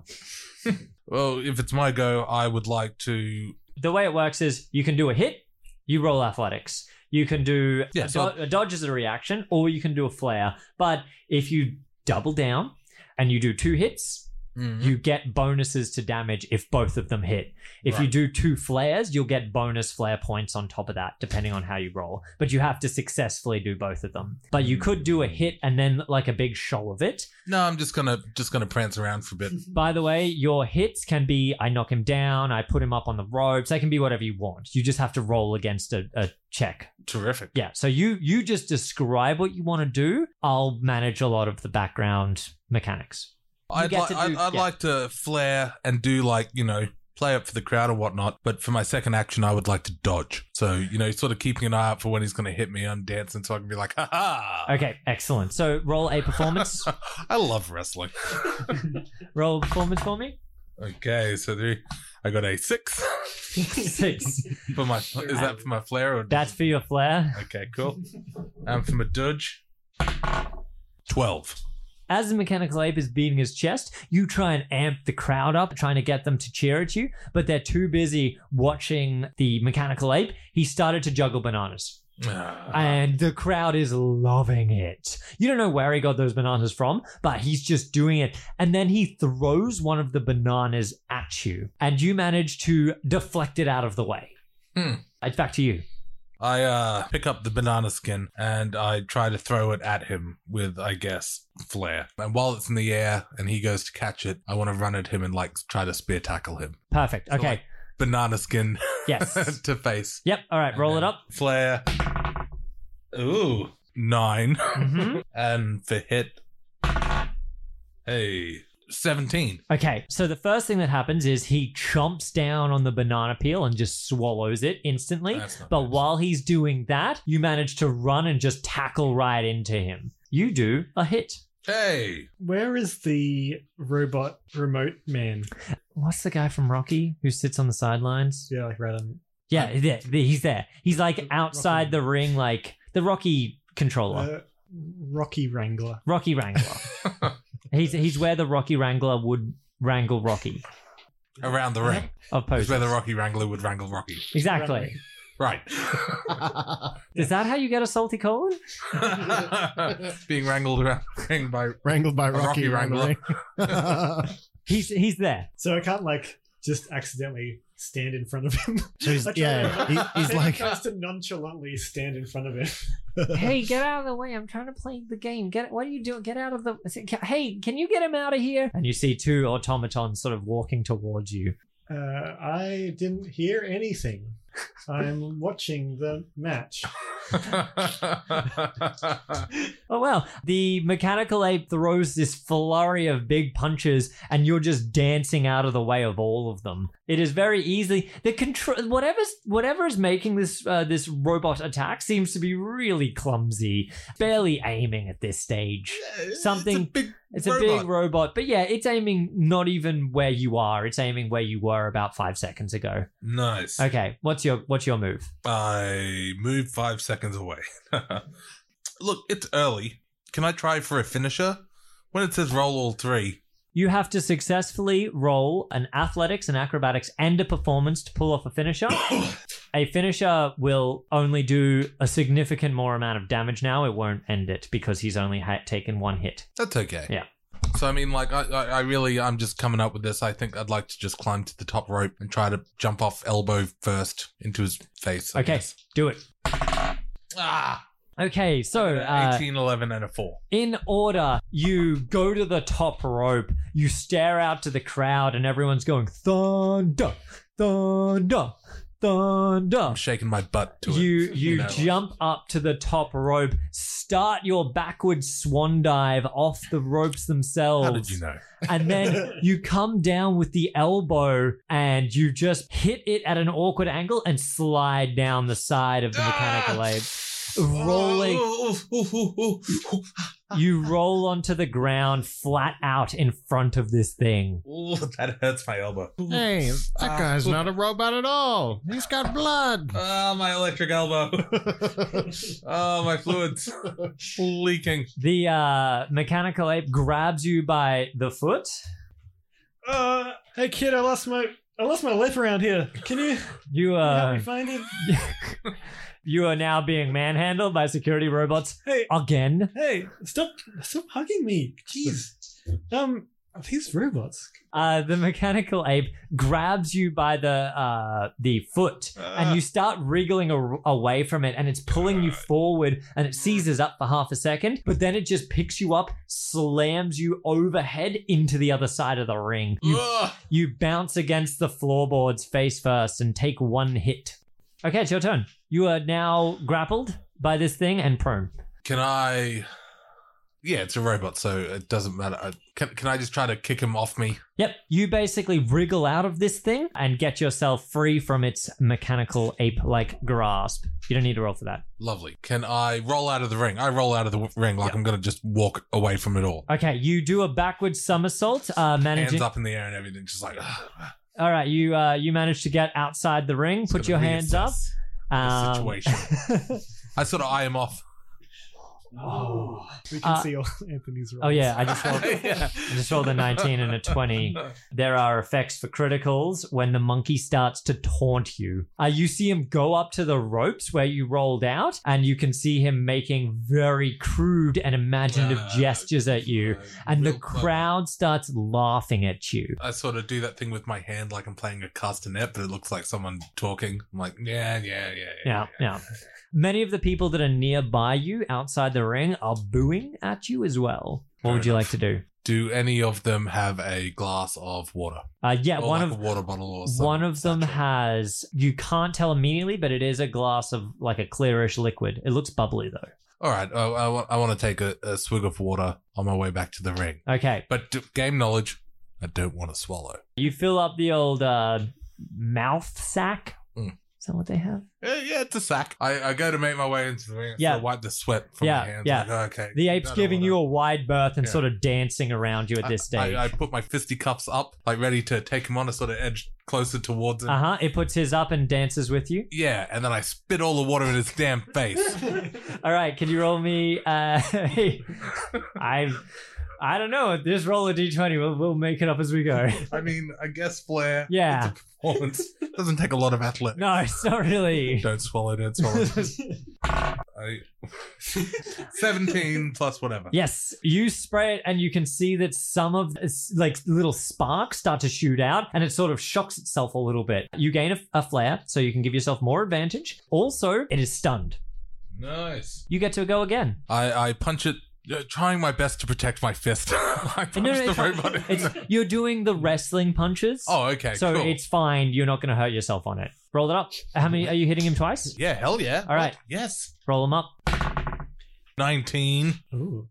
S2: well, if it's my go, I would like to.
S1: The way it works is you can do a hit, you roll athletics. You can do
S2: Yeah,
S1: a,
S2: so-
S1: do- a dodge as a reaction, or you can do a flare. But if you double down and you do two hits, you get bonuses to damage if both of them hit. If you
S2: Right.
S1: do two flares, you'll get bonus flare points on top of that, depending on how you roll. But you have to successfully do both of them. But you could do a hit and then like a big show of it.
S2: No, I'm just gonna just gonna prance around for
S1: <laughs>
S2: a bit.
S1: By the way, your hits can be I knock him down, I put him up on the ropes. They can be whatever you want. You just have to roll against a, a check.
S2: Terrific.
S1: Yeah. So you you just describe what you want to do. I'll manage a lot of the background mechanics.
S2: I'd,
S1: get
S2: like
S1: to do-
S2: I'd, I'd
S1: yeah.
S2: like to flare and do like you know play up for the crowd or whatnot. But for my second action, I would like to dodge. So you know, sort of keeping an eye out for when he's going to hit me. I'm dancing, so I can be like, ha ha.
S1: Okay, excellent. So roll a
S2: <laughs>
S1: performance.
S2: I
S1: <laughs>
S2: love wrestling.
S1: roll a performance for me.
S2: okay, so there, I got
S1: <laughs>
S2: a six <laughs>
S1: Six.
S2: for my. Is that for my flare or?
S1: That's for your flair.
S2: okay, cool. And for my dodge, twelve.
S1: As the mechanical ape is beating his chest, you try and amp the crowd up, trying to get them to cheer at you, but they're too busy watching the mechanical ape. He started to juggle bananas.
S2: Ah,
S1: And the crowd is loving it. You don't know where he got those bananas from, but he's just doing it. And then he throws one of the bananas at you, and you manage to deflect it out of the way.
S2: Hmm.
S1: It's back to you.
S2: I uh, pick up the banana skin and I try to throw it at him with, I guess, flair. And while it's in the air and he goes to catch it, I want to run at him and like try to spear tackle him.
S1: Perfect.
S2: So,
S1: Okay.
S2: like, Banana skin
S1: yes.
S2: <laughs> to face.
S1: Yep. All right. Roll it
S2: And
S1: up.
S2: then Flair. Ooh. 9
S1: Mhm.
S2: and for hit. Hey. 17.
S1: Okay, so the first thing that happens is he chomps down on the banana peel and just swallows it instantly.
S2: That's not
S1: but
S2: bad.
S1: while he's doing that, you manage to run and just tackle right into him. You do a hit.
S2: Hey. <laughs>
S4: Where is the robot remote man?
S1: What's the guy from Rocky who sits on the sidelines?
S4: Yeah, like right on.
S1: Yeah, there, there- he's there. He's like
S4: The
S1: outside
S4: Rocky-
S1: the ring, like the Rocky controller,
S4: Uh, Rocky Wrangler.
S1: Rocky
S4: <laughs>
S1: Wrangler. he's he's where the Rocky Wrangler would wrangle Rocky
S2: Around the ring.
S1: of
S2: Is
S1: poses.
S2: where the Rocky Wrangler would wrangle Rocky.
S1: exactly.
S2: <laughs> Right.
S1: Is that how you get a salty colon?
S2: Being wrangled around the ring by
S3: Wrangled by
S2: A Rocky
S3: Rocky,
S2: Wrangler.
S3: Wrangler.
S5: <laughs>
S1: He's he's there.
S4: So I can't like just accidentally stand in front of him. <laughs>
S3: so he's,
S4: I tried
S3: yeah,
S4: to-
S3: he-
S4: <laughs>
S3: he's
S5: <laughs>
S4: He
S3: like
S4: tries to nonchalantly stand in front of
S1: <laughs>
S4: him. <laughs>
S1: hey, get out of the way! I'm trying to play the game. Get what are you doing? Get out of the. Hey, can you get him out of here? And you see two automatons sort of walking towards you.
S4: Uh, I didn't hear anything. I'm watching the match.
S1: Oh wow! The mechanical ape throws this flurry of big punches, and you're just dancing out of the way of all of them. It is very easily the control. Whatever's whatever is making this uh, this robot attack seems to be really clumsy, barely aiming at this stage. Something-
S2: It's a big
S1: It's a
S2: robot.
S1: big robot, but yeah, it's aiming not even where you are. It's aiming where you were about five seconds ago.
S2: nice.
S1: Okay, what's your what's your move?
S2: I move five seconds away. <laughs> Look, it's early. Can I try for a finisher? When it says roll all three,
S1: You have to successfully roll an athletics, an acrobatics, and a performance to pull off a finisher. a finisher will only do a significant more amount of damage now. It won't end it because he's only ha- taken one hit.
S2: that's okay.
S1: Yeah.
S2: So I mean, like, I, I, I really, I'm just coming up with this. I think I'd like to just climb to the top rope and try to jump off elbow first into his face. I
S1: Okay,
S2: guess.
S1: do it.
S2: Ah.
S1: Okay, so uh,
S2: 18, 11, and a four.
S1: in order, you go to the top rope, you stare out to the crowd, and everyone's going, Thunder, Thunder, Thunder.
S2: I'm shaking my butt to Oh, it.
S1: you you,
S2: you know.
S1: jump up to the top rope, start your backward swan dive off the ropes themselves,
S2: How did you know?
S1: and
S2: <laughs>
S1: then you come down with the elbow and you just hit it at an awkward angle and slide down the side of the
S2: Ah!
S1: mechanical ape. Rolling. You roll onto the ground flat out in front of this thing.
S2: Ooh, that hurts my elbow.
S5: Hey, that
S2: Ah.
S5: guy's not a robot at all. He's got blood.
S2: Ah, my electric elbow. oh, my fluids leaking.
S1: The uh, mechanical ape grabs you by the foot.
S4: Uh, hey kid, I lost my I lost my life around here. Can you
S1: You
S4: help
S1: uh,
S4: me find it?
S1: <laughs> you are now being manhandled by security robots
S4: Hey,
S1: again.
S4: hey, stop stop hugging me. Jeez. Um, these robots.
S1: uh, the mechanical ape grabs you by the uh, the foot, and you start wriggling a- away from it, and it's pulling you forward, and it seizes up for half a second, but then it just picks you up, slams you overhead into the other side of the ring. You
S2: Ah. Ugh.
S1: you bounce against the floorboards face first and take one hit. Okay, it's your turn. You are now grappled by this thing and prone.
S2: Can I? Yeah, it's a robot, so it doesn't matter. I- Can, can I just try to kick him off me?
S1: Yep, you basically wriggle out of this thing and get yourself free from its mechanical ape like grasp. You don't need to roll for that.
S2: Lovely. Can I roll out of the ring? I roll out of the w- ring like
S1: Yeah.
S2: I'm going to just walk away from it all.
S1: Okay, you do a backward somersault, uh,
S2: Hands
S1: managing.
S2: up in the air and everything, just like. <sighs> ah,
S1: All right, you uh, you manage to get outside the ring. Put
S2: gotta
S1: your hands up.
S2: reassess the
S1: Um, <laughs>
S2: situation. I sort of eye him off.
S4: Oh, we can
S1: Uh,
S4: see all <laughs> Anthony's robots.
S1: oh yeah, I just rolled,
S2: <laughs> Yeah.
S1: I just rolled a nineteen and a
S2: <laughs>
S1: twenty.
S2: Uh,
S1: There are effects for criticals when the monkey starts to taunt you. Uh, you see him go up to the ropes where you rolled out, and you can see him making very crude and imaginative
S2: Uh,
S1: gestures at you.
S2: uh,
S1: And the
S2: real clever.
S1: crowd starts laughing at you.
S2: I sort of do that thing with my hand like I'm playing a castanet, but it looks like someone talking. I'm like, yeah, yeah, yeah,
S1: Yeah, yeah. Many of the people that are nearby you outside the ring are booing at you as well. What
S2: Fair
S1: would you like to do?
S2: Do any of them have a glass of water?
S1: Uh, yeah,
S2: Or
S1: one
S2: like
S1: of
S2: a water bottle or something.
S1: one of them has. You can't tell immediately, but it is a glass of like a clearish liquid. It looks bubbly though.
S2: All right, I, I, wa- I want to take a, a swig of water on my way back to the ring.
S1: Okay,
S2: But d- game knowledge, I don't want to swallow.
S1: you fill up the old uh, mouth sack.
S2: Mm.
S1: Is that what they have?
S2: Yeah, Eh, yeah, it's a sack. I, I go to make my way into the ring. I
S1: Yeah.
S2: sort of wipe the sweat from
S1: Yeah,
S2: my hands.
S1: yeah.
S2: Like, oh, okay.
S1: The ape's
S2: no, no
S1: giving
S2: water.
S1: you a wide berth and
S2: Yeah.
S1: sort of dancing around you at this
S2: I-
S1: stage.
S2: I, I put my fisticuffs up, like ready to take him on. I sort of edge closer towards him.
S1: Uh huh. It puts his up and dances with you.
S2: Yeah, and then I spit all the water in his damn
S1: <laughs>
S2: face.
S1: All right, can you roll me? Uh, <laughs> I, I don't know. Just roll a d20. We'll, we'll make it up as we
S2: <laughs>
S1: go.
S2: <laughs> I mean, I guess flair.
S1: Yeah.
S2: It's a performance. Doesn't take a lot of athletic.
S1: No, it's not really.
S2: Don't swallow,
S1: <laughs>
S2: don't swallow. <laughs> I... 17 plus whatever.
S1: Yes, you spray it, and you can see that some of this, like little sparks start to shoot out, and it sort of shocks itself a little bit. You gain a, a flare, so you can give yourself more advantage. Also, it is stunned.
S2: Nice.
S1: You get to go again.
S2: I, I punch it, uh, trying my best to protect my fist. <laughs> I punch
S1: No, no,
S2: the
S1: it's not-
S2: <laughs> robot. in
S1: It's
S2: the-
S1: you're doing the wrestling punches.
S2: Oh, okay.
S1: so
S2: cool.
S1: it's fine. You're not going to hurt yourself on it. Roll it up. How many are you hitting him twice?
S2: Yeah, hell yeah.
S1: All right.
S2: Yes.
S1: Roll him up.
S2: 19.
S4: <laughs> Ooh.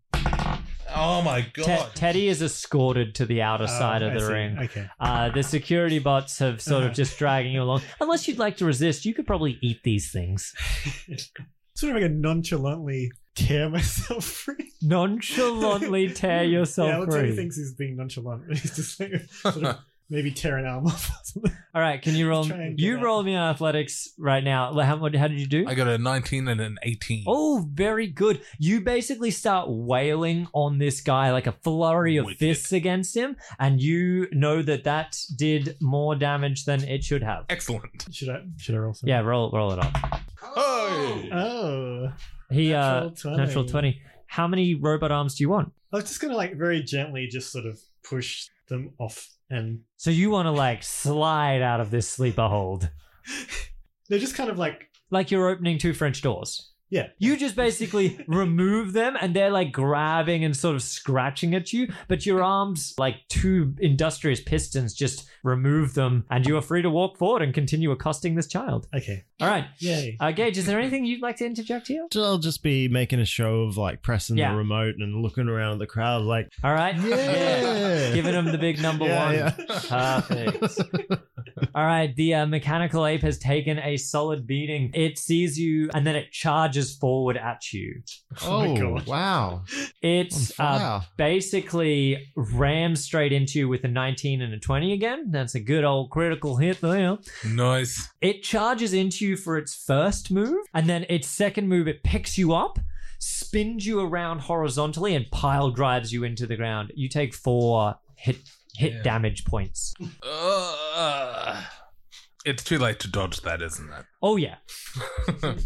S2: Oh my
S1: Te-
S2: god.
S1: Teddy is escorted to the outer
S4: Oh,
S1: side of
S4: I
S1: the
S4: see.
S1: ring.
S4: Okay.
S1: Uh, the security bots have sort of
S4: Uh-huh.
S1: just dragging you along. Unless you'd like to resist, you could probably eat these things.
S4: <laughs> Sort of like a nonchalantly tear myself <laughs> free. <laughs>
S1: Nonchalantly tear yourself
S4: yeah, well, Teddy
S1: free.
S4: thinks he's being nonchalant. <laughs> but He's just like,
S2: <laughs>
S4: sort of maybe tear an arm off or something.
S1: All right, can you roll?
S4: Try and get
S1: You
S4: out.
S1: roll me on athletics right now. Well, How, what- how did you do?
S2: I got a 19 and an 18.
S1: Oh, very good. You basically start wailing on this guy like a flurry of
S2: Wicked.
S1: fists against him, and you know that that did more damage than it should have.
S2: Excellent.
S4: Should I? Should I roll something?
S1: Yeah, roll roll it up.
S2: Oh!
S4: Oh.
S1: He
S4: natural
S1: uh, natural twenty. How many robot arms do you want?
S4: I was just gonna like very gently just sort of push them off, and <laughs>
S1: So you want to like slide out of this sleeper hold,
S4: they're just kind of like
S1: like you're opening two French doors.
S4: yeah.
S1: You just basically remove them and they're like grabbing and sort of scratching at you, but your arms, like two industrious pistons, just remove them and you are free to walk forward and continue accosting this child.
S4: Okay.
S1: All right.
S4: Yay.
S1: Uh, Gage, is there anything you'd like to interject here?
S3: I'll just be making a show of like pressing
S1: Yeah.
S3: the remote and looking around at the crowd, like
S1: All right.
S3: yeah,
S1: Giving him the
S4: <laughs>
S1: big number
S3: Yeah,
S1: one.
S3: yeah. <laughs>
S1: Perfect. <laughs> All right, the uh, mechanical ape has taken a solid beating. It sees you and then it charges forward at you.
S4: Oh my God.
S5: wow! On
S3: Oh,
S1: It's uh,
S5: fire.
S1: basically rams straight into you with a 19 and a 20 again. That's a good old critical hit there.
S2: Nice.
S1: It charges into you for its first move, and then its second move, it picks you up, spins you around horizontally, and pile drives you into the ground. You take four hit hit
S2: Yeah.
S1: damage points.
S2: Uh, it's too late to dodge that, isn't
S1: Oh yeah.
S2: <laughs> it?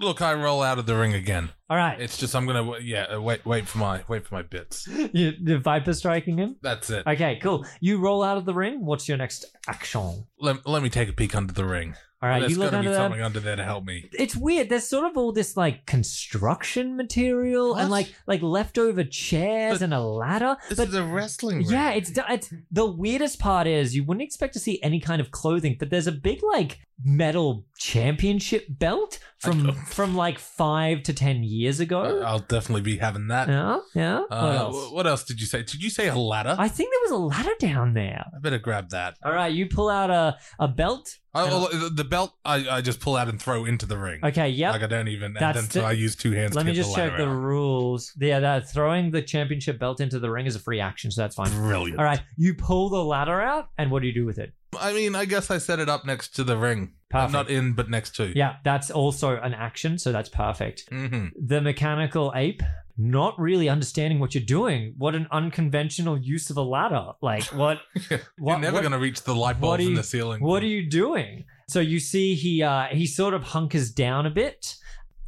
S2: Look, I roll out of the ring again.
S1: All right.
S2: It's just I'm gonna yeah uh, wait wait for my wait for my bits.
S1: <laughs> You, the viper striking him.
S2: That's it.
S1: Okay, cool. You roll out of the ring. What's your next action? All
S2: Let, let me take a peek under the ring.
S1: right,
S2: There's
S1: you look
S2: gotta
S1: under
S2: be
S1: that.
S2: something under there to help me.
S1: it's weird. There's sort of all this like construction material and
S2: What?
S1: like like leftover chairs
S2: But
S1: and a ladder.
S2: This
S1: But
S2: is a wrestling ring.
S1: yeah, it's do- it's the weirdest part is you wouldn't expect to see any kind of clothing, but there's a big like metal championship belt from
S2: don't-
S1: from like five to ten years
S2: Uh,
S1: ago.
S2: I'll definitely be having that.
S1: yeah, yeah. what
S2: Uh,
S1: else?
S2: wh- what else did you say? Did you say a ladder? I,
S1: I think there was a ladder down there.
S2: better grab that.
S1: All right, you pull out a a belt.
S2: I,
S1: And-
S2: well, the- the belt I, I just pull out and throw into the ring.
S1: Okay, yep.
S2: Like I don't even.
S1: That's
S2: and then so
S1: the-
S2: I use two hands.
S1: Let
S2: to
S1: me
S2: get
S1: just
S2: the
S1: check the
S2: ladder out.
S1: rules. Yeah, that throwing the championship belt into the ring is a free action, so that's fine.
S2: Brilliant.
S1: All right, you pull the ladder out, and what do you do with it?
S2: I mean, I guess I set it up next to the ring.
S1: Perfect.
S2: Not in, but next to.
S1: Yeah, that's also an action, so that's perfect.
S2: hmm
S1: The mechanical ape, not really understanding what you're doing. What an unconventional use of a ladder.
S2: <laughs>
S1: Like, what?
S2: You're
S1: what
S2: never
S1: what,
S2: going to reach the light
S1: what
S2: bulbs
S1: do
S2: in
S1: you-
S2: the ceiling.
S1: what are you doing? So you see, he uh, he sort of hunkers down a bit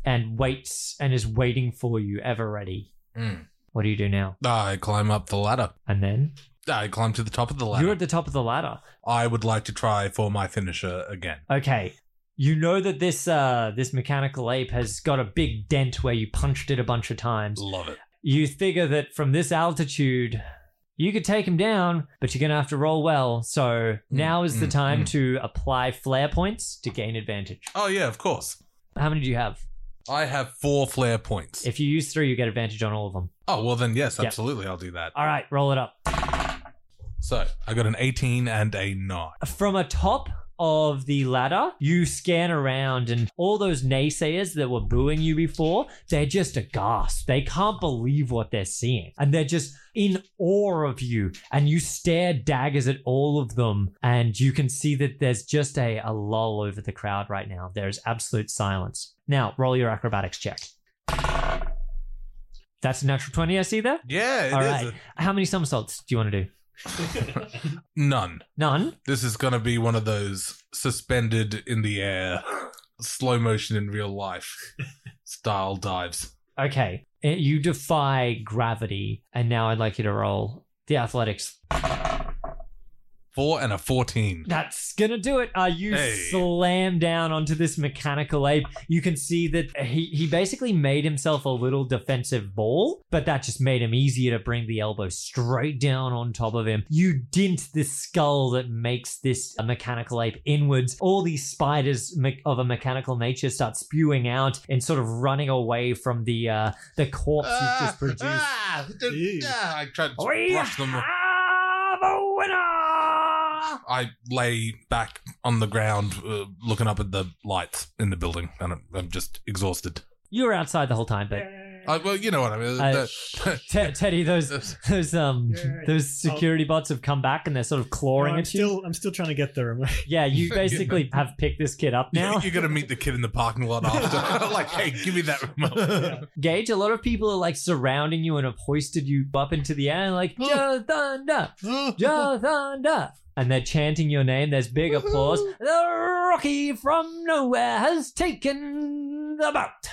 S1: and waits and is waiting for you, ever ready.
S2: Mm.
S1: What do you do now?
S2: I climb up the ladder.
S1: And then
S2: I climb to the top of the ladder.
S1: you're at the top of the ladder.
S2: I would like to try for my finisher again.
S1: okay you know that this uh this mechanical ape has got a big dent where you punched it a bunch of times
S2: Love it.
S1: you figure that from this altitude you could take him down but you're gonna have to roll well so now is the
S2: mm,
S1: time
S2: mm.
S1: to apply flare points to gain advantage
S2: Oh yeah, of course.
S1: how many do you have
S2: I have four flare points.
S1: if you use three you get advantage on all of them
S2: oh well, then yes,
S1: Yeah.
S2: absolutely, I'll do that.
S1: all right roll it up
S2: So I got an eighteen and a nine.
S1: from atop of the ladder, you scan around, and all those naysayers that were booing you before, they're just aghast. They can't believe what they're seeing. And they're just in awe of you. And you stare daggers at all of them. And you can see that there's just a, a lull over the crowd right now. There's absolute silence. Now, roll your acrobatics check. That's a natural 20 I see there.
S2: Yeah, it is
S1: All right. How many somersaults do you want to do?
S2: none.
S1: None.
S2: This is gonna be one of those suspended in the air, slow motion in real life style dives.
S1: Okay. Uh, You defy gravity, and now I'd like you to roll the athletics.
S2: Four and a 14.
S1: That's gonna do it. Uh, you
S2: Hey.
S1: slam down onto this mechanical ape. You can see that he, he basically made himself a little defensive ball, but that just made him easier to bring the elbow straight down on top of him. You dint this skull that makes this uh, mechanical ape inwards. All these spiders me- of a mechanical nature start spewing out and sort of running away from the uh, the corpse you've just produced. Oh,
S2: Ah,
S4: Ew.
S2: ah, I tried to
S1: We
S2: brush them.
S1: have a winner.
S2: I lay back on the ground, uh, looking up at the lights in the building, and I'm, I'm just exhausted.
S1: You were outside the whole time, but
S2: I, Uh, well, you know what I mean.
S1: I-
S2: The- <laughs>
S1: Te- Teddy, those
S2: the-
S1: those um
S4: Yeah.
S1: those
S2: Oh.
S1: security bots have come back and they're sort of clawing
S4: No, I'm
S1: at you.
S4: still, I'm still trying to get
S2: <laughs>
S4: there. <laughs> am I?
S1: Yeah, you basically have picked this kid up now.
S2: You're gonna meet the kid in the parking
S1: <laughs>
S2: lot after. <laughs> like, hey, give me that remote.
S1: Gage, a lot of people are like surrounding you and have hoisted you up into the air, and like Joe Thunder, Joe Thunder, and they're chanting your name. There's big applause. The Rocky from nowhere has taken the belt,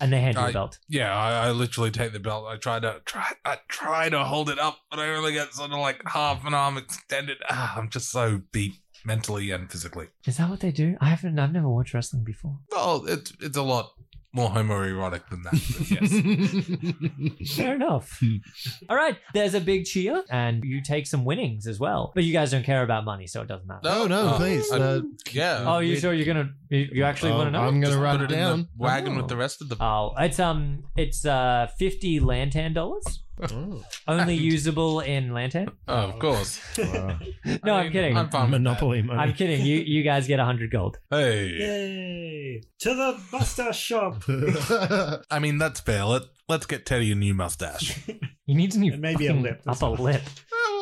S1: and they hand you
S2: I-
S1: the belt.
S2: yeah, I, I literally take the belt. I try to try. I try to hold it up, but I only get sort of like half an arm extended. Ah, I'm just so beat mentally and physically.
S1: Is that what they do? I haven't. I've never watched wrestling before.
S2: Well, it's it's a lot more homoerotic than that. But yes.
S1: Fair enough.
S3: Hmm.
S1: <laughs> All right, there's a big cheer, and you take some winnings as well. But you guys don't care about money, so it doesn't matter.
S2: No,
S3: Oh, <laughs> no,
S2: uh,
S3: please.
S2: I-
S3: uh,
S2: yeah.
S1: oh, you
S3: it-
S1: sure you're gonna? You, you actually want to
S3: Oh,
S1: know?
S3: I'm gonna
S2: Just
S3: write
S2: put
S3: it
S2: in the
S3: down.
S2: wagon
S3: Oh.
S2: with the rest of the.
S1: oh, it's um, it's uh, fifty lantan dollars.
S3: Oh, <laughs>
S1: Only
S2: And-
S1: usable in lantan.
S2: Oh, of course.
S3: wow.
S1: <laughs> No, I'm kidding.
S2: I'm fine. with that.
S3: Monopoly money.
S1: I'm kidding. You you guys get hundred gold.
S2: Hey.
S4: Yay! To the Buster Shop,
S3: <laughs>
S2: I mean, that's fair. Let, let's get Teddy a new
S1: <laughs>
S2: mustache.
S1: You need to new
S4: and maybe a
S1: fucking
S4: lip.
S1: upper lip.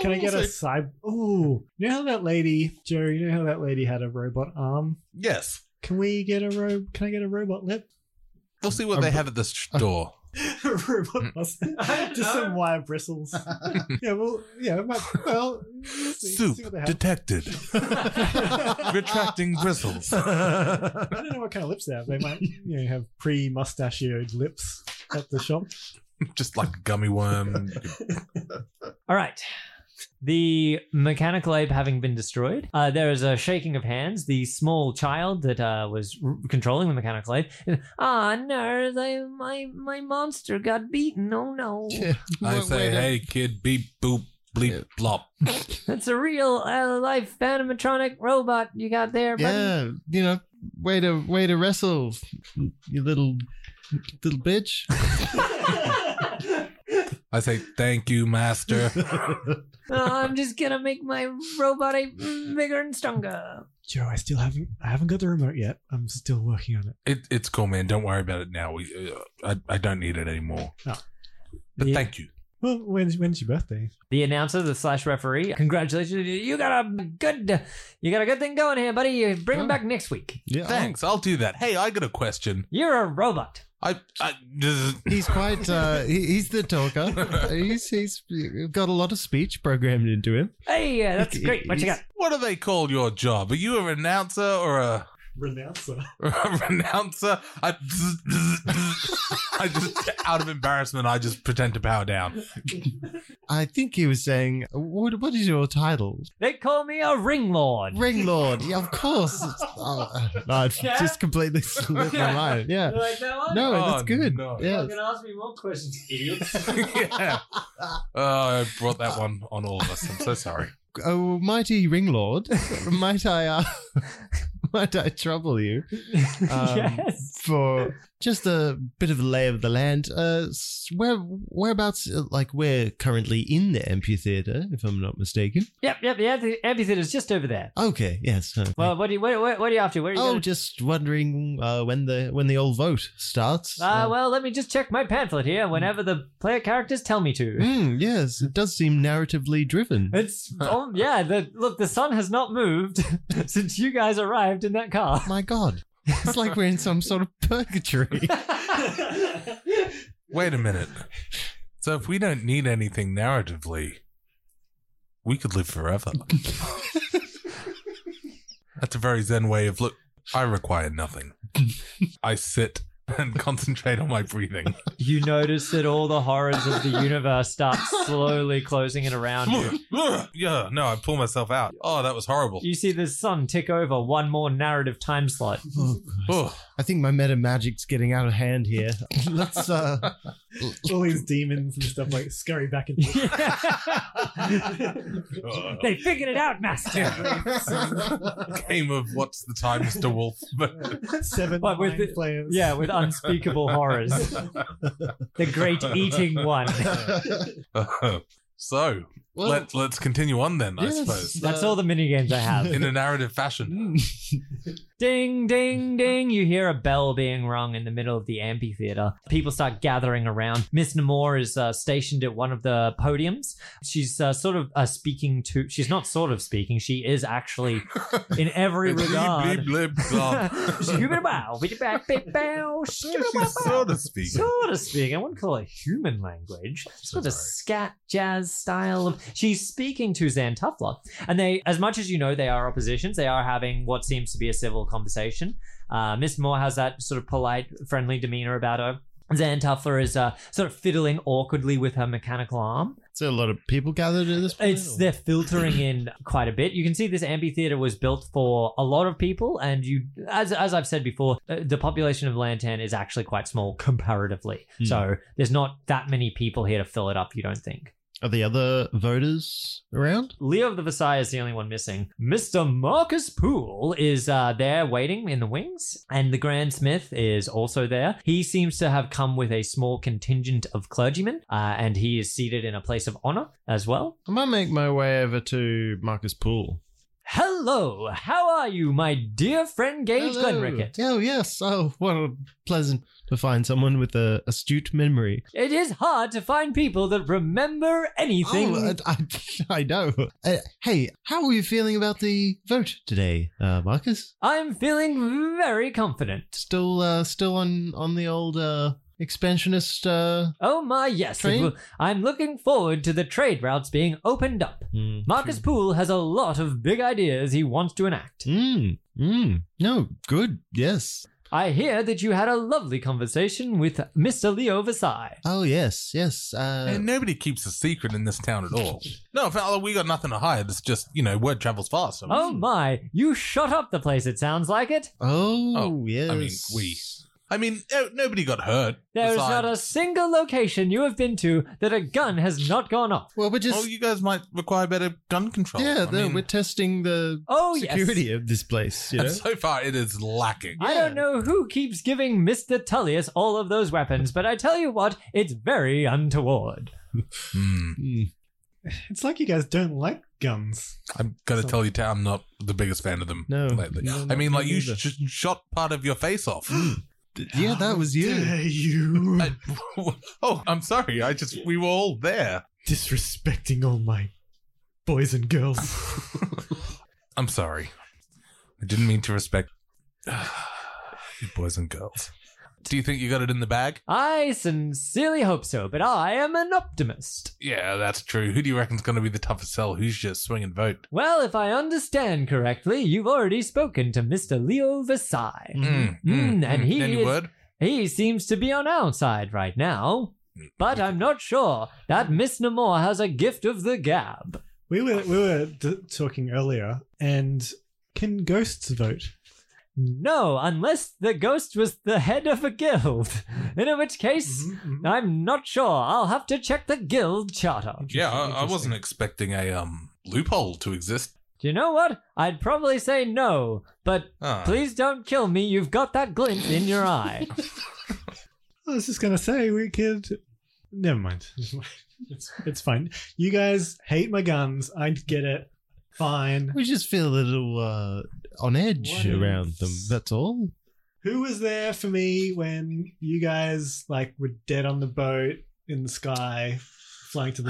S4: Can I get a side? Ooh, you know how that lady, Joe? You know how that lady had a robot arm?
S2: Yes.
S4: Can we get a ro? Can I get a robot lip?
S2: We'll see what
S3: A
S2: they
S3: br-
S2: have at the store.
S4: <laughs> a robot <laughs> mustache? Just some wire <laughs> bristles. yeah, well, yeah, it might, well, we'll see,
S2: Soup
S4: see what they
S2: <laughs>
S4: have.
S2: detected. Retracting bristles.
S4: I don't know what kind of lips they have. They might you know, have pre-mustachioed lips at the <laughs> shop.
S2: Just like a gummy worm.
S1: All right. The mechanical ape having been destroyed, uh, there is a shaking of hands. The small child that uh, was r- controlling the mechanical ape. Ah, no, they, my my monster got beaten. Oh
S2: <laughs>
S1: no, <laughs>
S2: I
S3: Wait,
S2: say,
S3: wait,
S2: hey, kid, beep, boop, bleep,
S3: Yeah.
S2: blop.
S1: that's a real uh, life animatronic robot you got there, buddy.
S3: Yeah, you know, way to way to wrestle, you little little bitch.
S2: I say, thank you, master.
S1: Uh, I'm just gonna make my robot ape bigger and stronger.
S4: Joe, I still haven't. I haven't got the remote yet. I'm still working on it.
S2: it, it's cool, man. Don't worry about it now. We, uh, I, I don't need it anymore.
S4: No.
S2: But
S1: Yeah.
S2: thank you.
S4: Well, when's when's your birthday?
S1: The announcer, the slash referee, congratulations, you got a good, you got a good thing going here, buddy. You Bring him back next week.
S3: Yeah,
S2: Thanks. I'll do that. Hey, I got a question.
S1: You're a robot.
S2: I, I this is-
S3: he's quite. Uh, he, he's the talker. He's he's got a lot of speech programmed into him.
S1: Hey, uh, that's great. What you got?
S2: what do they call your job? Are you a renouncer or a, <laughs>
S4: Renouncer.
S2: or a renouncer? I, <laughs> I just out of embarrassment, I just pretend to power down. <laughs>
S3: I think he was saying, "What what is your title?
S1: They call me a ring lord.
S3: Ring Lord? Yeah, of course. oh, no, I
S1: Yeah.
S3: just completely slipped my mind. Yeah,
S1: You like that one?
S3: no,
S2: Oh,
S3: that's good.
S2: no.
S3: Yeah,
S1: gonna ask me more questions, idiots. <laughs>
S2: yeah. Oh, I brought that one on all of us. I'm so sorry.
S3: oh mighty Ring Lord, <laughs> might I? Uh, <laughs> might I trouble you? Um,
S1: yes.
S3: for just a bit of a lay of the land. Uh, s- where whereabouts? uh, Like we're currently in the amphitheater, if I'm not mistaken.
S1: Yep, yep. The amphi- amphitheater's just over there.
S3: Okay, yes. uh,
S1: Well, what do you what, what, what are you after? Where are you
S3: oh,
S1: going?
S3: just wondering uh, when the when the old vote starts.
S1: Uh, well, let me just check my pamphlet here. Whenever the player characters tell me to.
S3: Hmm, yes, it does seem narratively driven.
S1: <laughs> It's oh yeah. The look, the sun has not moved <laughs> since you guys arrived in that car. <laughs>
S3: My God, it's like we're in some sort of purgatory.
S2: Wait a minute. So if we don't need anything narratively, we could live
S3: <laughs>
S2: forever. That's a very zen way of look. I require nothing. I sit and <laughs> concentrate on my breathing.
S3: <laughs>
S1: You notice that all the horrors of the universe start slowly closing it around you.
S2: yeah, no, I pull myself out. Oh, that was horrible.
S1: You see the sun tick over one more narrative time slot.
S3: Oh,
S2: Oh,
S3: I think my meta magic's getting out of hand here. <laughs> Let's uh
S4: All these demons and stuff like scurry back into
S1: <laughs>
S2: God.
S1: they figured it out, Master.
S2: <laughs> Game of what's the time, Mr.
S3: <laughs>
S2: Wolf? <laughs>
S4: seven
S1: But with
S4: mind
S1: the-
S4: flayers.
S1: yeah, with unspeakable horrors. The great eating one.
S2: so
S3: well,
S2: let, let's continue on then, I
S3: yes.
S2: suppose.
S1: That's all the minigames I have.
S2: <laughs> In a narrative fashion.
S1: Ding, ding, ding. You hear a bell being rung in the middle of the amphitheater. People start gathering around. Miss Namor is uh, stationed at one of the podiums. She's uh, sort of uh, speaking to, she's not sort of speaking, she is actually in every
S2: Bleep,
S1: regard.
S2: bleep, bleep,
S1: <laughs>
S2: blop. She's sort of speaking.
S1: Sort of speaking, I wouldn't call it human language. It's sort of scat jazz style of. She's speaking to Xantufla, and they, as much as you know, they are oppositions. They are having what seems to be a civil conversation. Uh, Miss Moore has that sort of polite, friendly demeanor about her. Xantufla is uh, sort of fiddling awkwardly with her mechanical arm.
S3: so a lot of people gathered at this point.
S1: It's
S3: or-
S1: they're filtering in quite a bit. You can see this amphitheater was built for a lot of people, and you, as as I've said before, uh, the population of Lantan is actually quite small comparatively.
S3: Hmm.
S1: So there's not that many people here to fill it up. You don't think?
S3: Are the other voters around?
S1: Leo of the Versailles is the only one missing. Mr. Marcus Poole is uh, there waiting in the wings, and the Grand Smith is also there. He seems to have come with a small contingent of clergymen, uh, and he is seated in a place of honor as well.
S3: I might make my way over to Marcus Poole.
S1: Hello, how are you, my dear friend Gage
S3: Hello.
S1: Glenricket?
S3: Oh yes. Oh, what a pleasant to find someone with a astute memory.
S1: It is hard to find people that remember anything.
S3: Oh, I, I, I <laughs> know. Uh, hey, how are you feeling about the vote today, uh, Marcus?
S1: I'm feeling very confident.
S3: Still, uh, still on on the old uh, expansionist. Uh,
S1: Oh my, yes. it
S3: Train?
S1: will- I'm looking forward to the trade routes being opened up.
S3: Hmm.
S1: Marcus Poole has a lot of big ideas he wants to enact.
S3: Mm, mm, no, good. Yes.
S1: I hear that you had a lovely conversation with Mr. Leo Versailles.
S3: Oh, yes, yes. Uh,
S2: And nobody keeps a secret in this town at all. No, fella, we got nothing to hide. It's just, you know, word travels fast. So
S3: hmm.
S1: Oh my, you shut up the place, it sounds like it.
S3: oh,
S2: Oh,
S3: yes.
S2: mean, we. I mean, no, nobody got hurt.
S1: There is
S2: Besides- oh,
S1: not a single location you have been to that a gun has not gone off.
S3: Well, we're just.
S2: Oh, you guys might require better gun control.
S3: yeah,
S2: I
S3: no,
S2: mean,
S3: we're testing the
S1: Oh,
S3: security
S1: yes.
S3: of this place. You
S2: and <laughs>
S3: know.
S2: so far it is lacking.
S1: I
S3: Yeah.
S1: don't know who keeps giving Mr. Tullius all of those weapons, but I tell you what, it's very untoward.
S2: Hmm.
S3: Mm.
S4: It's like you guys don't like guns.
S2: I've got to
S4: So-
S2: tell you, Tam, I'm not the biggest fan of them
S3: No.
S2: lately.
S3: No,
S2: I
S3: not
S2: mean, like,
S3: me
S2: you
S3: either.
S2: sh- sh- shot part of your face off.
S3: Yeah, that was
S4: How
S3: you.
S4: dare
S1: <laughs>
S4: you
S2: I- <laughs> oh, I'm sorry. I just, we were all there.
S4: disrespecting all my boys and girls.
S2: <laughs> I'm sorry. I didn't mean to respect <sighs> you boys and girls. Do you think you got it in the bag?
S1: I sincerely hope so, but I am an optimist.
S2: Yeah, that's true. Who do you reckon's going to be the toughest sell? Who's your swing and vote?
S1: Well, if I understand correctly, you've already spoken to Mr. Leo Versailles.
S2: Mm,
S1: Mm, and he
S2: Any
S1: is-
S2: word?
S1: He seems to be on our side right now, but I'm not sure that Miss Namor has a gift of the gab.
S4: We were we were d- talking earlier, and can ghosts vote?
S1: No, unless the ghost was the head of a guild, <laughs> in which case. I'm not sure. I'll have to check the guild charter.
S2: Yeah, I, I
S4: Interesting.
S2: wasn't expecting a um loophole to exist.
S1: Do you know what? I'd probably say no, but
S2: Ah. <sighs>
S1: please don't kill me. You've got that glint in your
S3: <laughs>
S1: eye. <laughs>
S4: I was just gonna say we could. Never mind. <laughs> It's, it's fine. You guys hate my guns. I get it. Fine.
S3: We just feel a little uh, on edge
S4: What
S3: around
S4: is-
S3: them. That's all.
S4: Who was there for me when you guys like were dead on the boat in the sky, flying to the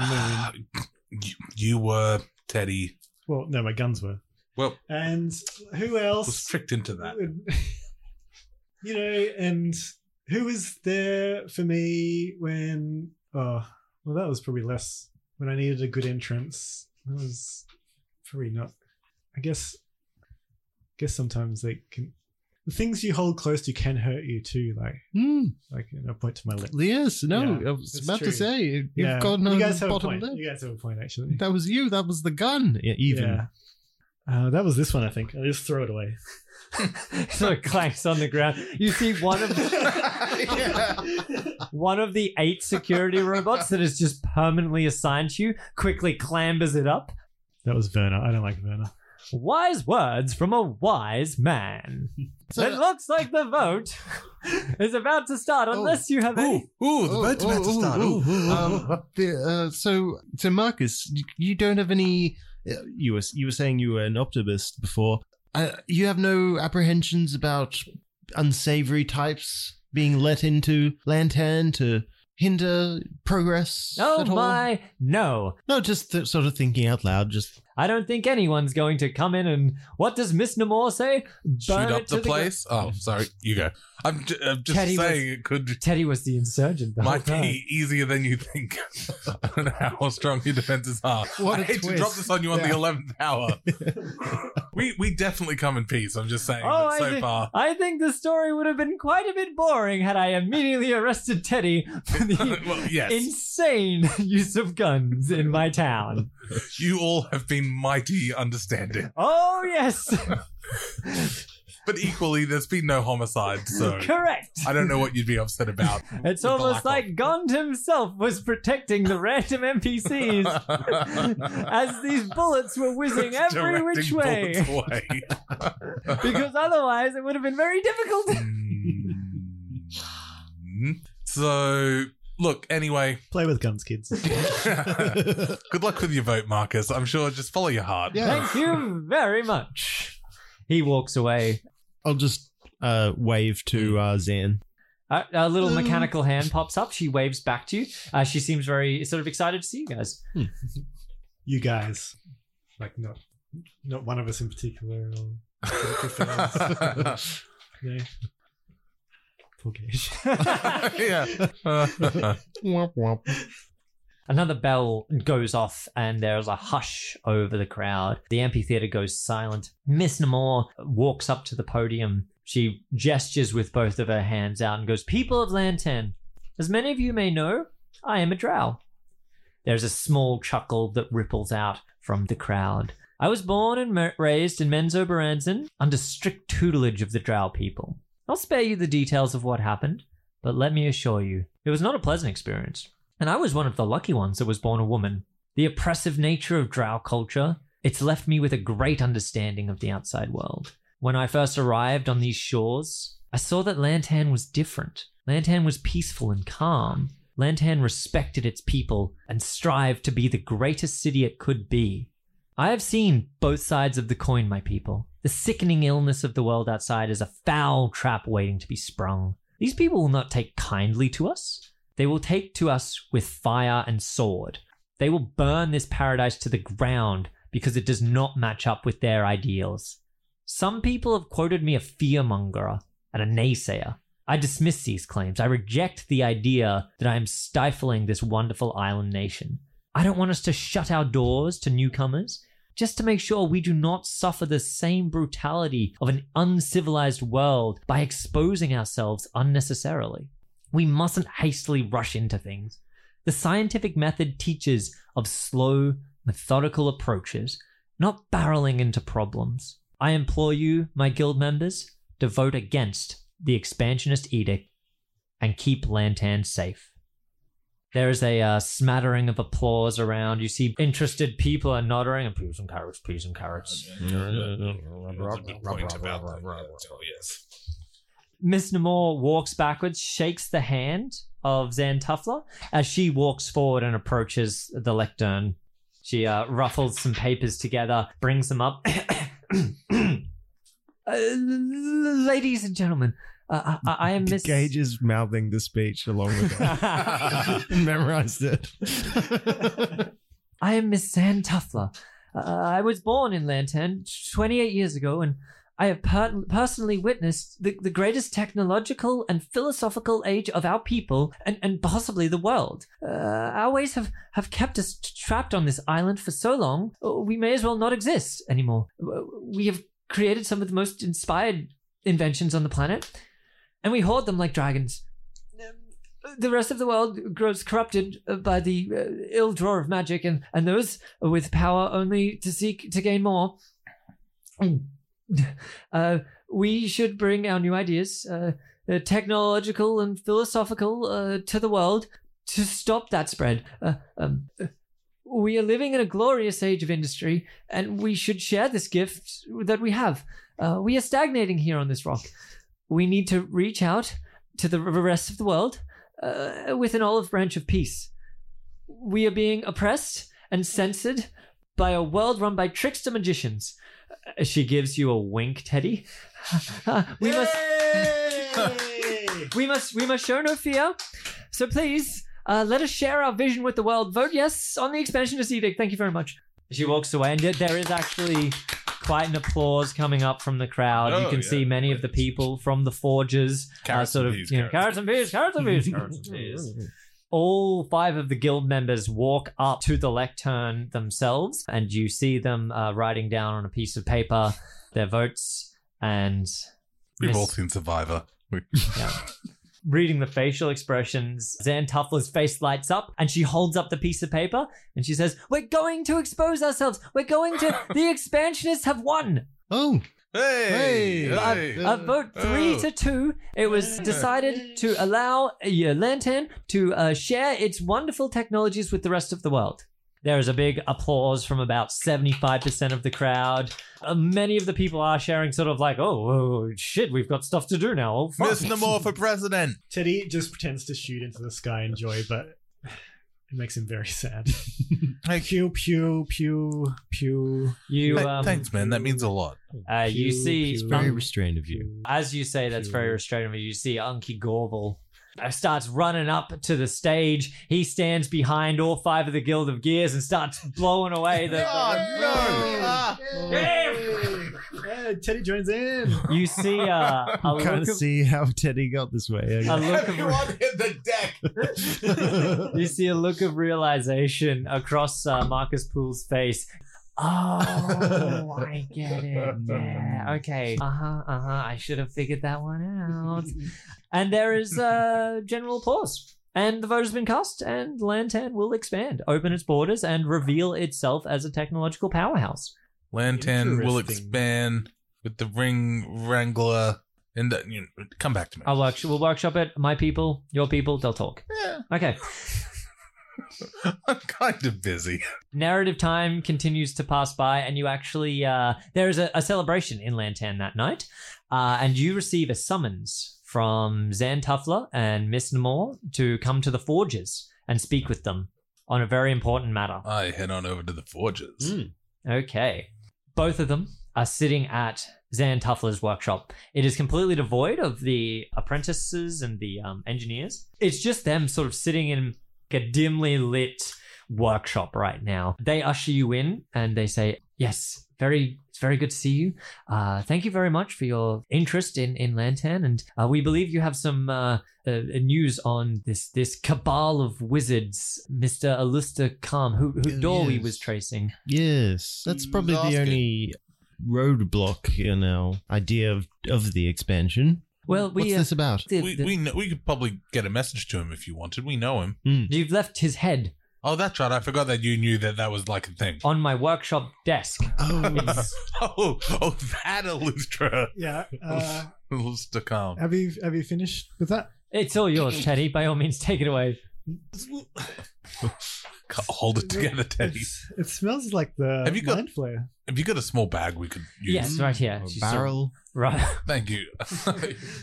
S2: <sighs>
S4: moon?
S2: you, you were Teddy.
S4: Well, no, my guns were.
S2: Well,
S4: And who
S2: was
S4: else?
S2: tricked into that.
S4: <laughs> you know, and who was there for me when? Oh, well, that was probably less when I needed a good entrance. That was probably not. I guess. Guess sometimes they can. the things you hold close to can hurt you too. Like,
S3: Hmm.
S4: like and I point to my lip.
S3: Yes, no,
S4: Yeah,
S3: I was
S4: it's
S3: about
S4: true.
S3: to say, you've
S4: Yeah.
S3: got no
S4: you guys have a
S3: bottom
S4: point.
S3: lip.
S4: You guys have a point, actually.
S3: That was you, that was the gun, e- even.
S4: Yeah. Uh, that was this one, I think. I'll just throw it away.
S1: so it clanks on the ground. You see one of one of the eight security robots that is just permanently assigned to you quickly clambers it up.
S4: That was Verna. I don't like Verna.
S1: Wise words from a wise man.
S3: So-
S1: it looks like the vote is about to start
S3: Oh.
S1: unless you have
S2: Ooh,
S1: any.
S2: ooh, the vote's about to start. Ooh.
S3: <laughs> Um, the, uh, so, so Marcus, you, you don't have any. Uh, you were you were saying you were an optimist before. Uh, you have no apprehensions about unsavory types being let into Lantan to hinder progress.
S1: Oh
S3: at all?
S1: my, no.
S3: No, just th- sort of thinking out loud. Just
S1: I don't think anyone's going to come in and what does Miss Namor say? Burn
S2: Shoot
S1: it
S2: up
S1: to
S2: the
S1: gr-
S2: place. Oh, sorry. You go. I'm, ju- I'm just
S1: Teddy was-
S2: saying it could
S1: Teddy was the insurgent. The whole
S2: might
S1: time.
S2: be easier than you think. <laughs> I don't know how strong your defenses are.
S3: What
S2: I
S3: a
S2: hate to
S3: twist.
S2: drop this on you on the
S3: Yeah.
S2: eleventh
S1: <laughs>
S2: hour. we we definitely come in peace. I'm just saying.
S1: Oh,
S2: but
S1: I
S2: so
S1: see.
S2: far, <laughs>
S1: I think the story would have been quite a bit boring had I immediately arrested Teddy for the
S2: well, <laughs> yes,
S1: insane <laughs> use of guns in my town.
S2: you all have been mighty understanding,
S1: Oh,
S2: <laughs>
S1: yes.
S2: but equally, there's been no homicide, so
S1: Correct.
S2: I don't know what you'd be upset
S1: <laughs>
S2: about.
S1: It's
S2: the
S1: almost
S2: lack
S1: like Gond himself was protecting the random
S2: <laughs>
S1: NPCs as these bullets were whizzing every which
S2: Directing
S1: way.
S2: <laughs> bullets away. <laughs>
S1: Because otherwise, it would have been very difficult.
S2: Mm. so look
S1: <laughs>
S2: anyway <laughs>
S4: Play with guns, kids.
S2: good luck with your vote marcus i'm sure just follow your heart
S1: Thank you very much. He walks away.
S3: I'll just uh, wave to uh, Zan.
S1: A, a little
S3: Um.
S1: mechanical hand pops up. She waves back to you. Uh, she seems very sort of excited to see you guys.
S4: you guys. Like, not not one of us in particular. Or,
S2: <laughs>
S4: no. Poor Gage.
S2: yeah <laughs>
S3: Womp womp.
S1: Another bell goes off, and there's a hush over the crowd. The amphitheater goes silent. Miss Namor walks up to the podium. She gestures with both of her hands out and goes, People of Lantern, as many of you may know, I am a drow. There's a small chuckle that ripples out from the crowd. I was born and ma- raised in Menzo Baranzan under strict tutelage of the drow people. I'll spare you the details of what happened, but let me assure you, it was not a pleasant experience. And I was one of the lucky ones that was born a woman. The oppressive nature of drow culture, it's left me with a great understanding of the outside world. When I first arrived on these shores, I saw that Lantan was different. Lantan was peaceful and calm. Lantan respected its people and strived to be the greatest city it could be. I have seen both sides of the coin, my people. The sickening illness of the world outside is a foul trap waiting to be sprung. These people will not take kindly to us. They will take to us with fire and sword. They will burn this paradise to the ground because it does not match up with their ideals. Some people have quoted me a fearmonger and a naysayer. I dismiss these claims. I reject the idea that I am stifling this wonderful island nation. I don't want us to shut our doors to newcomers just to make sure we do not suffer the same brutality of an uncivilized world by exposing ourselves unnecessarily we mustn't hastily rush into things. The scientific method teaches of slow, methodical approaches, not barreling into problems. I implore you, my guild members, to vote against the expansionist edict and keep Lantan safe. There is a uh, smattering of applause around. You see interested people are nodding and peas and carrots, peas and carrots.
S2: That's a good point about that, yeah, so yes
S1: Miss Namor walks backwards, shakes the hand of Zan Tuffler as she walks forward and approaches the lectern. She uh, ruffles some papers together, brings them up. <coughs> Uh, ladies and gentlemen, uh, I-, I am Miss.
S5: Gage is mouthing the speech along with it.
S1: <laughs>
S3: <laughs>
S1: I
S5: Memorized it.
S1: <laughs> am Miss Zan Tuffler. Uh, I was born in Lantern 28 years ago, and I have per- personally witnessed the, the greatest technological and philosophical age of our people and, and possibly the world. Uh, our ways have, have kept us t- trapped on this island for so long, uh, we may as well not exist anymore. Uh, We have created some of the most inspired inventions on the planet, and we hoard them like dragons. The rest of the world grows corrupted uh, by the uh, ill draw of magic, and, and those with power only to seek to gain more. <clears throat> Uh, we should bring our new ideas, uh, uh, technological and philosophical, uh, to the world to stop that spread. Uh, um, uh, we are living in a glorious age of industry, and we should share this gift that we have. Uh, we are stagnating here on this rock. We need to reach out to the r- rest of the world uh, with an olive branch of peace. We are being oppressed and censored by a world run by trickster magicians. Uh, She gives you a wink, Teddy. <laughs> we must we must we must show no fear. So please, uh, let us share our vision with the world. Vote yes on the expansionist edict. Thank you very much. She walks away, and yet there is actually quite an applause coming up from the crowd. you
S2: Oh,
S1: can
S2: yeah.
S1: see many of the people from the forges, uh,
S2: <laughs> Carrots
S1: sort
S2: and
S1: of
S2: peas,
S1: you know, carrots
S2: carrots
S1: and peas, carrots and
S2: <laughs>
S1: peas, carrots and peas. All five of the guild members walk up to the lectern themselves, and you see them uh, writing down on a piece of paper their votes and
S2: We've
S1: Miss-
S2: all seen Survivor. We-
S1: reading the facial expressions, Zan Tuffler's face lights up and she holds up the piece of paper and she says, We're going to expose ourselves. We're going
S2: <laughs>
S1: to. the expansionists have won.
S3: Oh,
S2: Hey,
S3: Hey.
S2: hey.
S1: A vote three
S2: oh.
S1: to two. It was decided to allow your Lantern to uh, share its wonderful technologies with the rest of the world. There is a big applause from about 75% of the crowd. Uh, many of the people are sharing, sort of like, oh, oh, shit, we've got stuff to do now. Oh, fuck."
S2: Miss Namor for president.
S4: Teddy just pretends to shoot into the sky and joy, but <sighs> it makes him very sad.
S2: Thank
S4: pew, pew, pew, pew.
S1: You,
S2: Th-
S1: um,
S2: Thanks, man. That means a lot.
S1: Uh, you
S4: Pew,
S1: see,
S4: pew,
S1: from-
S3: very restrained of you.
S1: as you say, that's very restrained of you. You see Unky Gorble uh, starts running up to the stage. He stands behind all five of the Guild of Gears and starts blowing away
S3: <laughs>
S1: the.
S3: Oh,
S4: Yeah, Teddy joins in.
S1: You see uh, a
S5: I'm trying
S1: look
S5: to
S1: of,
S5: see how Teddy got this way.
S1: a look of
S2: hit the deck. <laughs>
S1: you see a look of realization across uh, Marcus Poole's face. Oh, I get it. Yeah. Okay. Uh huh. Uh huh. I should have figured that one out. and there is uh, general applause. And the vote has been cast, and Lantan will expand, open its borders, and reveal itself as a technological powerhouse.
S2: Lantan will
S4: Interesting.
S2: expand with the ring wrangler. And the, you know, come back to me.
S1: I'll work- we'll workshop it. My people, your people, they'll talk.
S2: Yeah,
S1: Okay.
S2: <laughs> I'm kind of busy.
S1: narrative time continues to pass by and you actually uh, there is a, a celebration in lantan that night uh, and you receive a summons from zan tuffler and miss namor to come to the forges and speak with them on a very important matter
S2: I head on over to the forges.
S4: Mm.
S1: Okay. Both of them are sitting at Zan Tuffler's workshop. It is completely devoid of the apprentices and the um, engineers. It's just them sort of sitting in a dimly lit workshop right now. They usher you in and they say, Yes, very, it's very good to see you. Uh, thank you very much for your interest in, in Lantan. And uh, we believe you have some uh, uh, news on this, this cabal of wizards, Mr. Alusta Khan, who, who
S3: Oh,
S1: Dorley
S3: yes.
S1: was tracing.
S3: Yes, that's
S2: He was
S3: probably the
S2: asking.
S3: only roadblock in our idea of, of the expansion.
S1: Well, we
S3: What's
S1: uh,
S3: this about?
S1: the-
S2: we
S1: the-
S2: we know, we could probably get a message to him if you wanted. We know him.
S1: you've left his head
S2: Oh, that's right. I forgot that you knew that that was like a thing. <laughs>
S1: on my workshop desk. It's-
S2: oh, <laughs> oh, that Illustra.
S4: Yeah. Uh,
S2: Illustra
S4: <laughs>
S2: calm.
S4: have you have you finished with that?
S1: It's all
S2: <laughs>
S1: yours, Teddy. By all means, take it away.
S2: Hold it together, Teddy.
S4: It's- it smells like the
S2: Have you got-
S4: mind flare.
S2: Have you got a small bag we could use?
S1: Yes, right here. She sort of-
S3: Oh, barrel.
S1: Right,
S2: Thank you.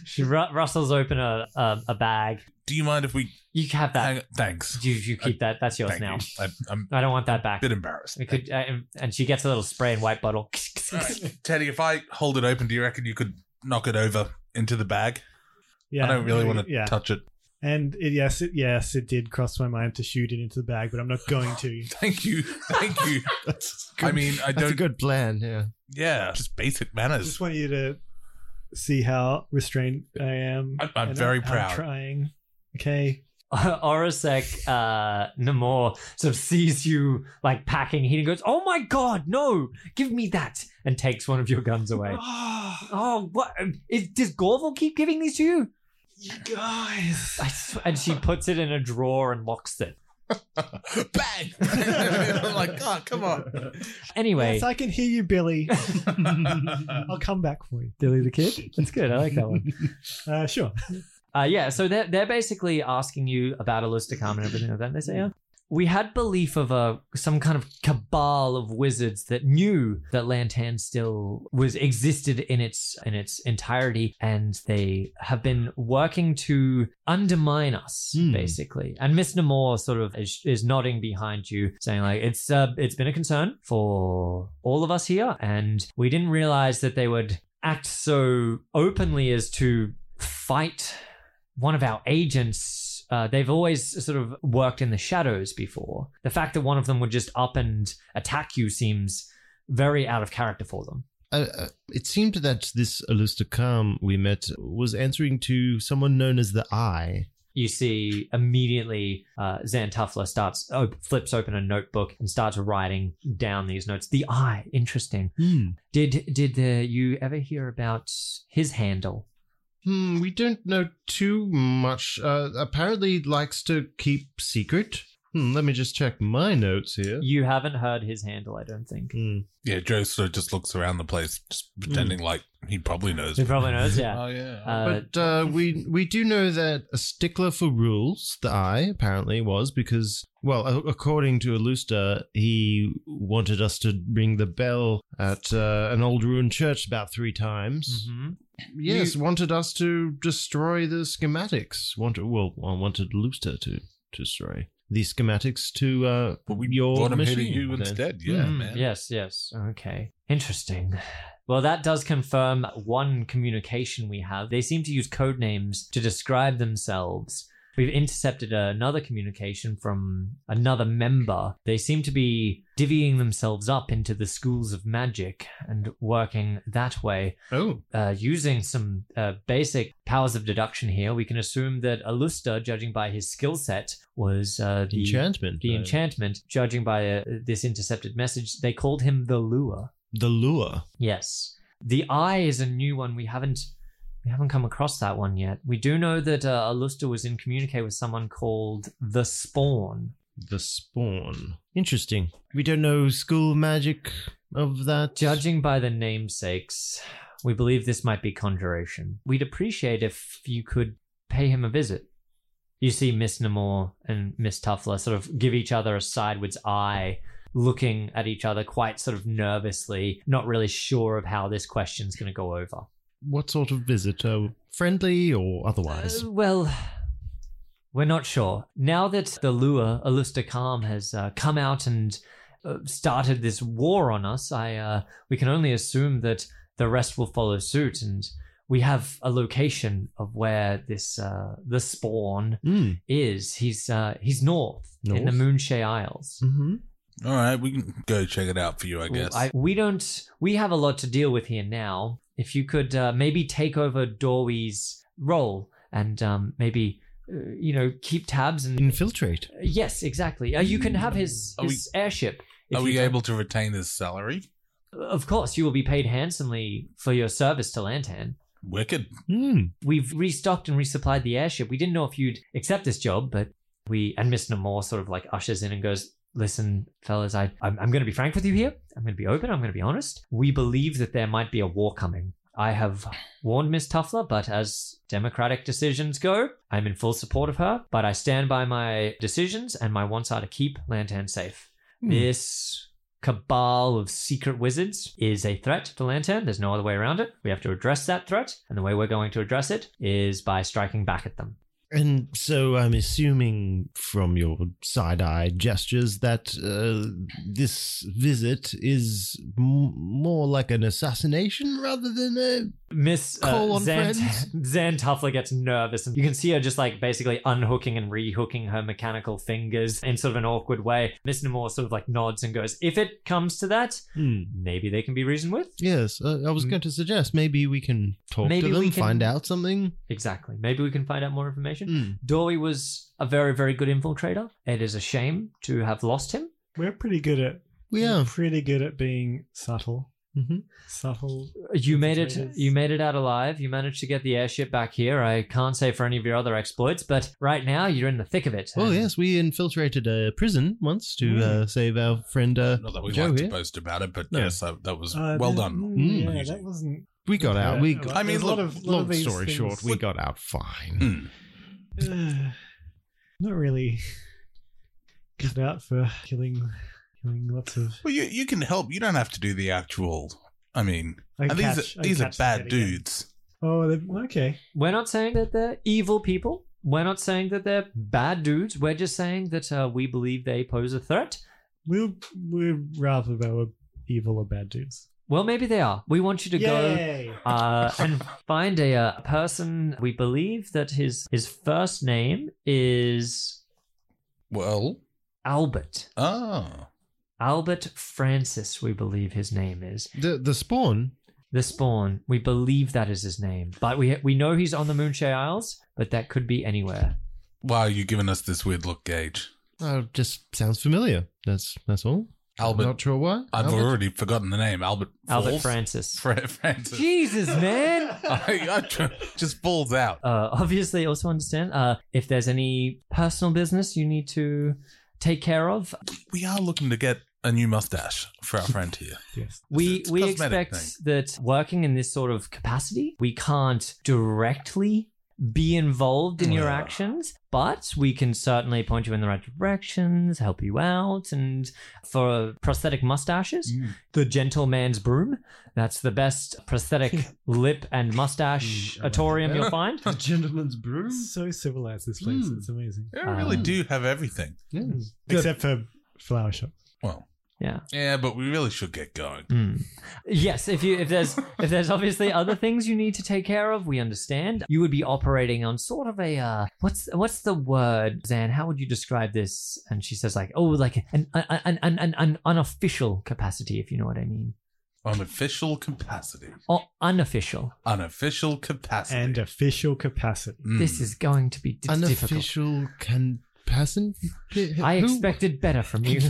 S1: she <laughs> ru- rustles open a, a a bag.
S2: Do you mind if we
S1: You have that.
S2: hang? Thanks.
S1: You you keep that. That's yours
S2: Thank
S1: now.
S2: you. I, I'm
S1: I don't want that
S2: a
S1: back.
S2: bit embarrassed.
S1: We could, uh, and she gets a little spray and white bottle. <laughs>
S2: All right. Teddy, if I hold it open, do you reckon you could knock it over into the bag?
S4: Yeah.
S2: I don't really want to
S4: Yeah.
S2: touch it.
S4: and it, yes, it, yes, it did cross my mind to shoot it into the bag, but I'm not going
S2: <laughs>
S4: to.
S2: Thank you. Thank you.
S5: That's,
S2: I mean, I
S5: that's a
S2: don't.
S5: good plan. Yeah.
S2: yeah, just basic
S4: I just
S2: manners.
S4: want you to see how restrained I am.
S2: I'm- I'm
S4: And
S2: very
S4: I'm
S2: proud.
S4: trying. Okay.
S1: Orosek uh, Namor sort of sees you like packing heat and goes, "Oh my god, no! Give me that!" and takes one of your guns
S2: <laughs>
S1: away. oh, what is, does Gorval keep giving these to you?
S4: <gasps> you guys.
S1: I sw- and she puts it in a drawer and locks it.
S6: Bang! I'm like, God, come
S4: <laughs>
S6: on.
S1: Anyway,
S4: Yes, I can hear
S1: <laughs>
S4: you, Billy. I'll come back for you.
S1: Billy the Kid. That's good. I like that one.
S4: <laughs> Uh, sure.
S1: Uh, yeah, so they're, they're basically asking you about Alustakam and everything like that. They say, yeah. We had belief of a some kind of cabal of wizards that knew that Lantan still was existed in its in its entirety, and they have been working to undermine us,
S3: Hmm.
S1: basically. And Miss Namor sort of is, is nodding behind you, saying like it's uh, it's been a concern for all of us here, and we didn't realize that they would act so openly as to fight one of our agents. Uh, they've always sort of worked in the shadows before. The fact that one of them would just up and attack you seems very out of character for them.
S3: Uh, uh, it seemed that this Alustakam we met was answering to someone known as the Eye.
S1: You see immediately uh, Xantufla starts op- flips open a notebook and starts writing down these notes. The eye, interesting. Did did uh, you ever hear about his handle?
S3: Hmm, we don't know too much. Uh, apparently likes to keep secret. Hmm, let me just check my notes here.
S1: You haven't heard his handle, I don't think.
S3: Hmm.
S2: Yeah, Joe sort of just looks around the place, just pretending like he probably knows.
S1: He probably knows, yeah.
S6: Oh, yeah.
S1: Uh,
S3: But uh,
S1: <laughs>
S3: we we do know that a stickler for rules, the I apparently was because well, a- according to Alusta, he wanted us to ring the bell at uh, an old ruined church about three times.
S1: mhm.
S3: Yes, wanted us to destroy the schematics. Wanted well, well, wanted Alusta to destroy the schematics to uh,
S2: But we
S3: your
S2: brought him here
S3: machine.
S2: to you
S3: then.
S2: instead. Yeah,
S1: Hmm,
S3: Mm,
S2: man.
S1: Yes, yes. Okay. Interesting. Well, that does confirm one communication we have. They seem to use code names to describe themselves. We've intercepted another communication from another member. They seem to be divvying themselves up into the schools of magic and working that way.
S3: Oh,
S1: Uh, using some uh, basic powers of deduction here, we can assume that Alusta, judging by his skill set, was uh, the
S3: enchantment.
S1: the
S3: uh,
S1: enchantment, judging by uh, this intercepted message, they called him the lure.
S3: the lure.
S1: Yes, the eye is a new one. We haven't we haven't come across that one yet. We do know that uh, Alusta was in communique with someone called the Spawn.
S3: The spawn. Interesting. We don't know school magic of that.
S1: Judging by the namesakes, we believe this might be conjuration. We'd appreciate if you could pay him a visit. You see Miss Namor and Miss Tuffler sort of give each other a sideways eye, looking at each other quite sort of nervously, not really sure of how this question's going to go over.
S3: What sort of visitor? Friendly or otherwise?
S1: Uh, well, we're not sure. Now that the lure, Alusta Calm, has uh, come out and uh, started this war on us, I uh, we can only assume that the rest will follow suit, and we have a location of where this uh, the spawn
S3: Mm.
S1: is. He's uh, he's north, in the
S3: North?
S1: Moonshay Isles.
S3: hmm
S2: All right, we can go check it out for you, I guess.
S1: I- we don't. We have a lot to deal with here now. If you could uh, maybe take over Dorwee's role and um, maybe uh, you know keep tabs and
S3: Infiltrate.
S1: yes, exactly. Uh, you can have his,
S2: Are we-
S1: his airship. if
S2: Are
S1: you
S2: we
S1: can.
S2: able to retain his salary?
S1: Of course, you will be paid handsomely for your service to Lantan.
S2: Wicked.
S3: Mm.
S1: We've restocked and resupplied the airship. We didn't know if you'd accept this job, but we and Miss Namor sort of like ushers in and goes, listen, fellas, I, I'm, I'm going to be frank with you here. I'm going to be open. I'm going to be honest. We believe that there might be a war coming. I have warned Miss Tuffler, but as democratic decisions go, I'm in full support of her. But I stand by my decisions, and my wants are to keep Lantan safe.
S3: Hmm.
S1: This cabal of secret wizards is a threat to Lantan. There's no other way around it. We have to address that threat, and the way we're going to address it is by striking back at them.
S3: And so I'm assuming from your side eye gestures that uh, this visit is m- more like an assassination rather than a
S1: Miss
S5: Call
S1: uh,
S5: on
S1: Zan, <laughs>
S5: friends.
S1: Zan Tuffler gets nervous, and you can see her just like basically unhooking and rehooking her mechanical fingers in sort of an awkward way. Miss Namor sort of like nods and goes, "If it comes to that,
S3: Hmm.
S1: maybe they can be reasoned with."
S3: Yes, uh, I was
S1: Mm.
S3: going to suggest maybe we can talk
S1: Maybe
S3: to them,
S1: we can-
S3: find out something.
S1: Exactly. Maybe we can find out more information.
S3: Mm.
S1: Dory was a very, very good infiltrator. It is a shame to have lost him.
S4: We're pretty good at
S3: We
S4: we're
S3: are.
S4: pretty good at being subtle.
S1: Mhm.
S4: Subtle.
S1: You made it.
S4: Infiltrators.
S1: You made it out alive. You managed to get the airship back here. I can't say for any of your other exploits, but right now you're in the thick of it.
S3: Oh
S1: And
S3: yes, we infiltrated a prison once
S1: Hmm.
S3: to uh, save our friend. Uh,
S2: Not that we
S3: Joe
S2: like to
S3: here.
S2: boast about it, but
S3: No.
S2: yes, that, that was
S4: Uh,
S2: well
S4: that-
S2: done.
S4: mm, yeah,
S2: Mm.
S4: that wasn't.
S3: we got out. We got,
S2: I mean,
S4: a lot
S2: look,
S4: of lot of
S5: Long
S4: these
S5: story
S4: things-
S5: short, we got out fine.
S2: Mm.
S4: Ugh. uh, not really cut out for killing killing lots of.
S2: Well, you you can help. You don't have to do the actual. I mean,
S4: I
S2: and
S4: catch-
S2: these
S4: I
S2: are, these are
S4: catch that
S2: bad
S4: again.
S2: dudes.
S4: Oh, they- okay.
S1: We're not saying that they're evil people. We're not saying that they're bad dudes. We're just saying that uh, we believe they pose a threat.
S4: We'll we're rather they were evil or bad dudes.
S1: Well, maybe they are. We want you to go
S4: Yay!
S1: uh, and find a uh, person. We believe that his his first name is
S2: Well,
S1: Albert.
S2: oh,
S1: Albert Francis, we believe his name is
S3: the the spawn.
S1: the Spawn. We believe that is his name, but we we know he's on the Moonshade Isles, but that could be anywhere.
S2: why are you giving us this weird look, Gage?
S3: Uh, just sounds familiar. That's that's all.
S2: Albert-
S3: not sure why.
S2: I've
S3: Albert?
S2: already forgotten the name. Albert.
S1: Albert
S2: Falls? <laughs>
S1: Francis.
S2: Fra- Francis.
S1: Jesus, man.
S2: <laughs> I, I tr- just falls out.
S1: Uh, obviously, also understand uh, if there's any personal business you need to take care of.
S2: We are looking to get a new mustache for our friend here.
S4: yes.
S1: We
S2: It's a
S1: we
S2: cosmetic
S1: expect that working in this sort of capacity, we can't directly be involved in your
S2: Yeah.
S1: actions, but we can certainly point you in the right directions, help you out, and for prosthetic mustaches,
S2: Mm.
S1: the gentleman's broom. That's the best
S2: <laughs>
S1: prosthetic lip and
S2: Mm,
S1: mustache atorium you'll find.
S5: The gentleman's
S2: <laughs>
S1: Mm.
S5: broom.
S4: So civilized this place.
S5: Mm.
S4: It's amazing. Mm.
S2: They really
S3: Hmm.
S1: Um,
S2: do have everything.
S4: Except for flower shop.
S2: Well,
S1: Yeah.
S2: yeah, but we really should get going.
S1: Mm. Yes, if you if there's if there's obviously other things you need to take care of, we understand. You would be operating on sort of a uh, what's what's the word, Zan? How would you describe this? And she says like, oh, like an an an an, an unofficial capacity, if you know what I mean,
S2: Unofficial capacity.
S1: or unofficial.
S2: Unofficial capacity.
S4: And official capacity.
S2: Mm.
S1: uh, This is going to be d- difficult.
S3: Unofficial can person.
S1: I
S3: Who-
S1: expected better from
S2: <laughs>
S1: you.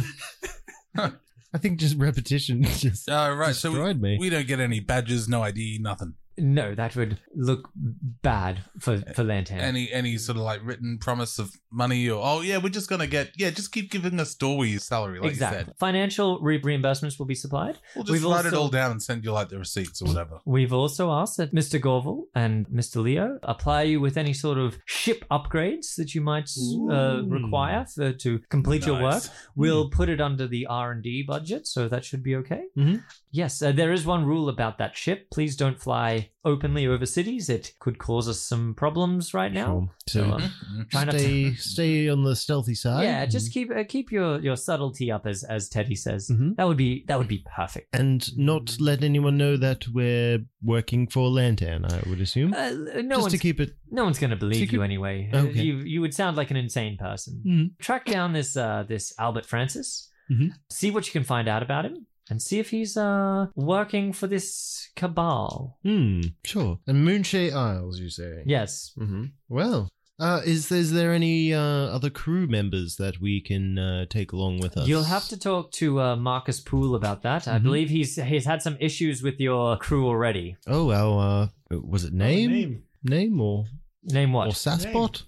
S1: <laughs>
S3: I think just repetition <laughs> just
S2: Oh, right. So we,
S3: destroyed me.
S2: we don't get any badges, no ID, nothing.
S1: No, that would look bad for for Lantan.
S2: Any any sort of like written promise of money or oh yeah, we're just gonna get yeah, just keep giving us doorway salary, like you
S1: exactly.
S2: said.
S1: Financial re- reimbursements will be supplied.
S2: We'll just
S1: We've
S2: write it
S1: also-
S2: all down and send you like the receipts or whatever.
S1: We've also asked that Mr. Gorville and Mr. Leo apply you with any sort of ship upgrades that you might uh,
S3: Ooh. Hmm.
S1: require for, to complete your work.
S2: Nice.
S1: We'll put it under the R and D budget, so that should be okay.
S3: Mhm.
S1: Yes, uh, there is one rule about that ship. Please don't fly openly over cities. It could cause us some problems right now. So,
S3: So
S1: uh,
S2: Mhm.
S1: try not to-
S3: stay stay on the stealthy side.
S1: yeah, just keep uh, keep your, your subtlety up, as as Teddy says.
S3: Mhm.
S1: That would be that would be perfect.
S3: and not let anyone know that we're working for Lantern. I would assume.
S1: Uh, no
S3: just
S1: one's
S3: to keep it.
S1: No one's going to believe
S3: Secret-
S1: you anyway. Uh,
S3: Okay.
S1: You you would sound like an insane person.
S3: Mhm.
S1: Track down this uh, this Albert Francis.
S3: Mhm.
S1: See what you can find out about him, and see if he's uh, working for this cabal.
S3: Hmm. Sure.
S5: And Moonshade Isles, you say?
S1: Yes.
S5: Mm-hmm.
S3: Well, uh, is is there any uh, other crew members that we can uh, take along with us?
S1: You'll have to talk to uh, Marcus Poole about that. I
S3: Mhm.
S1: believe he's he's had some issues with your crew already.
S3: Oh, our uh, was it name
S4: Name.
S3: name or
S1: Name
S3: or
S1: what?
S3: Saspot?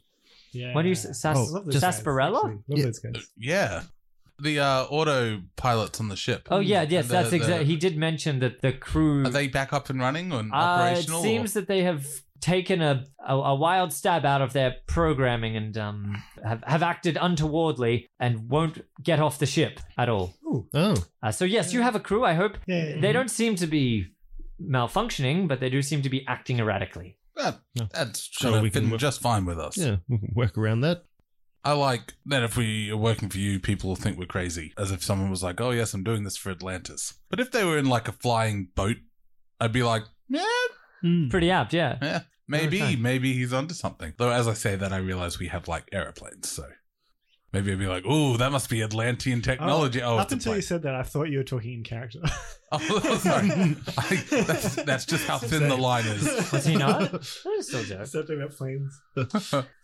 S4: Yeah.
S1: What do you s- sas-
S3: Oh,
S4: Love those guys,
S1: sarsaparilla?
S4: actually. Love
S3: Yeah.
S4: those guys.
S2: Yeah. The uh auto pilots on the ship.
S1: Oh yeah, yes,
S2: And the-
S1: that's
S2: the-
S1: exactly. He did mention that the crew.
S2: Are they back up and running and
S1: Uh, it
S2: operational? or-
S1: seems that they have taken a, a a wild stab out of their programming and um have, have acted untowardly and won't get off the ship at all.
S3: Oh,
S1: Uh, so yes, you have a crew. I hope
S4: Yeah.
S1: they don't seem to be malfunctioning, but they do seem to be acting erratically.
S2: That,
S3: No.
S2: that's
S3: So
S2: gonna
S3: we
S2: fit
S3: can work-
S2: just fine with us.
S3: yeah, we can work around that.
S2: I like that if we are working for you, people will think we're crazy, as if someone was like, "Oh yes, I'm doing this for Atlantis." But if they were in like a flying boat, I'd be like, "Yeah,
S3: Hmm.
S1: Pretty apt,
S2: <laughs>
S1: yeah.
S2: Maybe,
S1: Okay.
S2: maybe he's onto something. Though, as I say that, I realize we have like aeroplanes, so maybe I'd be like, "Ooh, that must be Atlantean technology." Oh,
S4: Up
S2: it's a
S4: until you
S2: plane.
S4: said that, I thought you were talking in character.
S2: <laughs>
S4: <laughs>
S2: Oh, sorry. I, that's, that's just how thin the line is.
S4: <laughs>
S1: Was he not? That was still joke.
S4: Something about planes.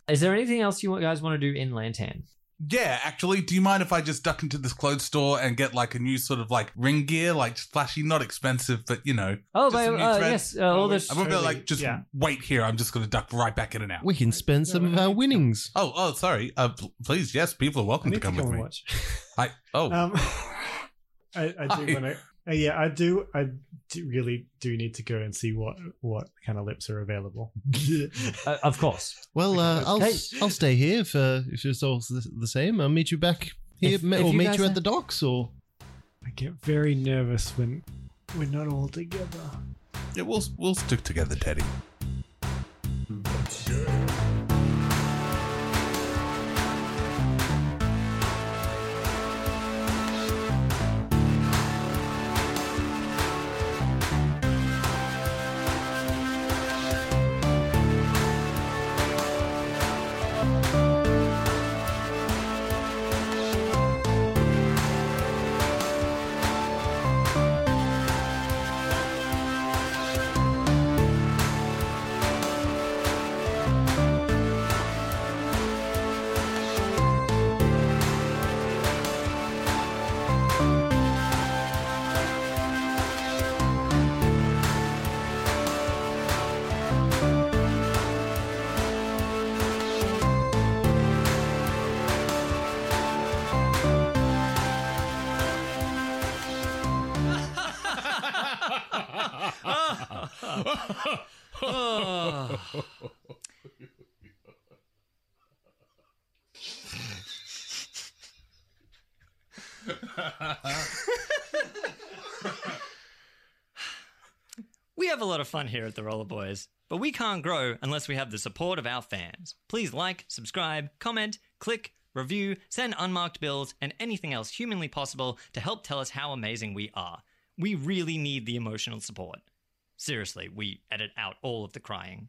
S1: Is there anything else you guys want to do in Lantan?
S2: Yeah, actually, do you mind if I just duck into this clothes store and get like a new sort of like ring gear, like flashy, not expensive, but you know,
S1: Oh,
S2: Just
S1: by,
S2: a new
S1: uh,
S2: thread.
S1: yes, uh, all this.
S2: I won't be able to, like just
S4: Yeah.
S2: wait here. I'm just gonna duck right back in and out.
S3: We can spend some of our winnings.
S2: Oh, oh, sorry. Uh, pl- please, yes, people are
S4: I
S2: welcome
S4: need
S2: to come, with
S4: and
S2: me.
S4: watch.
S2: I oh,
S4: Um, I, I
S2: Hi.
S4: do want to. Uh, yeah, I do. I do really do need to go and see what what kind of lips are available. <laughs>
S1: Uh, of course.
S3: Well, uh, I'll
S1: Hey.
S3: I'll stay here if uh, if it's all the, the same. I'll meet you back here,
S1: If-
S3: me-
S1: if
S3: or
S1: you
S3: meet
S1: guys
S3: you
S1: are-
S3: at the docks, or
S4: I get very nervous when we're not all together.
S2: yeah, we'll we'll stick together, Teddy.
S1: We have a lot of fun here at the Roller Boys, but we can't grow unless we have the support of our fans. Please like, subscribe, comment, click, review, send unmarked bills, and anything else humanly possible to help tell us how amazing we are. We really need the emotional support. Seriously, we edit out all of the crying.